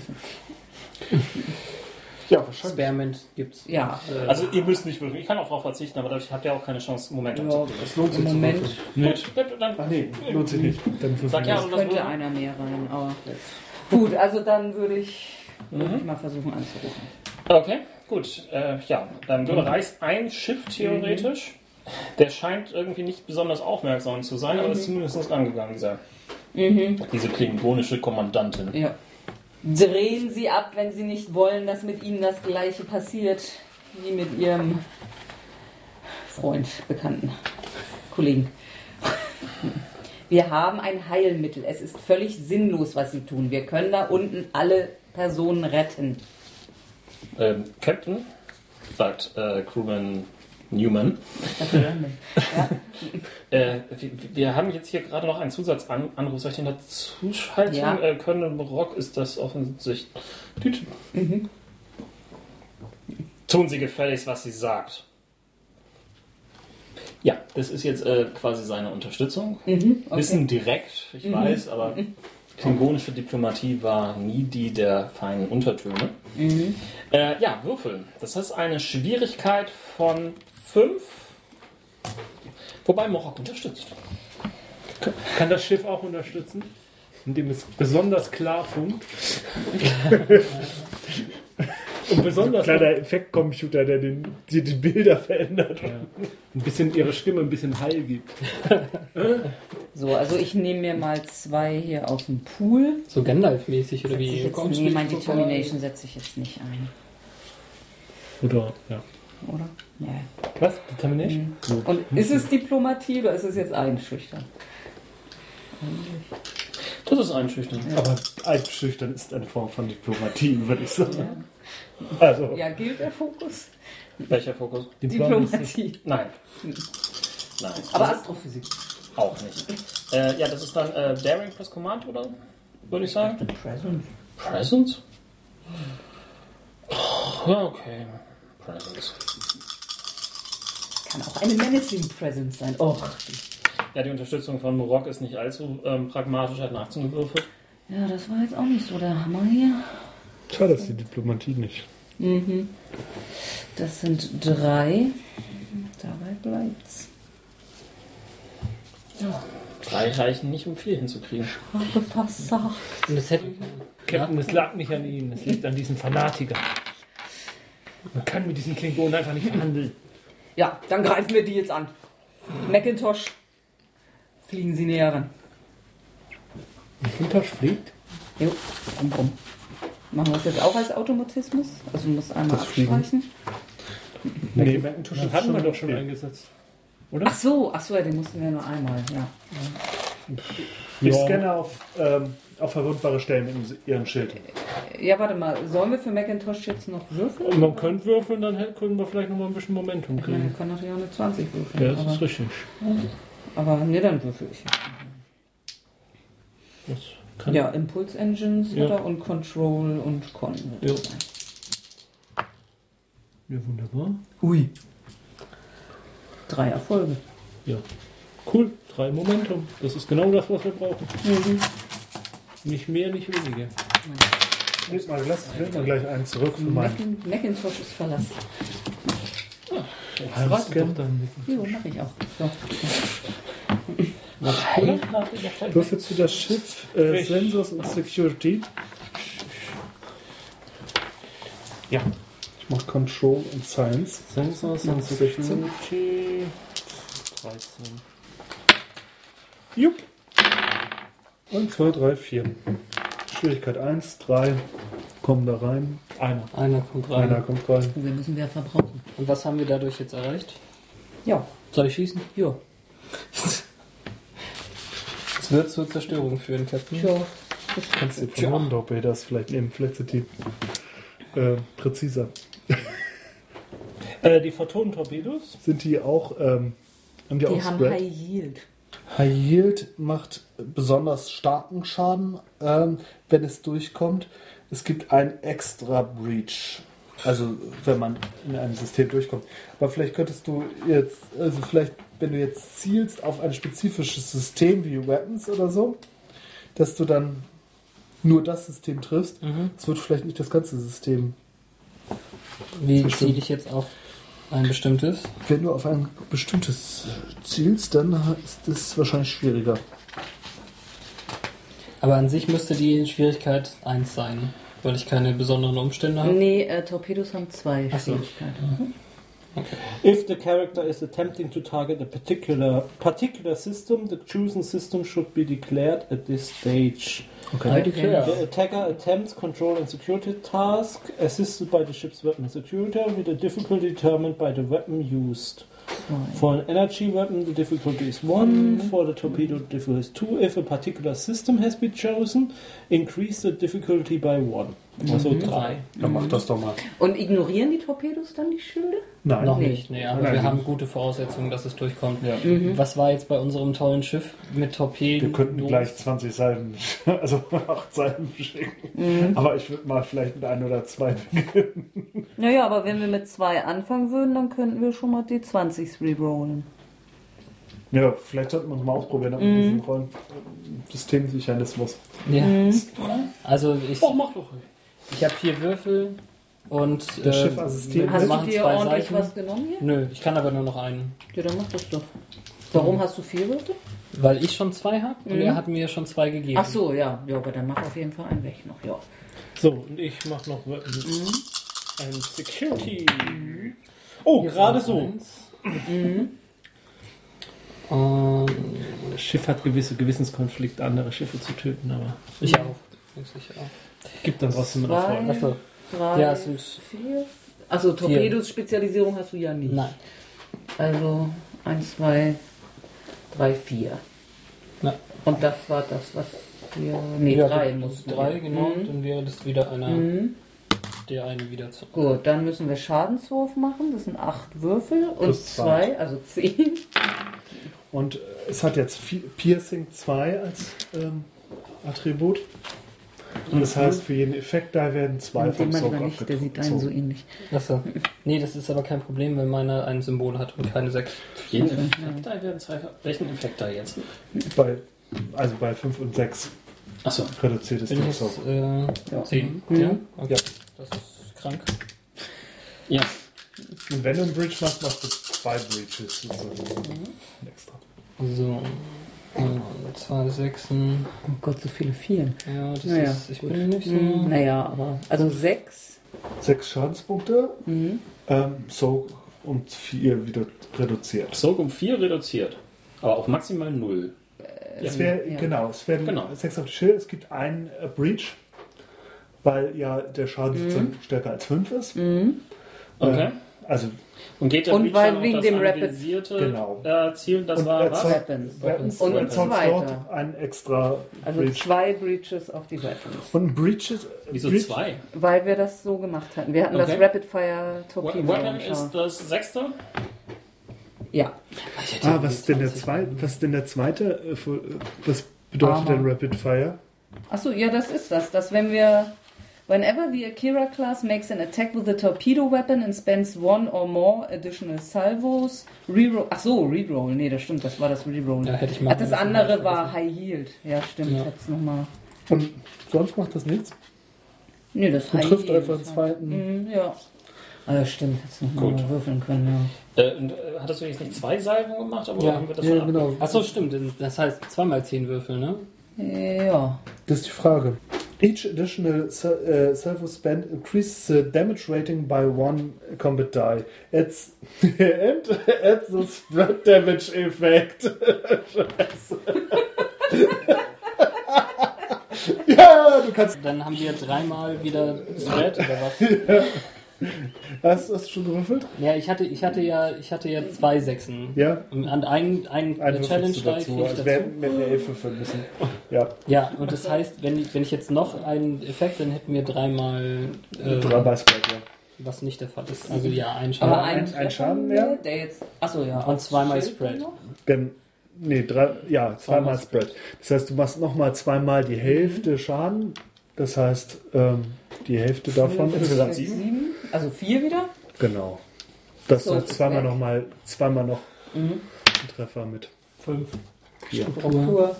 H: Ja, wahrscheinlich.
D: Experiment gibt's.
C: Ja.
B: Also ihr müsst nicht würfeln. Ich kann auch darauf verzichten, aber dadurch habt ihr auch keine Chance, Momentum zu
C: ja
B: kriegen.
H: Das lohnt
C: Im
H: sich zu
C: Moment
H: machen.
B: Gut, dann- dann
H: Ach nee, lohnt sich nicht. Dann würfeln
B: Sag
H: wir
B: ja,
H: es.
B: und das
C: könnte
B: würde-
C: einer mehr rein, aber Mhm. gut, also dann würde ich, würde ich mal versuchen anzurufen.
B: Okay, gut. Äh, ja, dann du reißt ein Schiff theoretisch. Der scheint irgendwie nicht besonders aufmerksam zu sein, aber ist zumindest angegangen sein. Diese klingonische Kommandantin.
C: Ja. Drehen Sie ab, wenn Sie nicht wollen, dass mit Ihnen das Gleiche passiert wie mit Ihrem Freund, Bekannten, Kollegen. Wir haben ein Heilmittel. Es ist völlig sinnlos, was Sie tun. Wir können da unten alle Personen retten.
B: Ähm, Captain, sagt äh, Crewman Newman. Äh, wir, wir haben jetzt hier gerade noch einen Zusatzanruf. Soll ich den dazu schalten?
C: Ja.
B: Äh, Colonel Brock ist das offensichtlich. Tüt. Tun Sie gefälligst, was sie sagt. Ja, das ist jetzt äh, quasi seine Unterstützung. Wissen direkt, ich weiß, aber klingonische Diplomatie war nie die der feinen Untertöne. Äh, ja, würfeln. Das ist eine Schwierigkeit von 5, wobei Morok unterstützt.
F: Kann das Schiff auch unterstützen? Indem es besonders klar <laughs> funkt. Und besonders
E: Kleiner Effektcomputer, der den, die, die Bilder verändert.
F: ein bisschen ihre Stimme ein bisschen heil gibt.
C: So, also ich nehme mir mal zwei hier aus dem Pool.
D: So Gandalf-mäßig oder
C: Setze
D: wie?
C: ich jetzt, nee, mein Determination setze ich jetzt nicht ein,
F: Oder, ja.
C: oder? Mhm. Nee.
F: Was? Determination?
C: Und ist es Diplomatie oder ist es jetzt einschüchtern?
B: Das ist einschüchternd.
H: Aber einschüchtern ist eine Form von Diplomatie, würde ich sagen. Also,
C: Ja, gilt der Fokus?
B: Welcher Fokus?
C: Diplomatie.
B: Nein. Nein.
C: Aber Astrophysik.
B: Auch nicht. Äh, ja, das ist dann äh, Daring plus Command, oder? Würde ich sagen. Presence. Presence? Ja, okay. Presence.
C: Kann auch eine menacing presence sein. Och.
B: Ja, die Unterstützung von Morok ist nicht allzu ähm, pragmatisch, hat eine 18 gewürfelt.
C: Ja, das war jetzt auch nicht so der Hammer hier.
H: schade, dass die Diplomatie nicht.
C: Mhm. Das sind drei. Dabei bleibt's.
B: Drei reichen nicht, um viel hinzukriegen.
C: Habe versagt.
D: Und das hätte,
F: Captain, es lag nicht an Ihnen, es liegt an diesem Fanatiker. Man kann mit diesen Klingonen einfach nicht verhandeln.
C: Ja, dann greifen wir die jetzt an. Macintosh, fliegen Sie näher ran.
F: Macintosh fliegt?
C: Jo, brumm, brumm. Machen wir das jetzt auch als Automatismus? Also muss einmal
H: Das Fliegen.
C: abstreichen.
F: Nee, Macintosh
H: das
F: hatten wir
H: schon
F: doch schon
H: okay.
F: eingesetzt.
C: Ach so, ach so, ja, den mussten wir nur einmal. Ja.
H: Ich
F: Ja.
H: scanne auf, ähm, auf verwundbare Stellen in ihren Schild.
C: ja, warte mal, sollen wir für Macintosh jetzt noch würfeln?
F: Und man könnte würfeln, dann hätten- könnten wir vielleicht noch mal ein bisschen Momentum
C: Ich meine, wir
F: kriegen.
C: können natürlich auch eine 20 würfeln.
F: Ja, das ist
C: aber,
F: richtig.
C: aber ne, dann würfel ich.
F: Das kann
C: Ja, Impulse Engines
F: Ja.
C: oder und Control und Con.
F: Ja. ja wunderbar.
C: Ui. Drei Erfolge.
F: Cool, drei Momentum. Das ist genau das, was wir brauchen.
C: Mhm.
F: Nicht mehr, nicht weniger.
H: Nächstes Mal, lass ich mal gleich einen zurück für meinen.
C: Mac- Macintosh ist verlassen.
F: Heirate Ah, doch dann.
C: Jo, mach ich auch. So.
H: Würfelst du das Schiff, äh, Sensors und Security?
F: Ja.
H: Ich mach Control und Science.
F: Sensors
H: Noch
F: und
H: 16.
F: Security. 13.
H: Jupp. Und 2, 3, 4. Schwierigkeit 1, 3. Kommen da rein. Einer.
D: Einer kommt rein.
H: Einer kommt rein.
C: Wir müssen wir verbrauchen.
D: Und was haben wir dadurch jetzt erreicht?
C: Ja.
D: Soll ich schießen? Ja. Es wird zur Zerstörung führen, Captain.
C: Tja.
H: Kannst du von Rundope, das ist vielleicht neben Flexity. Äh, präziser.
F: Äh, die Photonentorpedos.
H: Sind die auch, ähm, haben die,
C: Die
H: auch
C: haben
H: Spread?
C: High Yield.
H: High Yield macht besonders starken Schaden, ähm, wenn es durchkommt. Es gibt ein extra Breach. Also wenn man in einem System durchkommt. Aber vielleicht könntest du jetzt, also vielleicht, wenn du jetzt zielst auf ein spezifisches System wie Weapons oder so, dass du dann nur das System triffst, es wird vielleicht nicht das ganze System.
D: Wie ziehe ich jetzt auf ein bestimmtes?
H: Wenn du auf ein bestimmtes zielst, dann ist es wahrscheinlich schwieriger.
D: Aber an sich müsste die Schwierigkeit 1 sein, weil ich keine besonderen Umstände habe.
C: Nee, äh, Torpedos haben zwei
D: Ach so.
C: Fähigkeiten.
F: If the character is attempting to target a particular particular system, the chosen system should be declared at this stage.
D: I declare.
F: The attacker attempts control and security task assisted by the ship's weapon security with a difficulty determined by the weapon used.
C: Zwei.
F: For an energy weapon, the difficulty is 1. For the torpedo, the difficulty is 2. If a particular system has been chosen, increase the difficulty by 1. Also
D: Mm-hmm.
F: 3.
K: Dann mach das doch mal.
C: Und ignorieren die Torpedos dann die Schilde?
H: Nein.
D: Noch
C: Nee.
D: nicht, nee, aber wir haben gute Voraussetzungen, dass es durchkommt.
K: Ja.
C: Mhm.
D: Was war jetzt bei unserem tollen Schiff mit Torpeden?
H: Wir könnten
D: los?
H: gleich 20 Seiten, <laughs> also 8 Seiten schicken.
C: Mhm.
H: Aber ich würde mal vielleicht mit ein oder zwei <laughs>
C: Naja, aber wenn wir mit zwei anfangen würden, dann könnten wir schon mal die 20s rerollen.
H: Ja, vielleicht sollten wir es mal ausprobieren mit diesem
C: Mhm.
H: Rollen. Systemmechanismus.
D: Ja. Also ich,
F: Oh, mach doch.
D: ich habe vier Würfel und
H: Das
D: äh,
H: Schiff assistiert.
D: wir
C: Hast du
D: machen
C: dir
D: zwei
C: ordentlich
D: Seiten.
C: was genommen hier?
D: Nö, ich kann aber nur noch einen.
C: Ja, dann mach das doch. Warum hast du vier Würfel?
D: Weil ich schon zwei habe und
C: Mhm.
D: er hat mir schon zwei gegeben.
C: Ach so, ja. Ja, aber dann mach auf jeden Fall einen weg noch. Ja.
F: So, und ich mach noch Weapons and Security. Oh, gerade so.
D: Ähm,
F: Das Schiff hat gewisse Gewissenskonflikte, andere Schiffe zu töten, aber
D: ich auch. Muss Ich auch.
F: gibt dann trotzdem einen
C: Zwei.
F: Erfolg.
D: Achso,
C: Mhm. Drei,
D: ja, es ist.
C: vier. Also Torpedos-Spezialisierung hast du ja nicht.
D: Nein.
C: Also eins, zwei, drei, vier.
D: Na.
C: Und das war das, was wir. Nee,
D: Ja,
C: drei
D: gut,
C: mussten.
D: Drei,
C: wir.
D: genau.
C: Mhm.
D: Dann wäre das wieder einer,
C: Mhm.
D: der eine wieder zu.
C: Gut, dann müssen wir Schadenswurf machen. Das sind acht Würfel und
H: Plus zwei.
C: zwei, also zehn.
H: Und äh, es hat jetzt Vi- Piercing 2 als ähm, Attribut. Und das heißt, für jeden Effekt da werden zwei
C: Und den
H: vom
C: man
H: Sog
C: lieber nicht, der sieht einen so
H: abgezogen.
C: ähnlich.
D: Achso. Nee, das ist aber kein Problem, wenn meiner ein Symbol hat und keine sechs.
B: Jeden Effekt da werden zwei. Welchen Effekt da jetzt?
H: Bei, also bei 5 und 6
B: Achso.
H: reduziert es
D: Bin ich
H: den
D: jetzt
H: Sog.
D: äh,
C: Ja.
D: 10?
C: Mhm.
D: Ja? Okay. Das ist krank.
B: Ja.
H: Und wenn du einen Breach machst, machst du zwei Breaches. sozusagen. Extra.
D: So. 2, 6.
C: Oh Gott, so viele Vieren.
D: hm. Ja, das
C: Naja,
D: ist. Ich bin nicht so.
C: Mhm. Naja, aber. Also sechs.
H: Sechs Schadenspunkte,
C: Mhm.
H: ähm, Sog um 4 wieder reduziert.
B: Sog um 4 reduziert. Aber auf maximal 0.
H: Es wär,
C: Ja.
H: Genau, es werden
B: Genau.
H: sechs auf die Schild. Es gibt einen äh, Breach,
C: Mhm.
H: weil ja der Schaden sozusagen stärker als fünf ist.
B: Okay.
H: Äh, Also
B: Und geht der
C: Und
B: Breach
C: weil
B: dann auf
C: wegen
B: das
C: dem Rapid-
B: anvisierte
H: Genau.
B: äh, Ziel, das
H: Und
B: war was?
H: erzeugt-
C: Weapons.
H: Weapons
C: Und
H: erzeugt
C: zwei
H: dort
C: da.
H: einen extra
C: Also
H: Breach.
C: zwei Breaches auf die Weapons.
H: Und Breaches.
B: Wieso
H: Breach-
B: zwei?
C: Weil wir das so gemacht hatten. Wir hatten das
B: Okay.
C: Rapid Fire Torpedo.
B: Weapon
H: genau.
B: ist das sechste?
C: ja.
H: Ah, was ist denn der zweite? Was ist denn der zweite? äh, für- äh, Was bedeutet
C: Mhm. Armor.
H: denn Rapid Fire?
C: Achso, ja, das ist das. Dass wenn wir. Whenever the Akira class makes an attack with a torpedo weapon and spends one or more additional salvos, reroll. Ach so, reroll. Nee, das stimmt, das war das Reroll.
D: Ja, hätte ich mal
C: Ach, das andere war High Yield. Ja, stimmt.
D: Ja.
C: Jetzt nochmal.
H: Und sonst macht das nichts.
C: Nee, das
H: Man
C: High
H: trifft
C: Yield.
H: einfach einen zweiten.
C: eh Mhm, ja. Ah, ja, stimmt. Jetzt nochmal würfeln können, ja.
B: Äh, und, äh, hattest du jetzt nicht zwei Salven gemacht, aber
D: Ja.
B: haben wir das
H: Ja,
C: Äh,
B: schon ab-
H: genau.
D: Achso, stimmt. Das heißt zweimal zehn Würfel, ne?
C: Ja.
H: Das ist die Frage. Each additional sal- äh, salvo spent increases the damage rating by one combat die. Adds, <laughs> and adds the spread damage effect. <laughs> Scheiße. ja, du kannst.
D: Dann haben wir dreimal wieder Thread oder was?
H: Hast du das schon gewürfelt?
D: Ja, ich hatte, ich hatte ja, ich hatte ja zwei Sechsen.
H: Ja.
D: Und an einen, einen Challenge
H: Ein Challenge
D: da
H: dazu.
D: kriege ich
H: Also
D: dazu.
H: wir hätten mit einer Elfe würfeln müssen. Ja,
D: Ja, und das heißt, wenn ich, wenn ich jetzt noch einen Effekt, dann hätten wir dreimal äh,
H: dreimal Spread, ja.
D: was nicht der Fall ist. Also ja, einen
C: Aber
D: Schaden.
C: einen
H: ein- ein
C: Treffer
H: Schaden mehr?
C: mehr, Der jetzt. Achso, ja.
D: Und zweimal
C: Schild
D: Spread.
C: noch?
H: Gen nee, drei, ja, zweimal Spread. Das heißt, du machst nochmal zweimal die Hälfte Schaden. Das heißt, ähm, die Hälfte davon insgesamt sieben.
C: Sieben. Also vier wieder?
H: Genau. Das
C: So,
H: sind
C: ist
H: zweimal
C: weg.
H: nochmal, zweimal noch ein Treffer mit.
F: Fünf.
C: Pur.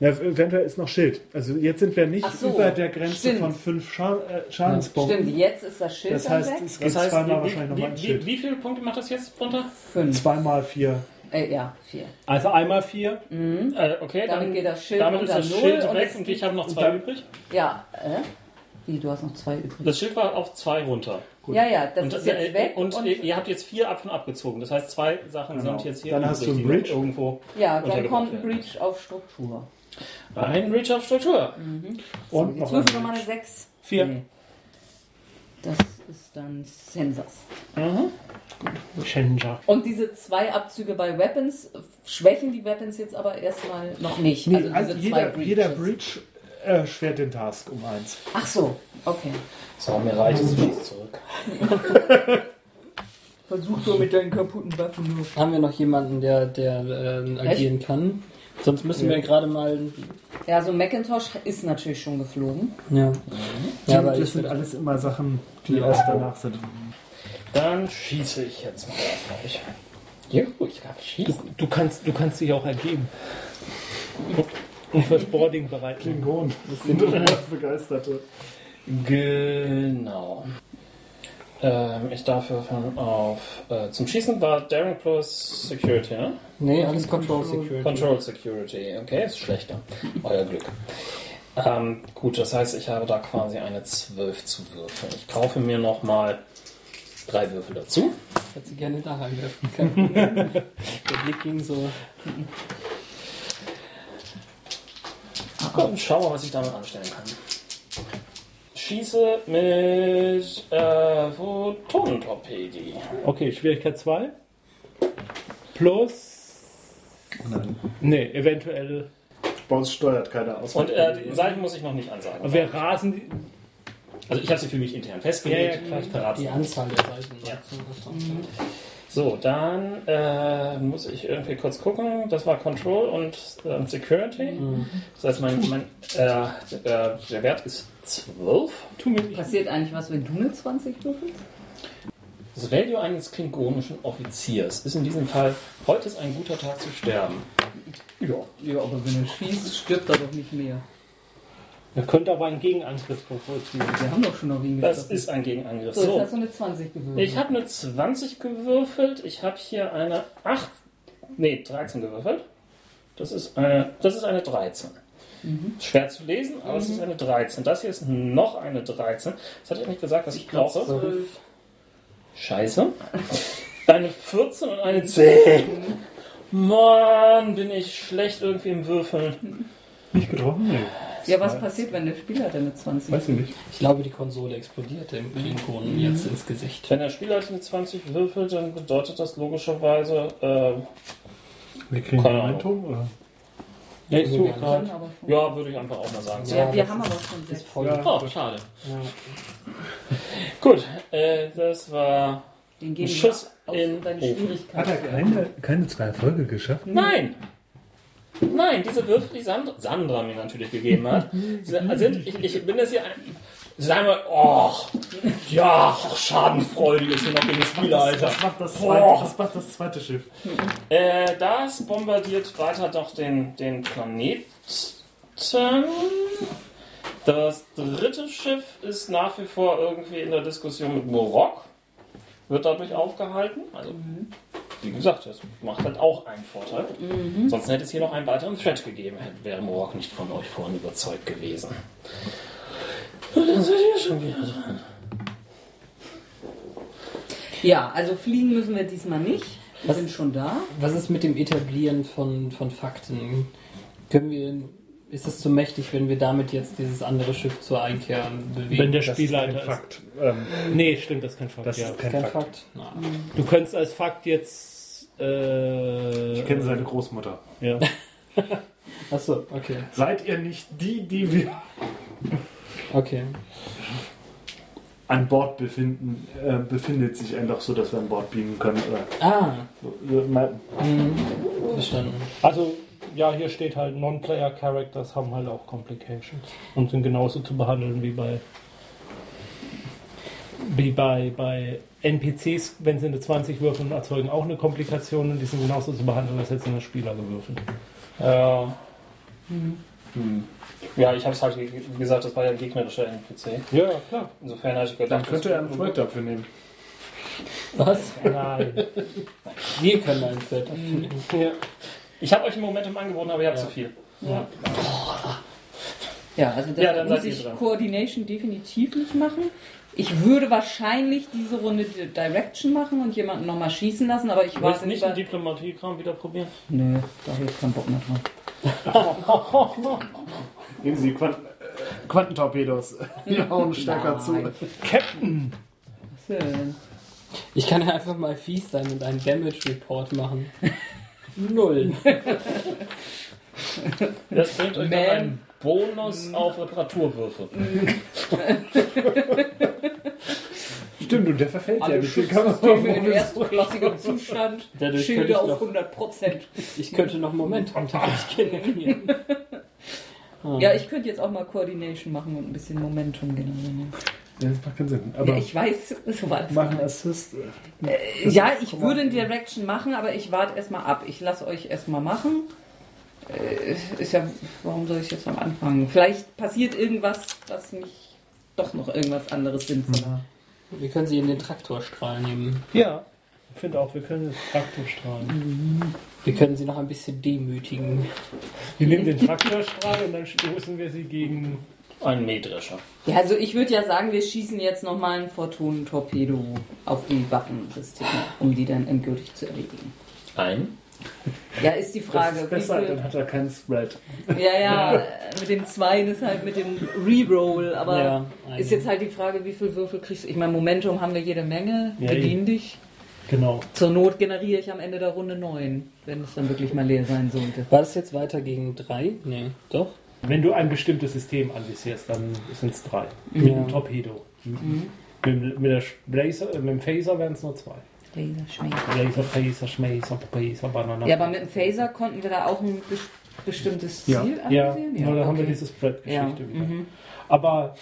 H: Ja, eventuell ist noch Schild. Also jetzt sind wir nicht
C: Ach so,
H: über der Grenze
C: stimmt.
H: von fünf Scha äh, Schadenspunkten.
C: Stimmt, jetzt ist das Schild
H: Das
C: dann
H: heißt,
C: weg.
H: es geht
B: Das heißt,
H: zweimal
B: wie,
H: wahrscheinlich
B: wie,
H: nochmal ein
B: wie, wie,
H: Schild.
B: wie viele Punkte macht das jetzt runter?
C: Fünf.
H: Zweimal vier.
C: Äh, ja, vier.
F: Also einmal vier.
B: Äh, okay,
C: Damit
B: dann
C: geht das Schild
B: damit ist
C: runter
B: das
C: null
B: Schild
C: und
B: weg
C: es
B: und ich habe noch
F: und
B: zwei
F: dann-
B: übrig.
C: Ja, äh? Wie, du hast noch zwei übrig.
B: Das Schild war auf zwei runter.
C: Ja, ja, das
B: Und,
C: ist
B: äh,
C: jetzt weg.
B: und, ihr, ihr habt jetzt vier ab und abgezogen. Das heißt, zwei Sachen
H: Genau.
B: sind jetzt hier
H: Dann hast
B: übrig,
H: du
B: die noch
H: Breach.
B: irgendwo.
C: ja, dann
B: untergebracht
C: kommt ein
B: werden.
C: Breach auf Struktur.
B: Ein Breach auf Struktur.
H: Und
C: Jetzt
H: noch
C: würfeln wir
H: ein
C: mal eine sechs.
F: Vier.
H: Mhm.
C: Nee. Das ist dann Sensors.
H: Mhm.
F: Challenger.
C: Und diese zwei Abzüge bei Weapons schwächen die Weapons jetzt aber erstmal noch nicht.
H: Nee,
C: also
H: also
C: diese
H: jeder,
C: zwei
H: jeder
C: Breaches.
H: Breach erschwert den Task um eins.
C: Ach so, okay.
B: So, mir reicht es, ich schieß zurück.
C: Versuch doch mit deinen kaputten Waffen nur.
D: Haben wir noch jemanden, der, der äh, agieren kann? Sonst müssen wir gerade mal.
C: Ja, also Macintosh ist natürlich schon geflogen.
D: Ja. Ja, aber
H: das
D: ich,
H: sind alles immer Sachen, die erst danach
D: <laughs>
H: sind.
B: Dann schieße ich jetzt mal, glaube ich. Jo, ich kann schießen.
F: Du kannst, du kannst dich auch ergeben. Und fürs Boarding bereit. machen.
H: Klingonen. Das sind immer Begeisterte.
B: Genau. Ähm, ich darf würfeln auf. Äh, zum Schießen war Daring plus Security, ne?
D: nee, alles Control Security.
B: Control Security. Okay, ist schlechter. Euer Glück. Ähm, gut, das heißt, ich habe da quasi eine 12 zu würfeln. Ich kaufe mir nochmal drei Würfel dazu.
D: Ich hätte sie gerne da <laughs> reinwerfen können. der Blick ging so.
B: Und schaue, was ich damit anstellen kann. Schieße mit äh, Photonentorpedi.
F: Okay, Schwierigkeit 2. Plus. Nee, eventuell.
H: Bei uns steuert keiner aus.
B: Und äh, die Seiten muss ich noch nicht ansagen.
F: Aber wir rasen die.
B: Also ich habe sie für mich intern festgelegt.
F: Ja, ja, klar.
B: ich verrate
D: Die
B: sie.
D: Anzahl der Seiten.
B: Ja.
D: Mhm.
B: So, dann äh, muss ich irgendwie kurz gucken. Das war Control und ähm, Security. Das heißt, mein, mein, äh, äh, der Wert ist 12.
F: Tu mir nicht.
C: Passiert eigentlich was, wenn du eine 20 würfelst?
B: Das Value eines klingonischen Offiziers ist in diesem Fall, heute ist ein guter Tag zu sterben. Ja.
C: Ja, aber wenn du schießt, stirbt er doch nicht mehr.
F: Wir könnten aber einen Gegenangriff provozieren.
C: Wir haben doch schon noch wen
B: Das
C: getroffen.
B: ist ein Gegenangriff.
C: so, jetzt
B: So,
C: hast du eine 20 gewürfelt.
B: ich habe eine 20 gewürfelt. Ich habe hier eine 8. Nee, 13 gewürfelt. Das ist eine, das ist eine 13. Schwer zu lesen, aber es ist eine 13. Das hier ist noch eine 13. Das hatte ich nicht gesagt, was ich brauche. Scheiße. Eine 14 und eine 10. Mann, bin ich schlecht irgendwie im Würfeln.
H: Nicht getroffen? Nee.
C: Ja, was passiert, wenn der Spieler dann eine 20
M: Weiß ich nicht.
D: Ich glaube, die Konsole explodierte im Klingonen jetzt ins Gesicht.
B: Wenn der Spieler halt eine 20 würfelt, dann bedeutet das logischerweise, äh,
M: Wir kriegen
B: Keine
M: einen
B: Ahnung.
M: Turm, oder?
D: Ja, ich suche
C: kann?
D: gerade.
C: Aber schon.
B: ja, würde ich einfach auch mal sagen.
C: Ja, wir haben aber schon
D: Ist
C: sechs.
D: voll.
B: Oh, schade. Gut, äh, das war
C: Den
B: ein
C: geben wir
B: Schuss
C: aus
B: in
C: deine
B: Ofen.
C: Schwierigkeit.
M: Hat er keine, keine zwei Erfolge geschafft?
B: Nein! Nein, diese Würfel, die Sandra, Sandra mir natürlich gegeben hat, sind, ich, ich bin das hier ein. Sagen wir, oh, ja, schadenfreudig ist hier noch gegen Spieler, Alter.
H: Was macht das
B: Boah.
H: zweite, was macht das zweite Schiff?
B: Äh, das bombardiert weiter doch den, den Planeten. Das dritte Schiff ist nach wie vor irgendwie in der Diskussion mit Morok. Wird dadurch aufgehalten. Also, wie gesagt, das macht halt auch einen Vorteil. Sonst hätte es hier noch einen weiteren Thread gegeben, hätte- wäre Morok nicht von euch vorhin überzeugt gewesen. Und dann seid ihr schon wieder dran.
C: Ja, also fliegen müssen wir diesmal nicht. Wir sind schon da.
D: Was ist mit dem Etablieren von, von Fakten? Können wir, ist es zu mächtig, wenn wir damit jetzt dieses andere Schiff zur Einkehr bewegen?
F: Wenn der
D: Das
F: Spielleiter ist.
H: Fakt. Ähm,
F: Nee, stimmt, das ist kein Fakt.
H: das
F: ja.
H: ist kein
D: kein
H: Fakt.
D: Fakt. Na,
F: Du könntest als Fakt jetzt. Äh,
H: Ich kenne seine Großmutter.
F: Ja.
D: Achso, okay.
H: Seid ihr nicht die, die wir
D: Okay.
H: an Bord befinden, äh, befindet sich ein Loch, so dass wir an Bord beamen können? Oder
D: Ah,
H: so, so, mal-
D: mhm. verstanden.
F: Also, ja, hier steht halt, Non-Player Characters haben halt auch Complications und sind genauso zu behandeln wie bei wie bei, bei NPCs, wenn sie eine 20 würfeln, erzeugen auch eine Komplikation und die sind genauso zu behandeln, als hätten sie einen Spieler gewürfelt.
B: Ja. Äh, Hm. Ja, ich habe es halt, ge- wie gesagt, das war ja ein gegnerischer NPC.
F: Ja, ja, klar.
B: Insofern hatte ich gedacht,
H: Dann könnte
B: das-
H: er einen Freund dafür nehmen.
D: Was?
F: Nein.
D: Wir können ein Feld abfliegen.
F: ja.
B: Ich habe euch ein Momentum angeboten, aber ihr habt zu viel.
C: Ja, also das
B: Ja, dann
C: muss
B: seid ihr
C: ich
B: dran.
C: Coordination definitiv nicht machen. Ich würde wahrscheinlich diese Runde die Direction machen und jemanden nochmal schießen lassen, aber ich
B: Du willst
C: weiß
B: nicht
C: nicht.
B: den Diplomatiekram wieder probieren?
C: Nö, da habe ich keinen Bock mehr drauf.
H: Nehmen Sie Quant äh, Quantentorpedos. <laughs> Wir hauen stärker zu.
C: Nein. Schön.
D: Ich kann ja einfach mal fies sein und einen Damage Report machen. <laughs> Null.
B: Das bringt euch dann
C: Man.
B: einen Bonus auf Reparaturwürfe.
M: Stimmt, und der verfällt ja
C: Alle
M: nicht. Den kann
B: <laughs>
M: man doch
C: Schutzsysteme in erstklassigen Zustand.
D: Dadurch könnte ich
C: Schilder auf
D: noch,
C: 100 Prozent.
D: ich könnte noch Momentum tatsächlich <laughs> generieren. Ah.
C: Ja, ich könnte jetzt auch mal Coordination machen und ein bisschen Momentum generieren.
M: Ja, das macht keinen Sinn.
C: Ja,
M: Aber
C: ich weiß, <laughs> so war das.
M: machen Assist. äh,
C: Ja, ich würde eine Direction machen, aber ich warte erstmal ab. Ich lasse euch erstmal machen. Äh, Ist ja, warum soll ich jetzt am Anfang? Vielleicht passiert irgendwas, was mich doch noch irgendwas anderes sinnvoll
D: Wir können sie in den Traktorstrahl nehmen.
F: ja. Ich finde auch, wir können das Traktor
H: Mhm.
F: strahlen.
D: Wir können sie noch ein bisschen demütigen.
F: Wir nehmen den Traktorstrahl und dann stoßen wir sie gegen.
B: Ein metrischer.
C: Ja, also ich würde ja sagen, wir schießen jetzt nochmal ein Photonen-Torpedo auf die Waffensysteme, um die dann endgültig zu erledigen.
B: Ein?
C: Ja, ist die
H: Das
C: Frage.
H: ist
C: wie
H: besser,
C: viel-
H: dann hat er keinen Spread.
C: Ja, ja, äh, mit dem 2 ist halt mit dem Reroll, aber
D: ein-
C: ist jetzt halt die Frage, wie viel Würfel kriegst du? Ich meine, Momentum haben wir jede Menge,
F: Ja,
C: bedien dich.
F: Genau.
C: Zur Not generiere ich am Ende der Runde 9, wenn es dann wirklich mal leer sein sollte.
D: War das jetzt weiter gegen drei? Nee, doch.
F: Wenn du ein bestimmtes System anvisierst, dann sind es drei. Mit
D: Ja.
F: dem Torpedo.
C: Mhm.
F: Mit, mit, der Sch- Blazer, äh, mit dem Phaser wären es nur zwei.
C: Laser schmeckt.
F: Blazer, Phaser, Schmazer, Phaser, Banana.
C: Ja, aber mit dem Phaser konnten wir da auch ein bes- bestimmtes
M: Ja.
C: Ziel
F: ja,
C: anvisieren?
F: nur da haben wir
C: okay.
F: diese Spread-Geschichte
C: Ja,
F: wieder.
C: mhm.
F: Aber,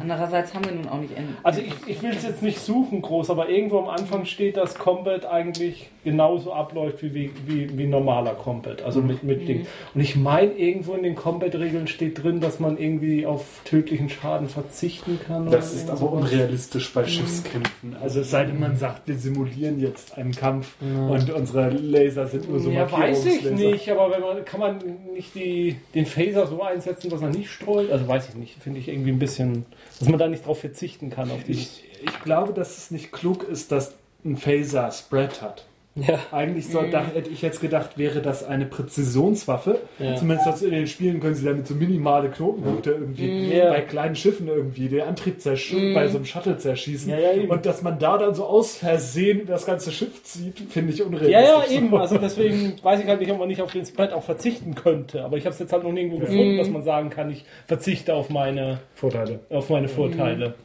C: Andererseits haben wir nun auch nicht Ende.
F: also ich, ich will es jetzt nicht suchen groß, aber irgendwo am Anfang steht, dass Combat eigentlich genauso abläuft wie, wie, wie, wie normaler Combat. Also mit, mit
C: Mhm.
F: Ding. Und ich meine, irgendwo in den Combat-Regeln steht drin, dass man irgendwie auf tödlichen Schaden verzichten kann.
H: Das
F: oder
H: ist
F: irgend
H: aber
F: sowas.
H: unrealistisch bei Schiffskämpfen. Also es sei denn, man sagt, wir simulieren jetzt einen Kampf und unsere Laser sind nur so
F: ja, weiß ich
H: Markierungslaser.
F: nicht, aber wenn man, kann man nicht die, den Phaser so einsetzen, dass er nicht streut? Also weiß ich nicht, finde ich irgendwie ein bisschen, dass man da nicht drauf verzichten kann. Auf die,
H: Ich, ich glaube, dass es nicht klug ist, dass ein Phaser Spread hat.
D: Ja.
H: Eigentlich soll, da hätte ich jetzt gedacht, wäre das eine Präzisionswaffe.
D: Ja.
H: Zumindest also in den Spielen können sie damit so minimale Knotenpunkte
F: Mm.
H: irgendwie
D: Ja.
H: bei kleinen Schiffen irgendwie den Antrieb zersch bei so einem Shuttle zerschießen.
F: Ja, ja, eben.
H: Und dass man da dann so aus Versehen das ganze Schiff zieht, finde ich unrealistisch.
F: Ja, <laughs> ja,
H: <laughs>
F: eben. Also deswegen weiß ich halt nicht, ob man nicht auf den Spread auch verzichten könnte. Aber ich habe es jetzt halt noch nirgendwo gefunden, dass man sagen kann, ich verzichte auf meine,
M: Vorteile.
F: auf meine Vorteile.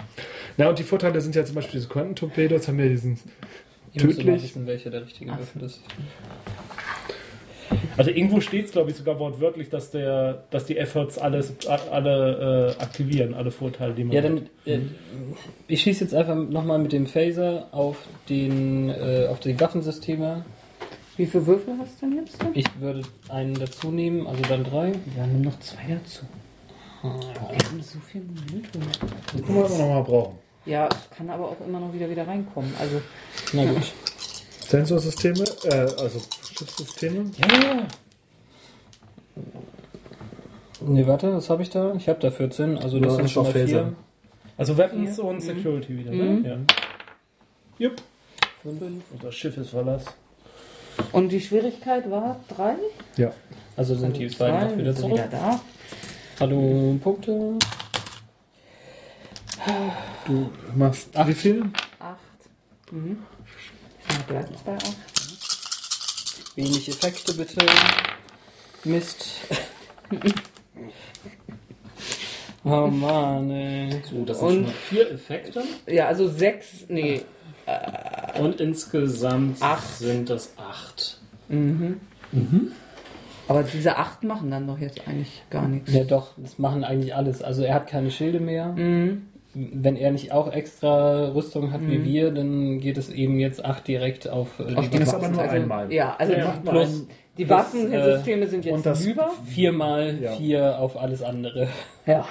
M: Na, und die Vorteile sind ja zum Beispiel diese Quantentorpedos, haben wir diesen.
D: Ich müsste mal
M: Tödlich.
D: wissen, welcher der richtige Würfel ist.
F: Also irgendwo steht es, glaube ich, sogar wortwörtlich, dass, der, dass die Efforts alles, a- alle äh, aktivieren, alle Vorteile, die man
D: Ja,
F: hat.
D: dann äh, ich schieße jetzt einfach nochmal mit dem Phaser auf den äh, auf die Waffensysteme.
C: Wie viele Würfel hast du denn jetzt?
D: Ich würde einen dazu nehmen, also dann drei.
C: Ja, nimm noch zwei dazu. Wir haben so viel Monitor.
M: Die können wir aber nochmal brauchen.
C: Ja, kann aber auch immer noch wieder wieder reinkommen. Also
D: Na gut.
M: Sensorsysteme, äh, also Schiffssysteme.
D: Ne, warte, was habe ich da? Ich habe da 14, also das
M: Ja,
D: sind
M: das
D: schon mal
M: war Phaser.
D: vier.
F: also Weapons und Security wieder, ne? Ja. Jupp. Unser Schiff ist Verlass.
C: und die Schwierigkeit war drei.
D: Also sind die beiden
C: Zwei,
D: auch wieder
C: bist du
D: zurück.
C: da.
D: Hallo, Punkte.
M: Du machst wie viel?
C: Acht. Mhm. Ja, bleiben es bei acht.
D: Wenig Effekte bitte. Mist. oh Mann, ey.
B: So, das sind schon mal vier Effekte.
C: Ja, also sechs. Nee.
B: Und insgesamt
C: Acht.
B: sind das acht.
C: Aber diese acht machen dann doch jetzt eigentlich gar nichts.
D: Ja doch, das machen eigentlich alles. Also er hat keine Schilde mehr.
C: Mhm.
D: Wenn er nicht auch extra Rüstung hat wie wir, dann geht es eben jetzt 8 direkt auf äh,
C: Auf
D: die
M: Das
C: Waffen,
M: aber nur einmal.
C: Ja, also
D: Ja,
C: die,
D: plus
C: die
D: plus,
C: Waffensysteme
B: äh,
M: und
C: sind jetzt
M: das-
C: über.
D: viermal
M: Ja.
D: vier auf alles andere.
C: Ja.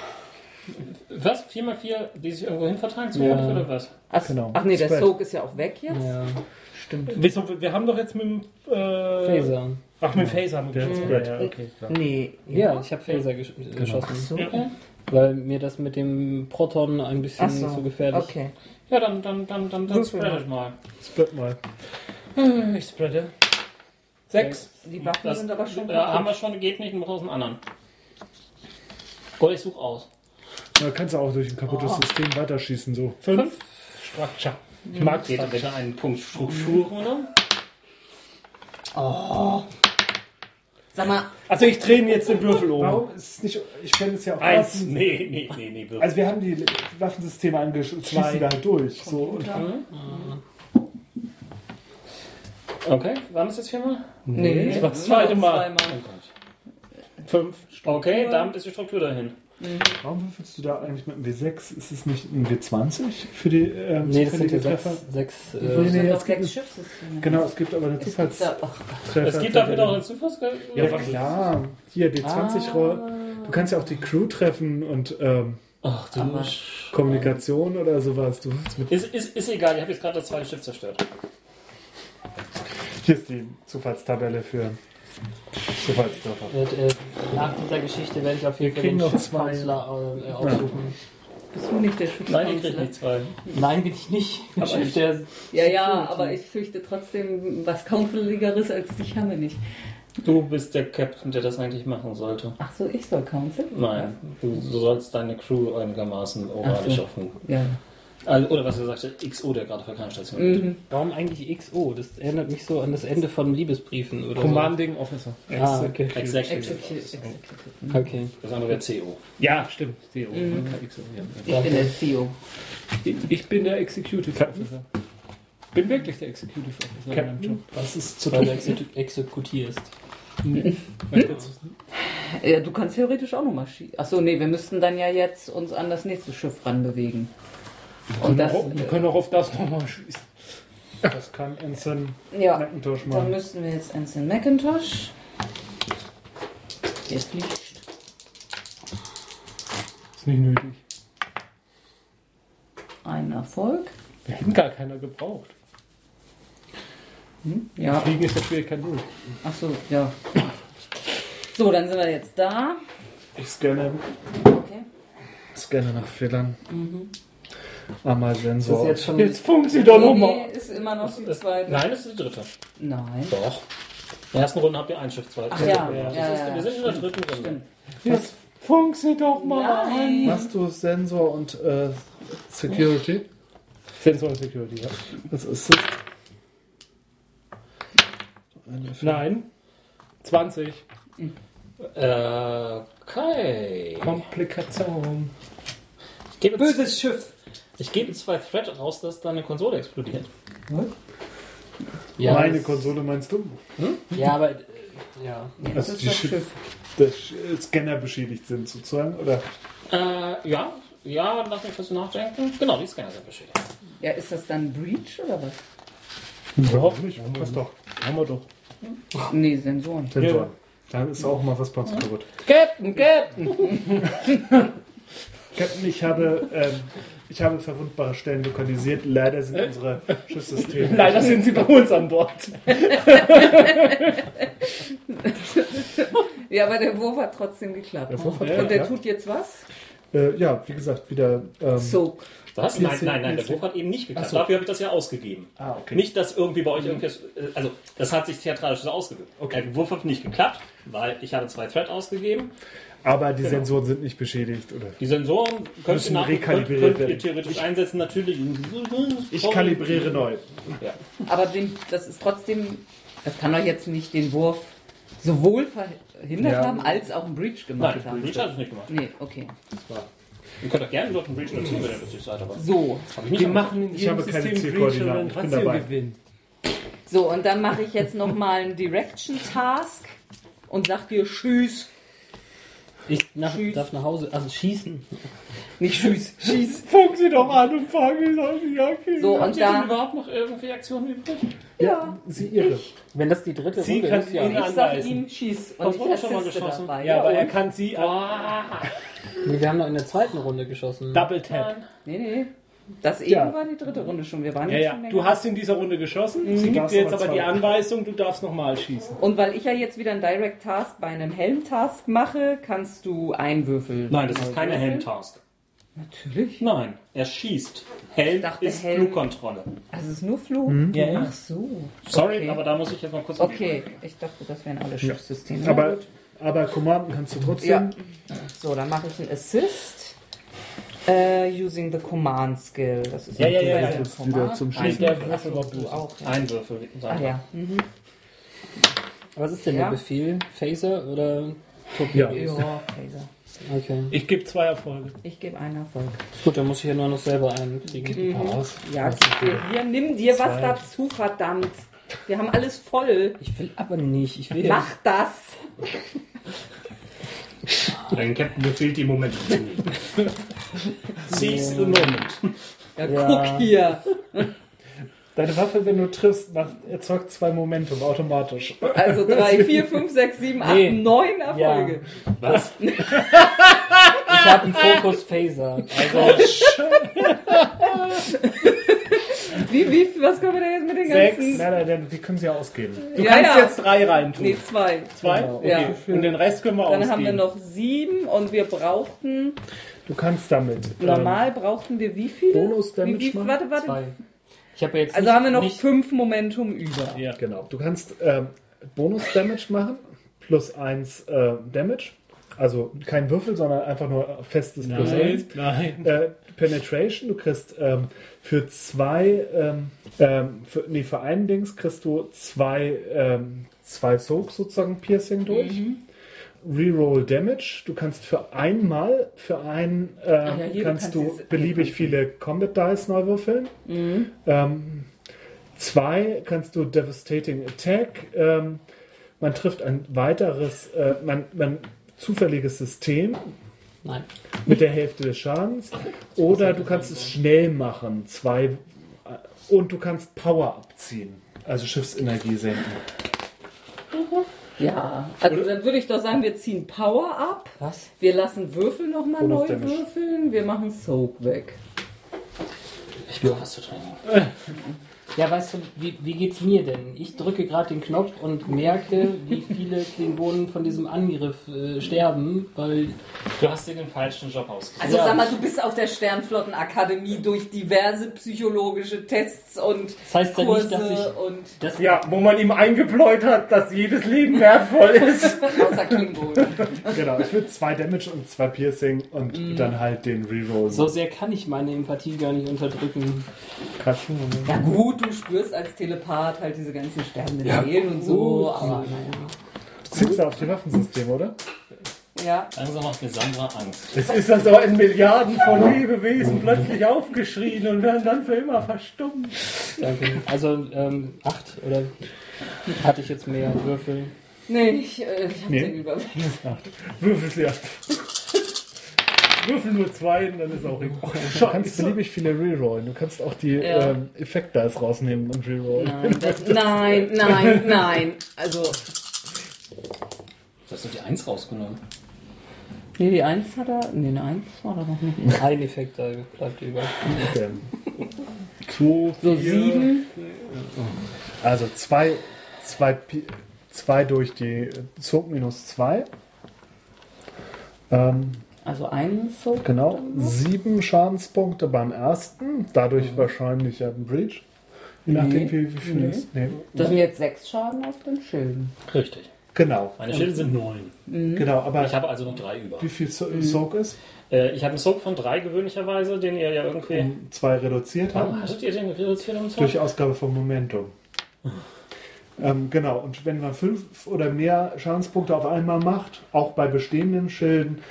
B: Was? Vier mal vier, die sich irgendwo hin vertragen
D: Ja.
B: zufällig oder was?
C: Ach,
M: Genau.
C: ach nee, der
M: Spread.
C: Soak ist ja auch weg jetzt.
D: Ja.
C: Stimmt.
F: Wieso, wir haben doch jetzt mit dem
D: <laughs>
F: äh,
D: Phaser.
F: Ach, mit dem Phaser haben wir geschossen.
M: Spread.
F: Ja, okay.
C: Nee.
D: Ja, ich habe Phaser gesch geschossen.
B: Ja.
D: Weil mir das mit dem Proton ein bisschen
C: Ach so.
D: zu gefährlich
C: Okay.
B: Ja, dann, dann, dann, dann, dann
C: Würfel
B: spreadet mal.
M: Split mal.
F: Ich spreade. Sechs.
C: Die Waffen
B: Das
C: sind aber schon
B: äh, haben
C: kaputt.
B: wir schon, geht nicht, du brauchst einen anderen. Oder ich suche aus.
M: Da kannst du auch durch ein kaputtes System weiterschießen, so.
F: Fünf. Structure. Ich mag
B: Geht
F: Structure.
B: bitte einen Punkt Struktur runter.
C: Sag mal,
F: Also ich drehe ihn jetzt den Würfel um.
M: Warum ist es nicht. Ich fände es ja auch
B: Eins.
M: passend.
B: Nee, nee, nee, nee, Würfel.
M: Also, wir haben die Waffensysteme angeschossen, schießen da halt durch. So. Und
B: Also, Okay, waren das jetzt viermal?
C: nee.
F: Das war das zweite Mal. Oh
C: Zweimal.
F: Fünf.
B: Okay, damit ist die Struktur dahin.
M: halt, warum würfelst du da eigentlich mit einem W6? Ist es nicht ein W20 für die ähm,
D: Nee, das sind
M: zufällige
D: ja sechs, sechs
M: Nee,
D: äh,
M: nee,
C: Das sind
M: es
C: doch
M: gibt
C: sechs Schiffssysteme.
M: Genau, es gibt aber eine
C: Gibt's da-
M: Zufallstreffer.
C: ach,
B: Es gibt dafür noch eine Zufallsgeld.
M: Ja, klar. Hier, die 20 Roll. Du kannst ja auch die Crew treffen und ähm,
B: Ach du
C: Aber-
B: Sch-
M: Kommunikation oder sowas. Du willst mit.
B: ist, ist, ist egal, ich habe jetzt gerade das zweite Schiff zerstört.
M: Hier ist die Zufallstabelle für Zufallstreffer.
D: wird, äh, nach dieser Geschichte werde ich auf jeden Fall
M: kriegen
D: den
M: noch zwei.
D: Schiffskanzler äh, aufsuchen.
C: Bist du nicht der
B: Nein, ihr kriegt nicht
C: Schutzkanzler?
B: zwei.
D: Nein, bin ich <laughs> nicht.
B: Aber
D: Chef
B: ich-
D: der
C: Ja, ja, aber ich fürchte trotzdem, was Counseligeres als dich haben wir nicht.
B: Du bist der Captain, der das eigentlich machen sollte.
C: Ach so, ich soll Counsel?
B: Nein, du, du sollst deine Crew einigermaßen
C: Ach
B: oralisch
C: so.
B: offen.
C: Ja.
B: Also, oder was er sagte, XO, der gerade auf der Kernstation ist.
C: Mhm.
D: Warum eigentlich XO? Das erinnert mich so an das Ende von Liebesbriefen oder
F: Commanding Officer.
D: so. Ah, okay.
B: Executive.
C: Executive. Executive.
D: okay.
B: Das andere wäre CO.
F: Ja, stimmt.
B: Mhm.
F: CEO.
C: Ich bin der E CEO.
F: Ich bin der Executive Officer. Bin wirklich der Executive Officer. in meinem Job.
M: Was ist zu
D: Weil du exek exekutierst.
C: Ja, du kannst theoretisch auch nochmal schießen. Achso, nee, wir müssten dann ja jetzt uns an das nächste Schiff ranbewegen. Und das,
F: Oh, wir können auch auf das nochmal schießen.
M: Das kann Ensign
C: ja,
M: Macintosh
C: dann
M: machen.
C: müssten wir jetzt Anson McIntosh. Der fliegt.
F: Ist nicht nötig.
C: Ein Erfolg.
F: Wir hätten gar keiner gebraucht.
C: Ja,
F: Fliegen ist natürlich kein Null.
C: achso, ja. So, dann sind wir jetzt da.
M: Ich scanne,
C: Okay.
M: scanne nach Fehlern.
H: Einmal Sensor.
D: jetzt schon-
H: jetzt funkt sie doch
C: Nee,
H: nochmal.
C: ist immer noch die zweite.
B: Nein, das ist die dritte.
C: Nein.
B: Doch. In der ersten Runde habt ihr ein Schiff, zwei.
C: Ach ja.
B: Das
C: Ja,
B: ist,
C: ja,
B: wir sind in der dritten Runde.
H: Jetzt funkt sie doch mal.
C: Nein.
H: Machst du Sensor und äh, Security?
F: Sensor und Security, ja.
H: Das ist es.
F: Nein. 20.
B: Äh, okay.
F: Komplikation.
B: Ich gebe, jetzt,
G: Böses Schiff.
B: ich gebe zwei Thread raus, dass deine Konsole explodiert.
D: Ja,
H: Meine
D: das-
H: Konsole meinst du?
D: Ja, aber. äh, Ja.
H: Also die Schiff, der Sch- äh, Scanner beschädigt sind sozusagen, oder?
B: Äh, ja. Ja, lass mich kurz nachdenken. Genau, die Scanner sind beschädigt.
C: Ja, ist das dann Breach oder was?
H: Überhaupt nicht. Passt doch. Haben wir doch.
C: Nee, Sensoren.
H: Sensor. Dann ist auch mal was bei uns kaputt.
C: Captain, Captain!
H: Captain, ich habe, ähm, ich habe verwundbare Stellen lokalisiert. Leider sind unsere Schiffssysteme.
F: Leider sind sie bei uns an Bord.
C: Ja, aber der Wurf hat trotzdem geklappt.
H: Der Wurf hat
C: Und der
H: geklappt.
C: tut jetzt was?
H: Äh, ja, wie gesagt, wieder. Ähm,
C: So.
B: Was? Nein, nein, nein, der
H: Vierzehn.
B: Wurf hat eben nicht geklappt.
H: Ach so.
B: Dafür habe ich das ja ausgegeben.
H: Ah, okay. Mhm.
B: Nicht, dass irgendwie bei euch irgendwas. äh, Also, das hat sich theatralisch so ausgewirkt.
H: Okay.
B: Der Wurf hat nicht geklappt, weil ich hatte zwei Thread ausgegeben.
H: Aber die Sensoren sind nicht beschädigt, oder?
B: Die Sensoren könnt ihr,
H: Müssen
B: nach, könnt,
H: rekalibriert
B: könnt ihr
H: werden.
B: theoretisch einsetzen, natürlich.
H: Ich kalibriere neu.
C: Aber den, das ist trotzdem, das kann doch jetzt nicht den Wurf sowohl verhindert
H: Ja.
C: haben, als auch einen Breach gemacht
B: Nein,
C: haben.
B: Breach hat es nicht gemacht.
C: Nee, okay.
B: Ihr könnt doch gerne dort einen Breach notieren, wenn ihr lustig seid, aber.
C: So.
B: Hab ich nicht
F: Wir
B: gemacht.
F: machen in jedem
H: habe keine
F: System
H: Zielkoordinaten,
F: Breach
H: ich
F: und
H: bin
F: dann
H: dabei.
F: Razzio-Gewinn.
C: So, und dann mache ich jetzt nochmal einen Direction Task und sag dir Tschüss.
D: Ich nach,
C: Schieß.
D: darf nach Hause. Also schießen.
C: Nicht Tschüss, Schieß.
F: Funk sie doch an und fangen sie an, ja, okay.
C: So,
B: Habt
C: und
B: ihr denn
C: da.
B: überhaupt noch irgendwie Aktionen übrig?
C: Ja.
H: Sie ihre.
D: Wenn das die dritte
F: Sie
D: Runde
F: kann
D: ist, ja.
F: ihn
C: Ich sag
F: anweisen.
C: ihm Schieß. Und
B: Hast
C: ich
B: du auch schon mal
C: assiste
B: geschossen?
C: dabei.
F: Ja, aber er kann sie an.
D: Nee, wir haben noch in der zweiten Runde geschossen.
F: Double Tap.
C: Nee, nee. Das eben
F: Ja.
C: war die dritte Runde schon. Wir waren
F: Ja,
C: jetzt
F: ja.
C: schon länger.
F: Du hast in dieser Runde geschossen. Sie gibt
H: Darfst
F: Mhm. dir jetzt
H: aber
F: aber die
H: zwei.
F: Anweisung, du darfst nochmal schießen.
C: Und weil ich ja jetzt wieder einen Direct Task bei einem Helm Task mache, kannst du einwürfeln.
B: Nein, das ist keine Helm-Task.
C: Natürlich.
B: Nein, er schießt. Helm
C: dachte,
B: ist
C: Helm-
B: Flugkontrolle.
C: Also es ist nur Flug.
F: Ja, ja.
C: Ach so.
B: Sorry,
C: Okay.
B: aber da muss ich jetzt mal kurz.
C: Okay, ich dachte, das wären alle Schiffssysteme. Na
H: Aber,
C: gut.
H: aber Commanden kannst du trotzdem.
C: Ja. So, dann mache ich einen Assist. Äh, using the Command Skill. Das ist
B: Ja, ja,
C: ein
B: ja, ja.
C: Command.
H: Jetzt wieder zum
B: Ein
H: Schießen.
B: der
C: Ach so,
B: Würfel war
C: du
B: böse.
C: auch.
B: Ein Würfel.
C: Ach
B: sagen wir.
C: ja. Mhm.
D: Was ist denn
C: Ja.
D: der Befehl? Phaser oder Torpedos?
C: Ja, Phaser.
D: Okay.
F: Ich gebe zwei Erfolge.
C: Ich gebe einen Erfolg.
D: Gut, dann muss ich ja nur noch selber einkriegen.
C: Ja, gib dir hier. Nimm dir was dazu, verdammt. Wir haben alles voll.
D: Ich will aber nicht. Ich will ja
C: Mach das.
B: Dein Captain befiehlt die <laughs> Moment. Seize the moment.
C: Ja,
D: Ja.
C: guck hier.
H: Deine Waffe, wenn du triffst, macht, erzeugt zwei Momentum automatisch.
C: Also 3, 4, 5, 6, 7, 8,
D: Nee.
C: 9 Erfolge.
B: Was?
D: Ich habe einen Fokus Phaser.
B: Also,
C: Wie, wie, was können wir denn jetzt mit den ganzen?
H: Nein, nein, denn wir können sie ja ausgeben.
F: Du
C: Ja,
F: kannst
C: ja.
F: jetzt drei reintun.
C: Nee, zwei.
F: Zwei?
C: Ja.
F: Und den Rest können wir
C: Dann
F: ausgeben.
C: haben wir noch sieben und wir brauchten,
H: Du kannst damit. ähm,
C: normal brauchten wir wie viele?
H: Bonus-Damage
C: wie, wie,
H: machen?
C: warte, warte.
D: Zwei. Ich habe ja jetzt
C: Also
D: nicht,
C: haben wir noch
D: nicht,
C: fünf Momentum über.
H: Ähm, genau. Du kannst ähm, Bonus-Damage machen, plus eins äh, Damage. Also kein Würfel, sondern einfach nur festes Plus eins.
F: Nein.
H: Äh, Penetration, du kriegst ähm, für zwei, ähm, ähm, für, nee, für einen Dings kriegst du zwei, ähm, zwei Soaks sozusagen Piercing durch. Reroll Damage, du kannst für einmal, für einen ähm,
C: ja, hier, du
H: kannst
C: kannst
H: du
C: diese- Mhm.
H: beliebig viele Combat Dice neu würfeln. Ähm, zwei kannst du Devastating Attack, ähm, man trifft ein weiteres, äh, man, man zufälliges System,
D: Nein.
H: mit der Hälfte
C: <laughs>
H: des Schadens. Oder
C: halt
H: du kannst es schnell machen. Zwei. äh, Und du kannst Power abziehen. Also Schiffsenergie senken.
C: Ja, also dann würde ich doch sagen, wir ziehen Power ab.
D: Was?
C: Wir lassen Würfel nochmal neu
H: Bonus Damage.
C: würfeln. Wir machen Soak weg.
B: ich will was zu trinken.
D: Ja, weißt du, wie, wie geht's mir denn? Ich drücke gerade den Knopf und merke, wie viele Klingonen von diesem Angriff äh, sterben, weil
B: Du hast dir den falschen Job ausgesucht.
C: Also sag mal, du bist auf der Sternflottenakademie durch diverse psychologische Tests und
D: das heißt ja
C: Kurse
D: nicht, dass ich
C: und <laughs>
D: das
N: Ja, wo man ihm eingebläut hat, dass jedes Leben wertvoll ist.
C: außer Klingonen.
H: Genau, ich will zwei Damage und zwei Piercing und dann halt den Reroll.
D: so sehr kann ich meine Empathie gar nicht unterdrücken.
C: Ja gut, du spürst als Telepath halt diese ganzen sterbenden Seelen und so, aber naja.
H: Ziehst du auf die Waffensystem, oder?
C: Ja,
B: Langsam macht mir Sandra Angst.
N: Es ist das aber in Milliarden von Lebewesen plötzlich aufgeschrien und werden dann für immer verstummt.
D: Danke. Also ähm, acht oder hatte ich jetzt mehr Würfel.
C: nee, ich, äh, ich hab den Überblick.
N: Würfel sie ab. Würfel nur zwei, und dann ist auch egal.
H: Du kannst beliebig viele rerollen. Du kannst auch die
C: Ja.
H: ähm, Effekt-Dice rausnehmen und rerollen.
C: Nein, das, nein, nein, nein. Also,
B: Du hast doch die Eins rausgenommen.
C: nee, die 1 hat er, nee, eine 1 war da noch nicht.
D: Ein Effekt da bleibt über.
C: So 7,
H: Also zwei, zwei, Pi- zwei durch die Zug minus zwei. Ähm,
C: also 1 so.
H: genau, sieben Schadenspunkte beim ersten, dadurch wahrscheinlich ein Breach. Je nachdem, wie, wie viel es nee.
C: Das sind jetzt 6 Schaden auf dem Schild.
B: Richtig.
H: Genau,
B: Meine Schilde sind neun.
H: genau, aber
B: Ich habe also noch drei über.
H: wie viel so Soak ist?
B: Äh, ich habe einen Soap von drei gewöhnlicherweise, den ihr ja Oh. irgendwie.
H: um Zwei reduziert haben.
B: Warum hattet ihr den reduziert um zwei?
H: Durch Ausgabe von Momentum. ähm, genau, und wenn man fünf oder mehr Schadenspunkte auf einmal macht, auch bei bestehenden Schilden,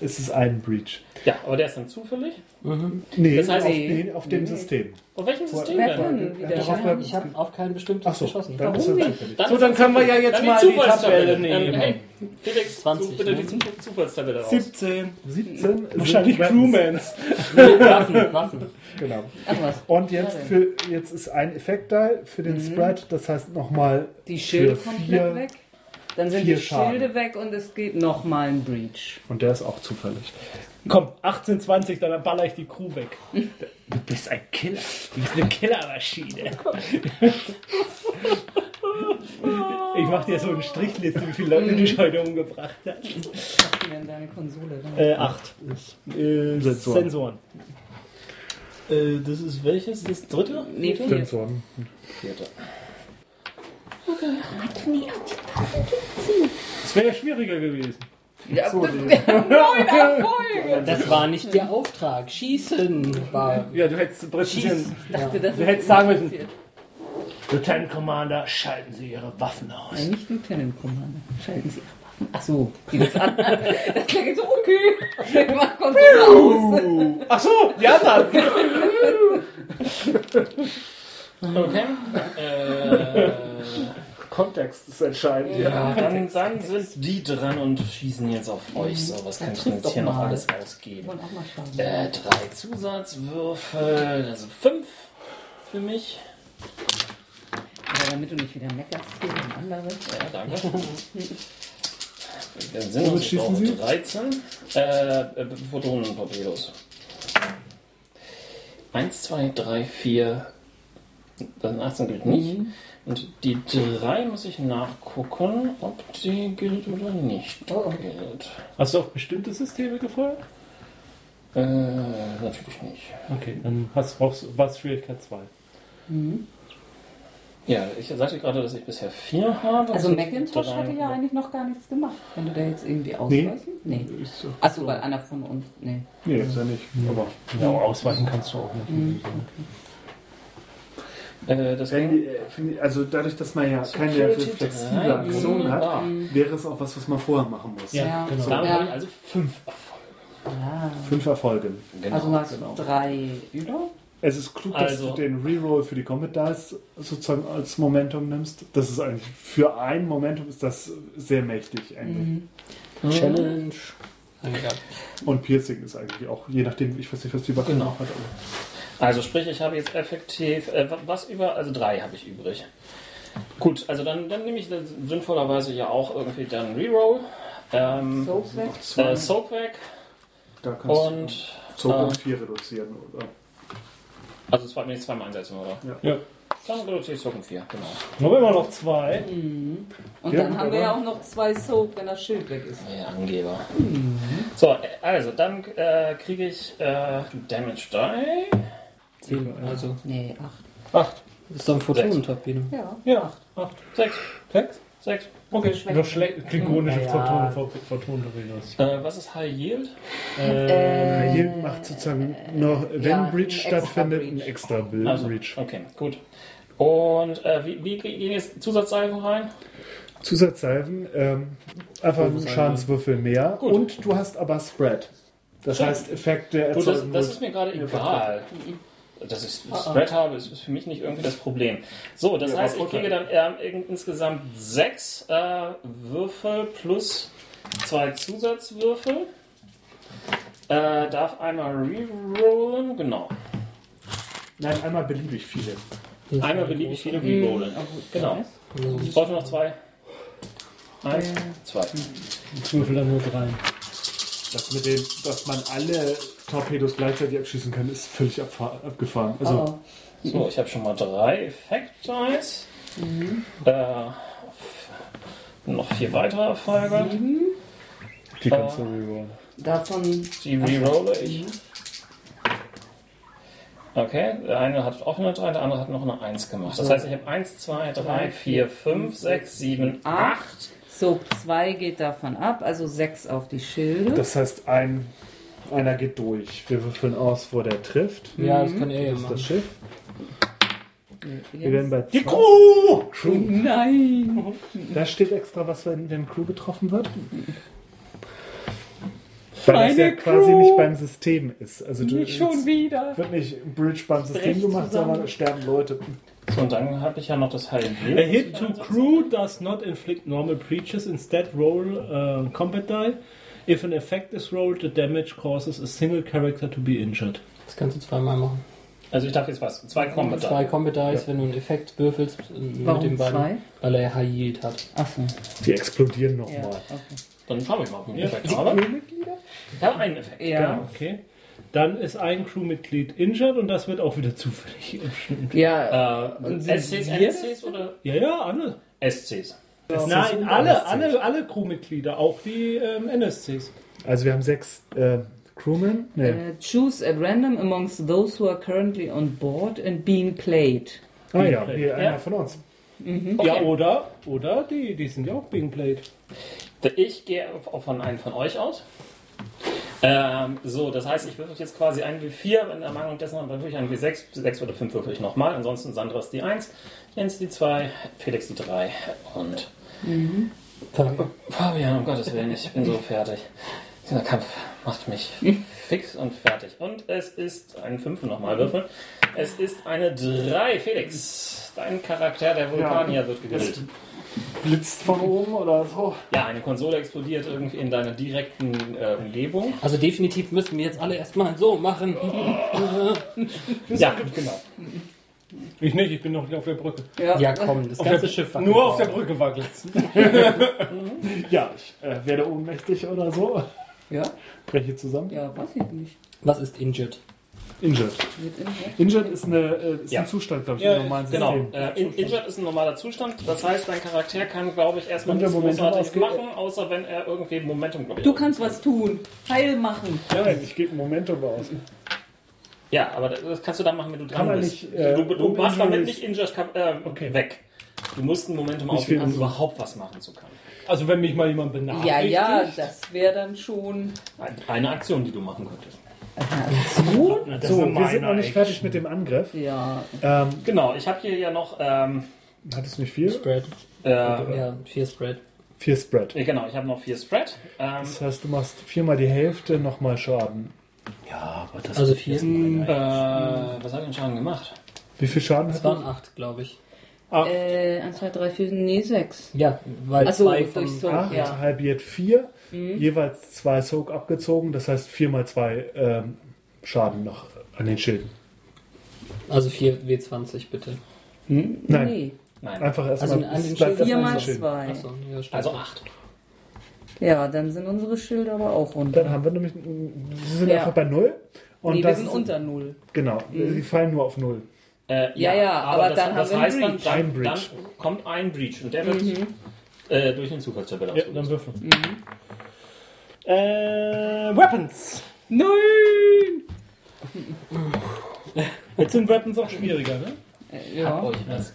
H: ist es ein Breach.
B: Ja, aber der ist dann zufällig.
H: Nee,
B: Das heißt-
H: auf, nee, auf dem System.
B: Auf welchem System
C: Wer
B: denn?
C: denn
H: Ja,
C: wieder?
H: darauf bleibt
D: Ich
H: es-
D: habe auf kein bestimmtes
H: Ach so,
D: geschossen.
H: dann ist er zufällig.
B: so, dann können wir ja jetzt mal die Zufallstabelle Ähm,
F: nehmen.
B: hey, Felix,
D: 20,
B: such bitte
D: ne?
B: die Zu- Zufallstabelle raus.
F: 17.
H: 17
F: Wahrscheinlich
H: sind-
F: Crewmans.
D: Waffen, Waffen.
H: Genau.
C: Ach was,
H: Und jetzt, für, jetzt ist ein Effektteil für den
F: Mhm.
H: Spread, das heißt nochmal
C: die Schilde
H: für
C: komplett
H: vier-
C: weg. Dann sind
H: vier
C: die Schilde
H: Schaden.
C: weg und es geht nochmal ein Breach.
H: Und der ist auch zufällig.
F: Komm, 18, 20, dann baller ich die Crew weg. Du bist ein Killer. Du bist eine Killermaschine. <laughs> Ich mach dir so eine Strichliste, wie viele Leute du heute umgebracht hast.
C: Die werden deine Konsole dann.
F: Äh, 8. Äh,
H: Sensoren.
F: Sensoren. Äh, das ist welches? Das dritte?
C: Nee, vier.
H: Sensoren.
F: Das wäre ja schwieriger gewesen.
D: Das war nicht der Auftrag. Schießen war.
F: Ja, du hättest präzisieren.
C: Dachte, das
F: Du
C: ist
F: hättest sagen müssen,
C: passiert.
F: Lieutenant Commander, schalten Sie Ihre Waffen aus.
C: Nein, Äh, nicht Lieutenant Commander. Schalten Sie Ihre Waffen. Ach so, die das <laughs> an. Das klingt so, okay. Mach Konsole aus.
F: Ach so, die anderen.
B: Okay. äh,
A: Kontext ist entscheidend.
B: ja, dann, dann sind die dran und schießen jetzt auf
C: Mhm,
B: euch. So, was kann ich denn jetzt hier noch alles ausgeben?
C: Wollen auch mal schauen.
B: Äh, drei Zusatzwürfel, also fünf für mich.
C: Aber damit du nicht wieder meckerst hier und andere.
B: Ja, danke.
C: <laughs>
B: Dann sind
H: Womit
B: uns jetzt
H: schießen
B: auch
H: Sie?
B: 13. Äh, äh, Photonen und Torpedos. 1, 2, 3, 4. Das 18 gilt nicht.
C: Mhm.
B: Und die 3 muss ich nachgucken, ob die gilt oder nicht
C: Oh,
B: gilt.
F: Hast du auf bestimmte Systeme gefeuert?
B: Äh, natürlich nicht.
F: Okay, dann hast, brauchst, warst Schwierigkeit 2.
B: Ja, ich sagte gerade, dass ich bisher 4 habe.
C: Also
B: Und
C: Macintosh
B: drei-
C: hatte ja eigentlich noch gar nichts gemacht. Wenn du da jetzt irgendwie ausweichen? Nee. Achso, weil einer von uns. Nee.
H: Nee, ist er nicht. Aber
F: Ja, ausweichen kannst du auch nicht.
B: Äh, das
A: Wenn die, äh, find ich- also dadurch, dass man ja keine
B: ne? Mhm.
A: flexible Aktion hat,
B: Ah.
A: wäre es auch was, was man vorher machen muss.
F: Ja,
C: Ja.
F: genau.
B: Damit
C: Mhm. Ja.
B: habe ich also 5 Erfolge.
C: Ah.
A: Fünf Erfolge.
B: Genau.
C: Also du hast drei über.
H: es ist klug, dass
B: Also-
H: du den Reroll für die Combat Dice sozusagen als Momentum nimmst. Das ist eigentlich für ein Momentum ist das sehr mächtig eigentlich.
D: Challenge. Ja.
H: Und Piercing ist eigentlich auch, je nachdem, ich weiß nicht, was die Waffe
B: Genau.
H: noch hat. Aber
B: Also sprich, ich habe jetzt effektiv, äh, was über, also drei habe ich übrig. Gut, also dann, dann nehme ich dann sinnvollerweise ja auch irgendwie dann Reroll. Ähm,
C: Soaps weg.
B: äh, Soap weg
A: Da kannst
B: und
A: du Zug um
B: äh,
A: vier reduzieren. Oder?
B: also zwei, wenn ich zweimal einsetzen oder?
A: Ja.
F: Ja.
B: Dann reduziere ich Soak um 4, genau.
F: Nur immer noch zwei.
O: Und dann haben wir ja auch noch zwei Soap, wenn das Schild weg ist.
B: Der Angeber. So, äh, also, dann äh, kriege ich äh, Damage Die.
D: Zehn, also.
C: Nee, acht.
F: Acht.
D: Das ist doch ein Photonentorpedo.
C: Ja.
F: Ja, acht.
B: 6,
F: Sechs?
B: 6.
F: Okay.
P: Nur schlecht klingonische
D: Ja.
P: Photonen, Photonen Torpedos.
B: Äh, was ist High Yield?
C: Äh,
H: Hier macht sozusagen noch, wenn
C: ja, ein
H: Breach
C: extra
H: stattfindet,
C: Breach.
H: ein extra Bild
B: Also,
H: Breach.
B: Okay, gut. Und äh, wie, wie gehen jetzt Zusatzsalven rein?
H: Zusatzsalven, ähm, einfach einen Schadenswürfel mehr.
B: Gut.
H: Und du hast aber Spread. Das
B: Schön.
H: heißt, Effekte
B: Gut, das,
H: erzeugen
B: das
H: nur-
B: ist mir gerade egal. Dass ich Spread habe, ist, ist für mich nicht irgendwie das Problem. So, das heißt, ich kriege dann ähm, in- insgesamt sechs äh, Würfel plus zwei Zusatzwürfel. Äh, darf einmal rerollen, genau.
H: Nein, einmal beliebig viele.
B: Einmal beliebig viele rerollen. Genau. Ich brauche noch zwei. Eins, zwei.
F: Ich würfel dann nur drei.
H: Das mit dem, dass man alle Torpedos gleichzeitig abschießen kann, ist völlig abfa- abgefahren. Also,
B: Ah.
C: Oh.
B: So, ich habe schon mal drei Effect Dice. Äh, f- noch vier weitere Feuerwehr.
H: die
B: kannst du
H: rerollen.
C: Davon
B: Die rerolle ich. Okay, der eine hat auch eine 3, der andere hat noch eine 1 gemacht. Das heißt, ich habe 1, 2, 3, 4, 5, 6, 7, 8.
C: Soap 2 geht davon ab, also 6 auf die Schilde.
H: Das heißt, ein, einer geht durch. Wir würfeln aus, wo der trifft.
D: Ja, das kann er ja
H: Das ist das
D: machen.
H: Schiff. Wir
C: Jetzt-
H: werden bei
F: Die Crew!
C: Nein!
H: Da steht extra was, wenn, wenn Crew getroffen wird. Weil das
C: Meine
H: ja quasi
C: Crew!
H: nicht beim System ist. Also du,
C: Nicht schon wieder!
H: wird nicht Bridge beim System
C: Brecht
H: gemacht,
C: zusammen.
H: sondern es sterben Leute.
B: So, und dann habe ich ja noch das High
F: A
B: Yield.
F: hit to crew does not inflict normal breaches, instead roll uh, combat die. If an effect is rolled, the damage causes a single character to be injured.
D: Das kannst du zweimal machen.
B: Also ich darf jetzt was. Zwei Combat
D: Zwei
B: Dice.
D: Combat Dice, wenn du einen Effekt würfelst äh, mit
C: Warum
D: dem
C: zwei?
D: beiden, weil er High Yield hat.
C: Achso.
H: Die explodieren
C: Ja,
H: nochmal.
C: okay.
B: Dann schaue ich mal, ob ich einen Effekt habe. Ich habe einen Effekt.
C: ja.
F: Okay. Dann ist ein Crewmitglied injured und das wird auch wieder <laughs> zufällig bestimmt.
C: ja.
B: Äh,
C: Und sind
B: SCs,
C: wir-
B: NCs oder
F: Ja, ja, alle.
B: SCs?
F: Nein, alle, alle, alle Crewmitglieder, auch die ähm, NSCs.
H: Also wir haben sechs äh, Crewmen. Nee.
C: Äh, choose at random amongst those who are currently on board and being played.
H: ah ja, nee,
B: Ja.
H: einer von uns.
F: Ja, oder, oder die, die sind ja auch being played.
B: Ich gehe auf- von einem von euch aus. Ähm, so, das heißt, ich würfel jetzt quasi ein W4, wenn der Meinung dessen dann würfel ich ein W6, 6 oder 5 würfel ich nochmal. Ansonsten Sandra ist die 1, Jens die 2, Felix die 3 und Fabian, um Gottes Willen, ich bin so fertig. Dieser Kampf macht mich fix und fertig. Und es ist ein 5 nochmal würfeln. Es ist eine 3, Felix. Dein Charakter, der Vulkanier, wird gebildet.
H: Blitzt von oben oder so.
B: Ja, eine Konsole explodiert irgendwie in deiner direkten äh, Umgebung.
D: Also definitiv müssen wir jetzt alle erstmal so machen.
B: Ja, genau.
F: Ich nicht, ich bin noch nicht auf der Brücke.
D: Ja komm, das
F: Auf
D: ganze
F: der,
D: Schiff wackelt.
F: nur auf der Brücke wackelt's.
H: Ja, ich äh, werde ohnmächtig oder so.
C: Ja?
H: Breche zusammen.
C: Ja, weiß ich nicht.
D: Was ist injured?
H: Injured.
C: Wird irgendwas-
H: Injured ist, eine, äh, ist
B: Ja.
H: ein Zustand, glaube ich,
F: Ja,
H: im normalen
B: Genau.
H: System.
B: Äh, in, Injured ist ein normaler Zustand. Das heißt, dein Charakter kann, glaube ich, erstmal
H: Und der
B: nichts
H: Momentum
B: großartiges
H: ausgeht-
B: machen, außer wenn er irgendwie Momentum glaube ich,
C: Du kannst was tun. Heil machen.
H: Ja, ich gebe einen Moment aber aus.
B: Ja, aber das- das kannst du dann machen, wenn du dran
H: Kann man
B: bist.
H: nicht, äh,
B: du du
H: um
B: machst damit
H: Injuries-
B: nicht Injured kap- äh, weg. Du musst ein Momentum
H: will
B: aufgeben, um
H: so-
B: überhaupt was machen zu können.
F: Also wenn mich mal jemand benachrichtigt.
C: Ja, ja, das wäre dann schon.
B: Ein- Eine Aktion, die du machen könntest.
C: Gut?
H: So, wir sind noch nicht fertig mit dem Angriff.
C: Ja.
H: Ähm,
B: Genau, ich habe hier ja noch. Ähm,
H: hattest du nicht viel?
D: Spread.
B: äh,
D: Ja, vier Spread.
H: Vier Spread.
B: genau, ich habe noch vier Spread. Ähm,
H: Das heißt, du machst viermal die Hälfte, nochmal Schaden.
D: Also vier.
B: äh, was habe ich denn schon gemacht?
H: Wie viel Schaden
D: Das
H: hat
D: waren
H: du?
D: acht, glaube ich.
C: Äh, 1, 2, 3, 4, nee, 6.
D: Ja, weil
C: Achso,
D: Äh, zwei
C: Also durch
D: von...
C: so.
H: Acht,
C: Ja.
H: halbiert vier, jeweils zwei Soak abgezogen, das heißt viermal zwei ähm, Schaden noch an den Schilden.
D: Also vier W20 bitte.
H: Nein,
C: Nee.
B: Nein.
H: einfach erstmal.
D: Also an den
H: es bleibt
D: Schilden-
H: erstmal
C: 4
H: so
C: mal
H: stehen.
C: 2.
D: Achso, ja, stimmt.
B: Also acht.
C: Ja, dann sind unsere Schilder aber auch
H: Dann
C: runter.
H: haben wir nämlich, wir sind
C: Ja.
H: einfach bei null. Und
C: nee, wir
H: das
C: sind
H: ist,
C: unter Null.
H: Genau, die fallen nur auf null.
B: Äh,
C: Ja, ja, aber
B: das,
C: dann
B: das
C: haben wir
B: heißt,
C: einen
B: Dann,
H: Breach.
B: dann, dann kommt ein Breach und der wird äh, durch den Zufallstabelle
F: Ja, dann würfeln. Äh, Weapons.
C: Nein!
F: <laughs> Jetzt sind Weapons auch schwieriger, ne?
C: Ja.
B: Oh, ich hab was gemacht.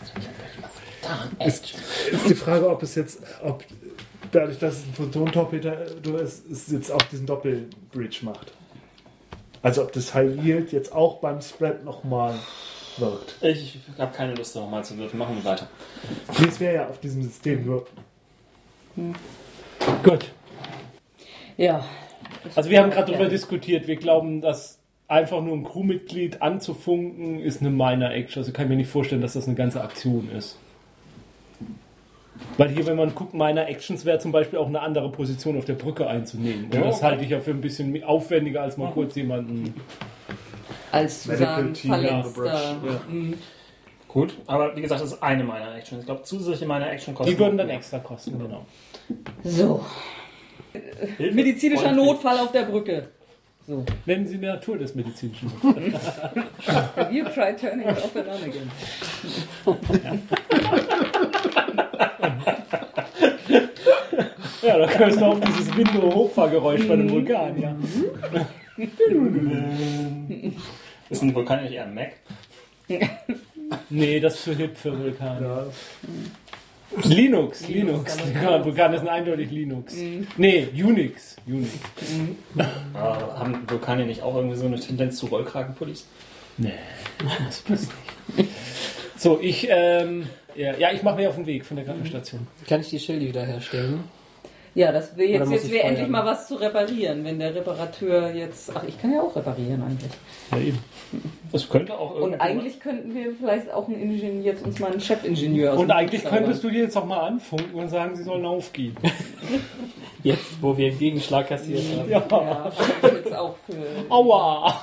B: Ich hab euch was getan. Echt.
H: Ist die Frage, ob es jetzt, ob dadurch, dass es ein Photon-Torpedo ist, es jetzt auch diesen Doppel-Breach macht. Also ob das High Yield jetzt auch beim Spread nochmal wirkt.
B: Ich habe keine Lust, nochmal zu würfeln. Machen wir weiter.
H: Nee, es wäre ja auf diesem System nur.
F: Gut.
C: Ja.
F: Also wir haben gerade
C: Ja.
F: darüber diskutiert. Wir glauben, dass einfach nur ein Crewmitglied anzufunken ist eine Minor Action. Also kann ich mir nicht vorstellen, dass das eine ganze Aktion ist. Weil hier, wenn man guckt, Minor Actions wäre zum Beispiel auch eine andere Position auf der Brücke einzunehmen. Und das halte ich ja für ein bisschen aufwendiger, als mal kurz jemanden.
C: Als zu sagen, verletzter.
B: Gut, aber wie gesagt, das ist eine meiner Action. Ich glaube, zusätzliche meiner Action kosten.
F: Die würden dann extra kosten, genau.
C: So.
B: Hilfe.
C: Medizinischer
B: Und-
C: Notfall auf der Brücke.
F: Nennen Sie die Natur des medizinischen.
C: Have you tried turning it off and on again?
F: ja, da kommst du auf dieses Window-Hochfahrgeräusch bei einem Vulkan, ja.
B: Ist ein Vulkan nicht eher ein Mac?
F: Nee, das ist zu hip für Vulkan. Linux, Linux. Ja, Vulkan ist ein eindeutig Linux. Nee, Unix. Unix.
B: Äh, haben Vulkane nicht auch irgendwie so eine Tendenz zu Rollkragenpullis?
F: Das passt nicht. So, ich, ähm, ja, ja, ich mache mich auf den Weg von der Krankenstation.
D: Kann ich die Schilde wiederherstellen?
C: Ja, das wäre jetzt,
D: muss
C: jetzt
D: ich
C: wär
D: feuern?
C: endlich mal was zu reparieren, wenn der Reparateur jetzt. Ach, ich kann ja auch reparieren eigentlich.
F: Ja, eben.
B: Das könnte auch irgendwie.
C: Und eigentlich könnten wir vielleicht auch einen Ingenieur, jetzt uns mal einen Chefingenieur aus
F: Und
C: dem
F: eigentlich
C: Zaubern.
F: könntest du dir jetzt auch mal anfunken und sagen, sie sollen aufgehen.
D: Jetzt, wo wir einen Gegenschlag kassiert haben.
F: Ja.
C: Ja, fand ich jetzt auch für.
F: <laughs> <laughs> Aua!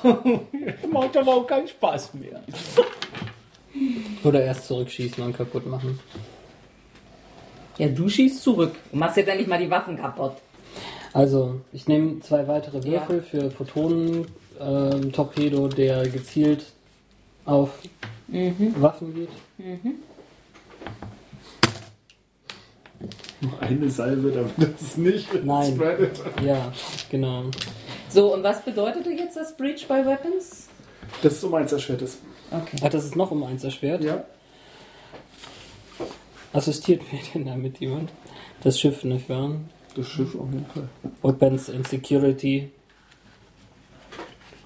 F: Macht aber auch keinen Spaß mehr.
D: Oder erst zurückschießen und kaputt machen.
C: Ja, du schießt zurück. Du machst jetzt endlich mal die Waffen kaputt.
D: Also, ich nehme zwei weitere Würfel für Photonen, ähm, Torpedo, der gezielt auf
C: Mhm.
D: Waffen geht.
Q: Nur eine Salve, damit das nicht
D: Nein.
Q: spreadet.
D: Ja, genau.
C: So, und was bedeutete jetzt das Breach by Weapons?
Q: Das ist um eins erschwert ist.
C: Okay.
D: Ach, das ist noch um eins erschwert.
Q: Ja.
D: Assistiert mir denn damit jemand? Das Schiff, nicht wahr?
Q: Das Schiff auf jeden Fall.
D: Weapons and Security.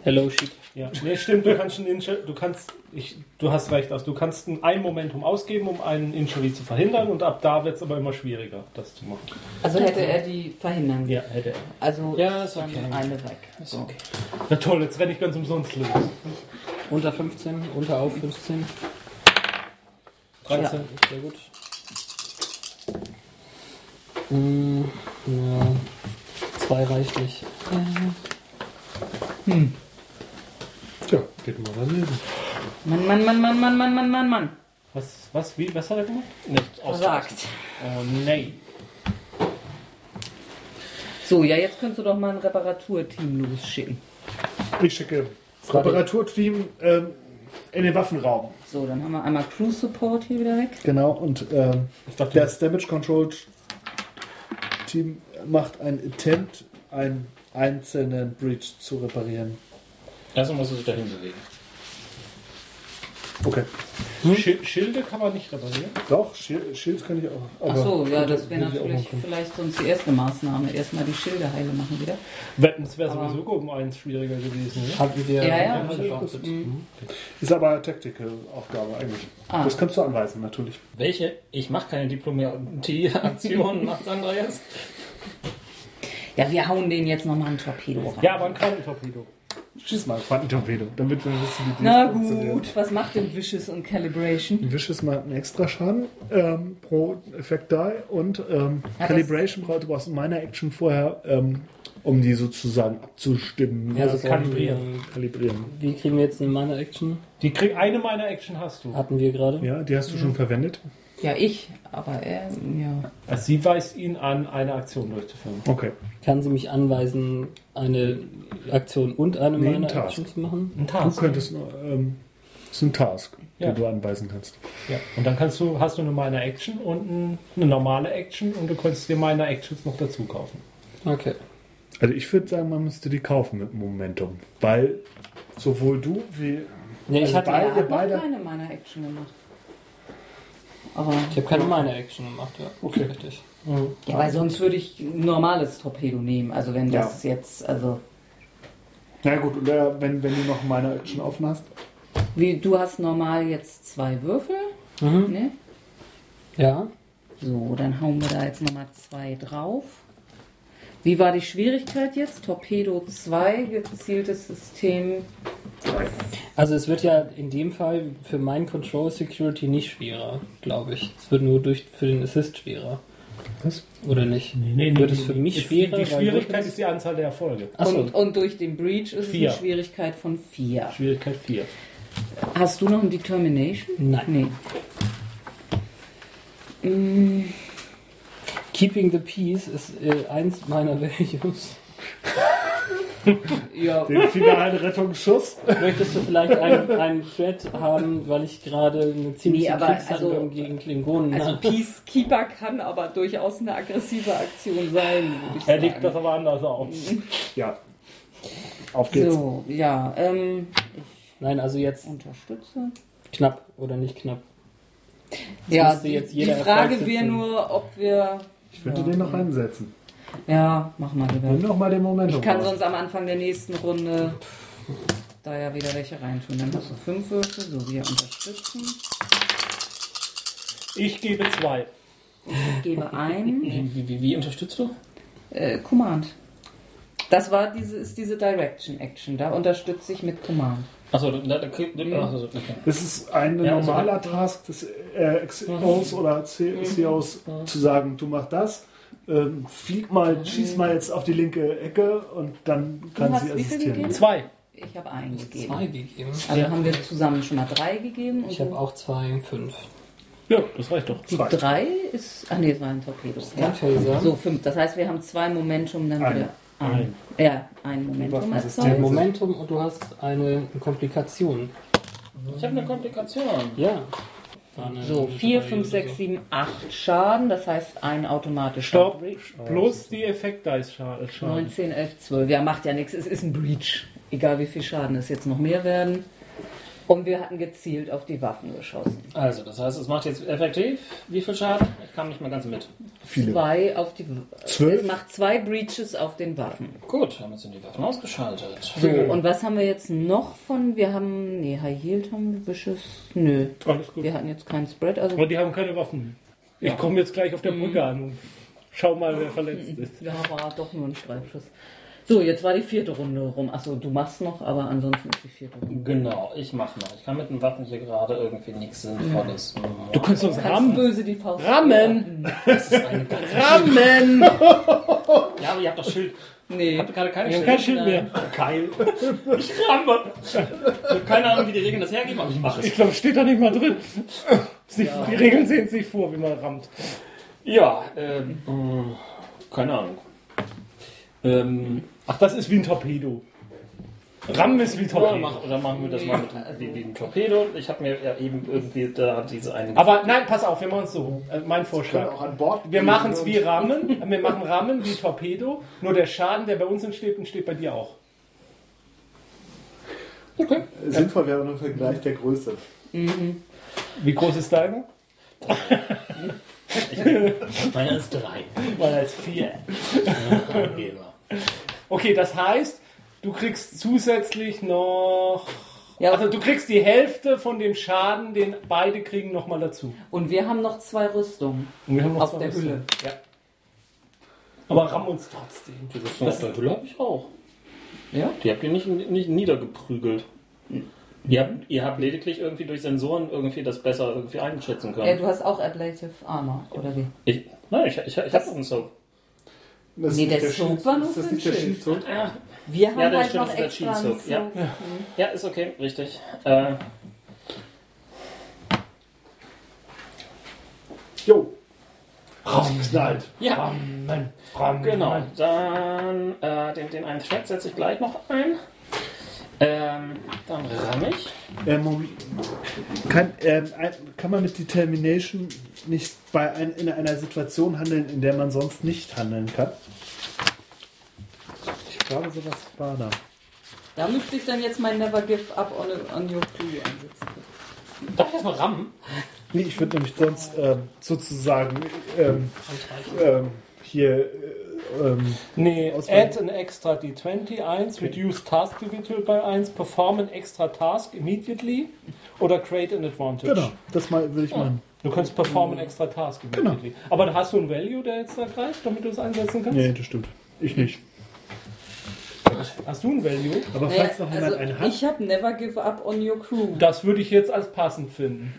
D: Hello, Sheep.
F: Ja, nee, stimmt, du kannst einen Injury, du kannst, ich, du hast recht, also du kannst ein- ein Momentum ausgeben, um einen Injury zu verhindern und ab da wird es aber immer schwieriger, das zu machen.
C: Also hätte er die verhindern.
F: Ja, hätte er.
C: Also
D: Ja, ist
C: dann
D: okay.
C: eine weg. So.
F: Na toll, jetzt renne ich ganz umsonst los.
D: Unter 15, unter auf 15.
F: 13.
D: Sehr gut. Mm, ja. Zwei reicht nicht.
H: Tja, geht mal daneben.
C: Mann, Mann, Mann, Mann, Mann, Mann, Mann, Mann, Mann.
F: Was, was, wie, was hat er gemacht?
B: nicht ausreichend.
C: Versagt.
F: Oh nein.
C: So, ja, jetzt könntest du doch mal ein Reparaturteam losschicken.
H: Ich schicke das
D: war die-
H: Reparaturteam ähm, in den Waffenraum.
C: So, dann haben wir einmal Cruise Support hier wieder weg.
H: Genau, und ähm,
F: Ich dachte,
H: das Damage Control Team macht einen Attempt, einen einzelnen Breach zu reparieren.
B: Erstmal musst du dich dahin bewegen.
H: Okay.
F: Schi- Schilde kann man nicht reparieren.
H: Doch, Shield- Shields kann ich auch.
C: Ach
H: aber-
C: so, ja, das wäre
H: Muss ich auch
C: natürlich
H: machen.
C: vielleicht sonst die erste Maßnahme. Erstmal die Schilde heile machen wieder.
F: Weapons wäre
C: Aber-
F: sowieso um eins schwieriger gewesen. Ne?
D: Hatten wir.
C: Ja, ja.
H: Ist aber Tactical-Aufgabe eigentlich.
C: Ah.
H: Das kannst du anweisen, natürlich.
B: Welche? Ich mache keine Diplomatie-Aktionen, macht Andreas.
C: Ja, wir hauen denen jetzt nochmal einen Torpedo rein.
F: Ja, aber ein Quantentorpedo.
H: Schieß mal Quantentorpedo, damit wir wissen, wie die
C: Na
H: funktioniert.
C: gut, was macht denn Wishes und Calibration?
H: Wishes macht einen extra Schaden ähm, pro Effekt die und ähm,
C: Ja,
H: Calibration braucht du brauchst in meiner Action vorher, ähm, um die sozusagen abzustimmen.
D: Ja, also
F: kalibrieren.
D: Wir,
H: Kalibrieren.
D: wie kriegen wir jetzt eine Mana Action?
F: Die krieg eine meiner Action hast du.
D: Hatten wir gerade.
H: Ja, die hast du schon verwendet.
C: Ja, ich, aber er, ja.
F: Also sie weist ihn an, eine Aktion durchzuführen.
H: Okay.
D: Kann sie mich anweisen, eine Aktion und eine
H: Nee,
D: Mana
H: einen Task.
D: Action zu machen?
F: Ein
H: Du
F: Task.
H: könntest nur, ähm,
M: ist ein Task,
F: Ja.
M: den du anweisen kannst.
F: Ja, und dann kannst du, hast du eine Minor Action und ein- eine normale Action und du kannst dir Minor Actions noch dazu kaufen.
D: Okay.
M: Also ich würde sagen, man müsste die kaufen mit Momentum, weil sowohl du wie
D: Nee, ich,
M: Also
D: hatte,
M: beide-
D: ja,
M: Ihr
C: Ich habe
M: beide-
C: keine meiner Action gemacht. Aber
D: ich habe keine meine Action gemacht, ja. Okay. Richtig.
C: ja, weil sonst würde ich ein normales Torpedo nehmen. Also wenn das jetzt, also
M: na gut, oder wenn, wenn du noch meine Action offen hast.
C: wie du hast normal jetzt zwei Würfel,
D: Mhm.
C: ne?
D: Ja.
C: So, dann hauen wir da jetzt nochmal zwei drauf. Wie war die Schwierigkeit jetzt? Torpedo 2, gezieltes System.
D: Also es wird ja in dem Fall für meinen Control Security nicht schwerer, glaube ich. Es wird nur durch für den Assist schwerer.
M: Was?
D: Oder nicht? Wird es für mich
F: Ist-
D: schwerer?
F: Die
D: weil
F: Schwierigkeit
D: Würfel-
F: ist die Anzahl der Erfolge.
D: Achso.
C: Und, und durch den Breach ist
F: Vier.
C: es eine Schwierigkeit von 4.
F: Schwierigkeit 4.
C: Hast du noch ein Determination?
D: Nein.
C: Nee. Mm,
D: Keeping the Peace ist äh, eins meiner <laughs> Values.
C: ja,
M: Den finalen Rettungsschuss.
D: Möchtest du vielleicht einen, einen Thread haben, weil ich gerade eine ziemliche
C: Nee, aber
D: Kriegshandlung
C: also-
D: gegen Klingonen
C: also
D: habe?
C: Peacekeeper kann aber durchaus eine aggressive Aktion sein. würde ich
F: Er legt das
C: sagen.
F: aber anders auf.
M: Ja. Auf geht's.
C: So, ja, ähm,
D: Nein, also jetzt
C: unterstütze.
D: knapp oder nicht knapp.
C: Ja,
D: müsste
C: die,
D: jetzt
C: die
D: jeder
C: Frage
D: Erfolg
C: wäre
D: sitzen.
C: nur, ob wir.
M: Ich würde den noch einsetzen.
C: Ja, mach mal lieber.
M: Nimm noch mal den Momentum.
C: Ich kann
M: raus.
C: sonst am Anfang der nächsten Runde da ja wieder welche reintun. Dann hast du fünf Würfel, so wir unterstützen.
F: Ich gebe 2.
C: Ich gebe ein.
B: Wie, wie, wie, wie unterstützt du?
C: Äh, Command. Das war diese, ist diese Direction Action. Da unterstütze ich mit Command.
B: Achso, da, da kriegt. Achso, okay.
M: Es ist ein
B: Ja, also-
M: normaler Task des äh, XOs
C: Mhm.
M: oder C- COs zu sagen, du mach das, ähm, flieg mal, schieß mal jetzt auf die linke Ecke und dann kann
C: hast
M: sie
C: wie viel gegeben?
M: assistieren.
F: 2.
C: Ich habe eingegeben.
D: Zwei gegeben.
C: Also haben wir zusammen schon mal drei gegeben. Und
D: Ich habe auch zwei, fünf.
F: Ja, das reicht doch.
C: die drei ist. Ach nee, es war ein Torpedo.
D: Ein Phaser.
C: So, fünf. Das heißt, wir haben zwei Momentum dann wieder. Ein. Ja, ein
D: Ein
C: Momentum erzeugt.
D: Momentum und du hast eine Komplikation.
B: Ich habe eine Komplikation.
D: Ja. War eine-
C: So, vier, fünf, sechs, sieben, acht Schaden. Das heißt, ein automatischer
F: Stopp.
C: Breach.
F: Plus die Effekt-Dice-Schaden.
C: 19, 11, 12. Ja, macht ja nichts. Es ist ein Breach. Egal wie viel Schaden es jetzt noch mehr werden. Und wir hatten gezielt auf die Waffen geschossen.
B: Also, das heißt, es macht jetzt effektiv wie viel Schaden? Ich kam nicht mal ganz mit.
C: Zwei auf die
M: Zwölf?
C: Es macht zwei Breaches auf den Waffen.
B: Gut, haben jetzt sind die Waffen ausgeschaltet.
C: So, und was haben wir jetzt noch von? Wir haben. Nee, High Yield haben wir Beschiss. Nö.
F: Alles gut.
C: Wir hatten jetzt keinen Spread. Also
F: Und die haben keine Waffen. Ich komme jetzt gleich auf der Brücke an und schau mal, wer verletzt ist.
C: Ja, war doch nur ein Streifschuss. So, jetzt war die vierte Runde rum. Achso, du machst noch, aber ansonsten ist die vierte Runde.
B: Genau, ich mache noch. Ich kann mit den Waffen hier gerade irgendwie nichts Sinnvolles machen.
F: Du kannst uns
C: Kannst
F: rammen.
C: böse die Faust.
F: Rammen!
B: Ja, aber ihr habt doch Schild.
C: Nee.
B: Habt ihr gerade keine
F: Ich
B: Schild?
F: habe kein Schild mehr.
B: Keil. <laughs> Ich ramme. Ich habe keine Ahnung, wie die Regeln das hergeben, aber ich mache
F: Ich
B: es.
F: glaube, steht da nicht mal drin. Sie, Die Regeln sehen es nicht vor, wie man rammt.
B: Ja, ähm, äh, keine Ahnung. Ähm,
F: Ach, das ist wie ein Torpedo. Rammen ist wie
B: oder,
F: Torpedo.
B: mach, oder machen wir das mal mit dem,
C: Also-
B: wie, wie dem Torpedo? Ich habe mir ja eben irgendwie da diese eine.
F: Aber nein, pass auf, wir machen es so. Äh, mein Vorschlag.
M: Auch an Bord.
F: Wir machen es wie Rahmen. Wir machen Rahmen wie Torpedo. Nur der Schaden, der bei uns entsteht, entsteht bei dir auch. Okay.
M: Sinnvoll wäre nur ein Vergleich der Größe.
F: Wie groß ist deiner?
B: meiner ist drei.
F: Meiner ist vier.
B: Angeber.
F: Okay, das heißt, du kriegst zusätzlich noch.
C: Ja.
F: Also du kriegst die Hälfte von dem Schaden, den beide kriegen, nochmal dazu.
C: Und wir haben noch zwei Rüstungen
F: Und wir haben noch
C: auf
F: zwei
C: der
F: Rüstungen.
C: Hülle.
F: Aber ramm uns trotzdem.
B: Die Rüstung auf der Hülle habe ich auch.
C: Ja?
B: Die habt ihr nicht, nicht niedergeprügelt. Ihr habt, ihr habt lediglich irgendwie durch Sensoren irgendwie das besser irgendwie einschätzen können.
C: Ja, Äh, du hast auch Ablative Armor, oder wie?
B: Ich, nein, ich, ich, ich habe
C: Das-
B: einen Soap.
M: Das
C: Nee,
M: ist
C: der
M: nicht
C: Soap
M: Schild-
C: war nur
M: ist
C: für
M: das
C: den
M: nicht der
C: Schild.
M: Schildzug?
C: Wir haben
B: Ja, das
C: halt
B: stimmt,
C: noch
B: das ist der
C: extra einen
B: Cheat-Soak, ja.
C: Soak.
B: Ja, ist okay, richtig. Äh,
M: Jo. Rausgeknallt.
B: ja,
F: Nein, ramm.
B: genau. Dann äh, den, den einen Thread setze ich gleich noch ein. Ähm, dann ramm ich.
H: Ähm, Moment. kann, ähm, ein- kann man mit Determination nicht bei ein, in einer Situation handeln, in der man sonst nicht handeln kann? Ich glaube, sowas war da.
C: Da müsste ich dann jetzt mein Never Give Up on, on Your Clue einsetzen.
B: Darf ich erstmal rammen?
H: Nee, ich würde nämlich sonst ähm, sozusagen ähm, ähm, hier äh, ähm,
F: Nee,
H: Auswahl.
F: add an extra D20, 1, reduce task individual by 1, perform an extra task immediately oder create an advantage.
H: genau, das mal würde ich machen.
F: Du kannst perform an extra task
H: Genau.
F: immediately. Aber dann hast du einen Value, der jetzt da greift, damit du es einsetzen kannst?
H: Nee, das stimmt. Ich nicht.
F: Hast du einen Value?
H: Aber
C: Naja, also
H: falls noch
F: also
H: jemand einen hat,
C: ich habe Never Give Up on Your Crew.
F: Das würde ich jetzt als passend finden.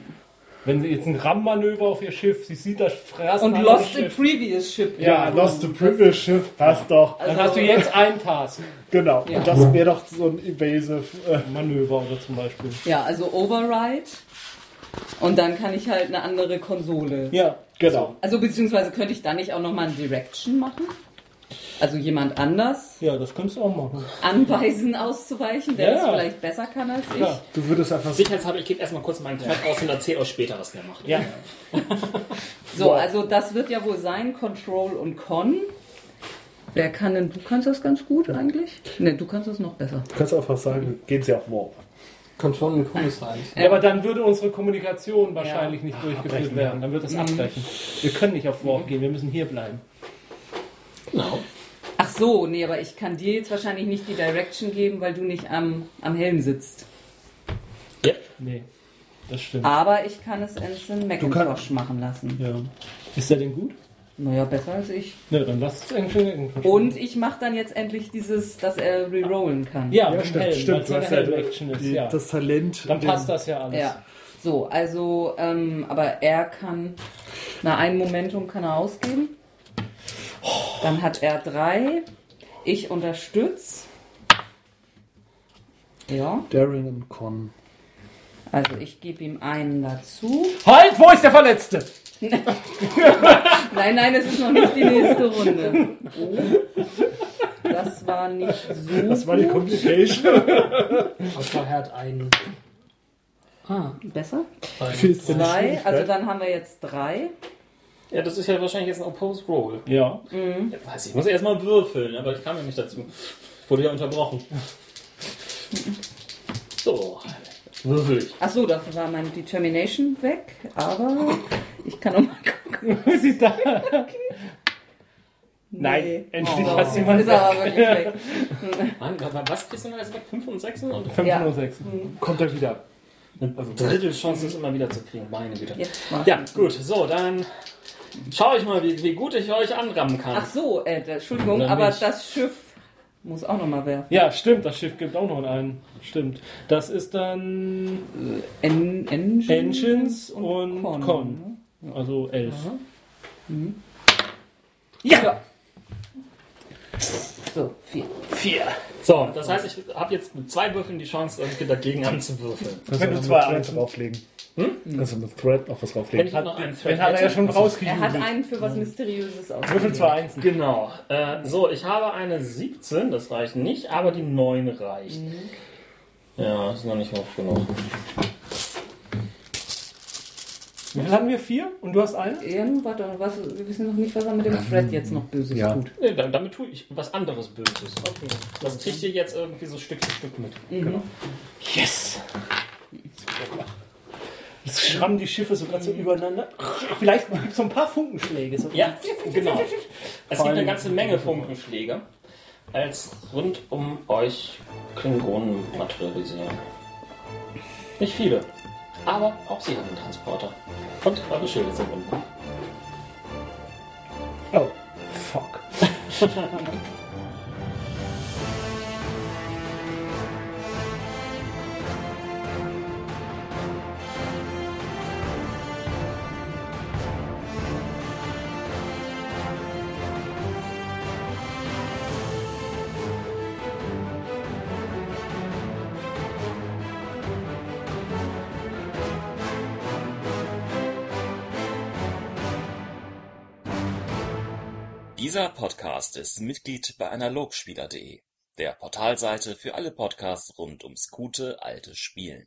F: Wenn sie jetzt ein Rammmanöver auf ihr Schiff, sie sieht das Frassen
C: Und Lost in Previous Ship.
H: ja, Lost the Privilege Schiff passt doch.
F: Dann hast du jetzt einen Task.
H: Genau.
C: Ja.
H: Und das wäre doch so ein evasive. Äh,
F: Manöver oder zum Beispiel.
C: Ja, also Override. Und dann kann ich halt eine andere Konsole.
F: Ja,
H: genau.
C: Also beziehungsweise könnte ich da nicht auch nochmal ein Direction machen? Also jemand anders
F: ja, das könntest du auch machen.
C: anweisen auszuweichen, der
F: Ja.
C: das vielleicht besser kann als ich.
F: Ja.
H: Du würdest einfach
B: Sicherheitshalber, ich gebe erstmal kurz meinen Knopf aus und erzähle euch später, was der macht.
F: Ja,
C: So, also das wird ja wohl sein, Control und Con. Wer kann denn, du kannst das ganz gut eigentlich? Ne, du kannst das noch besser.
H: Du kannst einfach sagen, gehen Sie auf Warp.
D: Control und Cool ist eins.
F: Ja, aber dann würde unsere Kommunikation wahrscheinlich nicht durchgeführt werden. Dann wird das abbrechen. Wir können nicht auf Warp gehen, wir müssen hier bleiben.
C: Ach so, nee, aber ich kann dir jetzt wahrscheinlich nicht die Direction geben, weil du nicht am, am Helm sitzt.
F: Nee, das stimmt.
C: Aber ich kann es Anson Macintosh machen lassen.
F: Ja. Ist der denn gut?
C: Naja, besser als ich.
F: Ne, dann lass es irgendwie.
C: Und ich mache dann jetzt endlich dieses, dass er rerollen kann.
F: Ja,
H: Ja,
F: mit
H: stimmt,
F: Helm,
H: stimmt,
F: weil
H: du
F: es
H: hast
F: ja
H: ja
F: eine Helm-Action ist.
H: Die,
F: Ja.
H: Das Talent.
F: Dann
H: den-
F: passt das ja alles.
C: Ja. So, also, ähm, aber er kann, na, ein Momentum kann er ausgeben. Dann hat er drei. Ich unterstütze. Ja,
H: Daring und Con.
C: also ich gebe ihm einen dazu.
F: Halt, wo ist der Verletzte?
C: Nein, nein, es ist noch nicht die nächste Runde. Oh. Das war nicht so.
H: Das war die
F: <laughs> Genau.
H: Complication.
D: Auswahl hat einen. Ah,
C: Besser?
H: Wie ist denn die
C: Zwei. Also
H: Schwierigkeit?
C: dann haben wir jetzt drei.
B: Ja, das ist ja wahrscheinlich jetzt ein Opposed Roll.
F: Ja.
B: Ja, weiß ich, ich muss erstmal würfeln, aber ich kam ja nicht dazu. Ich wurde ja unterbrochen. So, würfel ich.
C: Achso, dafür war meine Determination weg, aber ich kann auch mal gucken.
F: Sie da.
C: <laughs>
F: Nein,
C: Nee.
F: endlich
C: Oh,
F: hast du jemanden.
C: Ist aber wirklich weg.
B: Mann, grad mal, was kriegst du denn alles weg? 5 und 6 und
F: 5
C: Ja.
F: und 6.
H: Kommt er wieder.
B: eine Also Drittelchance, es immer wieder zu kriegen. Meine Güte.
C: Jetzt war's.
B: Ja, gut, so, dann schaue ich mal, wie, wie gut ich euch anrammen kann.
C: Ach so, äh, da- Entschuldigung,
B: Oder
C: aber
B: nicht.
C: das Schiff muss auch nochmal werfen.
F: Ja, stimmt, das Schiff gibt auch noch einen. Stimmt. Das ist dann
C: En Engine
F: Engines und,
C: Con.
F: Con. Also 11.
C: Ja. So, vier.
B: Vier. So, das heißt, ich habe jetzt mit zwei Würfeln die Chance, irgendwie dagegen anzuwürfeln.
H: Kannst
F: Wenn
H: du
F: du
H: zwei Hm?
F: zwei
H: Thread
F: Einsen-
H: drauflegen. Kannst du mit Thread noch was
B: Wenn
H: drauflegen.
B: ich noch einen
F: Den hat er ja schon
C: Er
F: rausgejubelt.
C: hat einen für was Mysteriöses aus.
F: Würfel 2 Einsen.
B: Genau. Äh, so, ich habe eine 17, das reicht nicht, aber die 9 reicht.
C: Mhm.
B: Ja, ist noch nicht hoch genug.
F: Wie viel haben wir? Vier? Und du hast eine?
C: Ja, nun, warte, was, wir wissen noch nicht, was er mit dem Thread jetzt noch böses
H: ja.
C: tut.
B: Nee, da- damit tue ich was anderes Böses. Okay. Das kriegt ihr jetzt irgendwie so Stück für Stück mit. Genau.
F: Yes! Jetzt schrammen die Schiffe sogar so übereinander. Vielleicht gibt es so ein paar Funkenschläge. So
B: Ja, genau. Es gibt eine
F: allem-
B: ganze Menge Funkenschläge, als rund um euch Klingonen materialisieren. Nicht viele, aber auch sie haben einen Transporter. Und eure Schilde sind unten.
F: Oh, fuck.
R: Dieser Podcast ist Mitglied bei analogspieler.de. der Portalseite für alle Podcasts rund ums gute alte Spielen.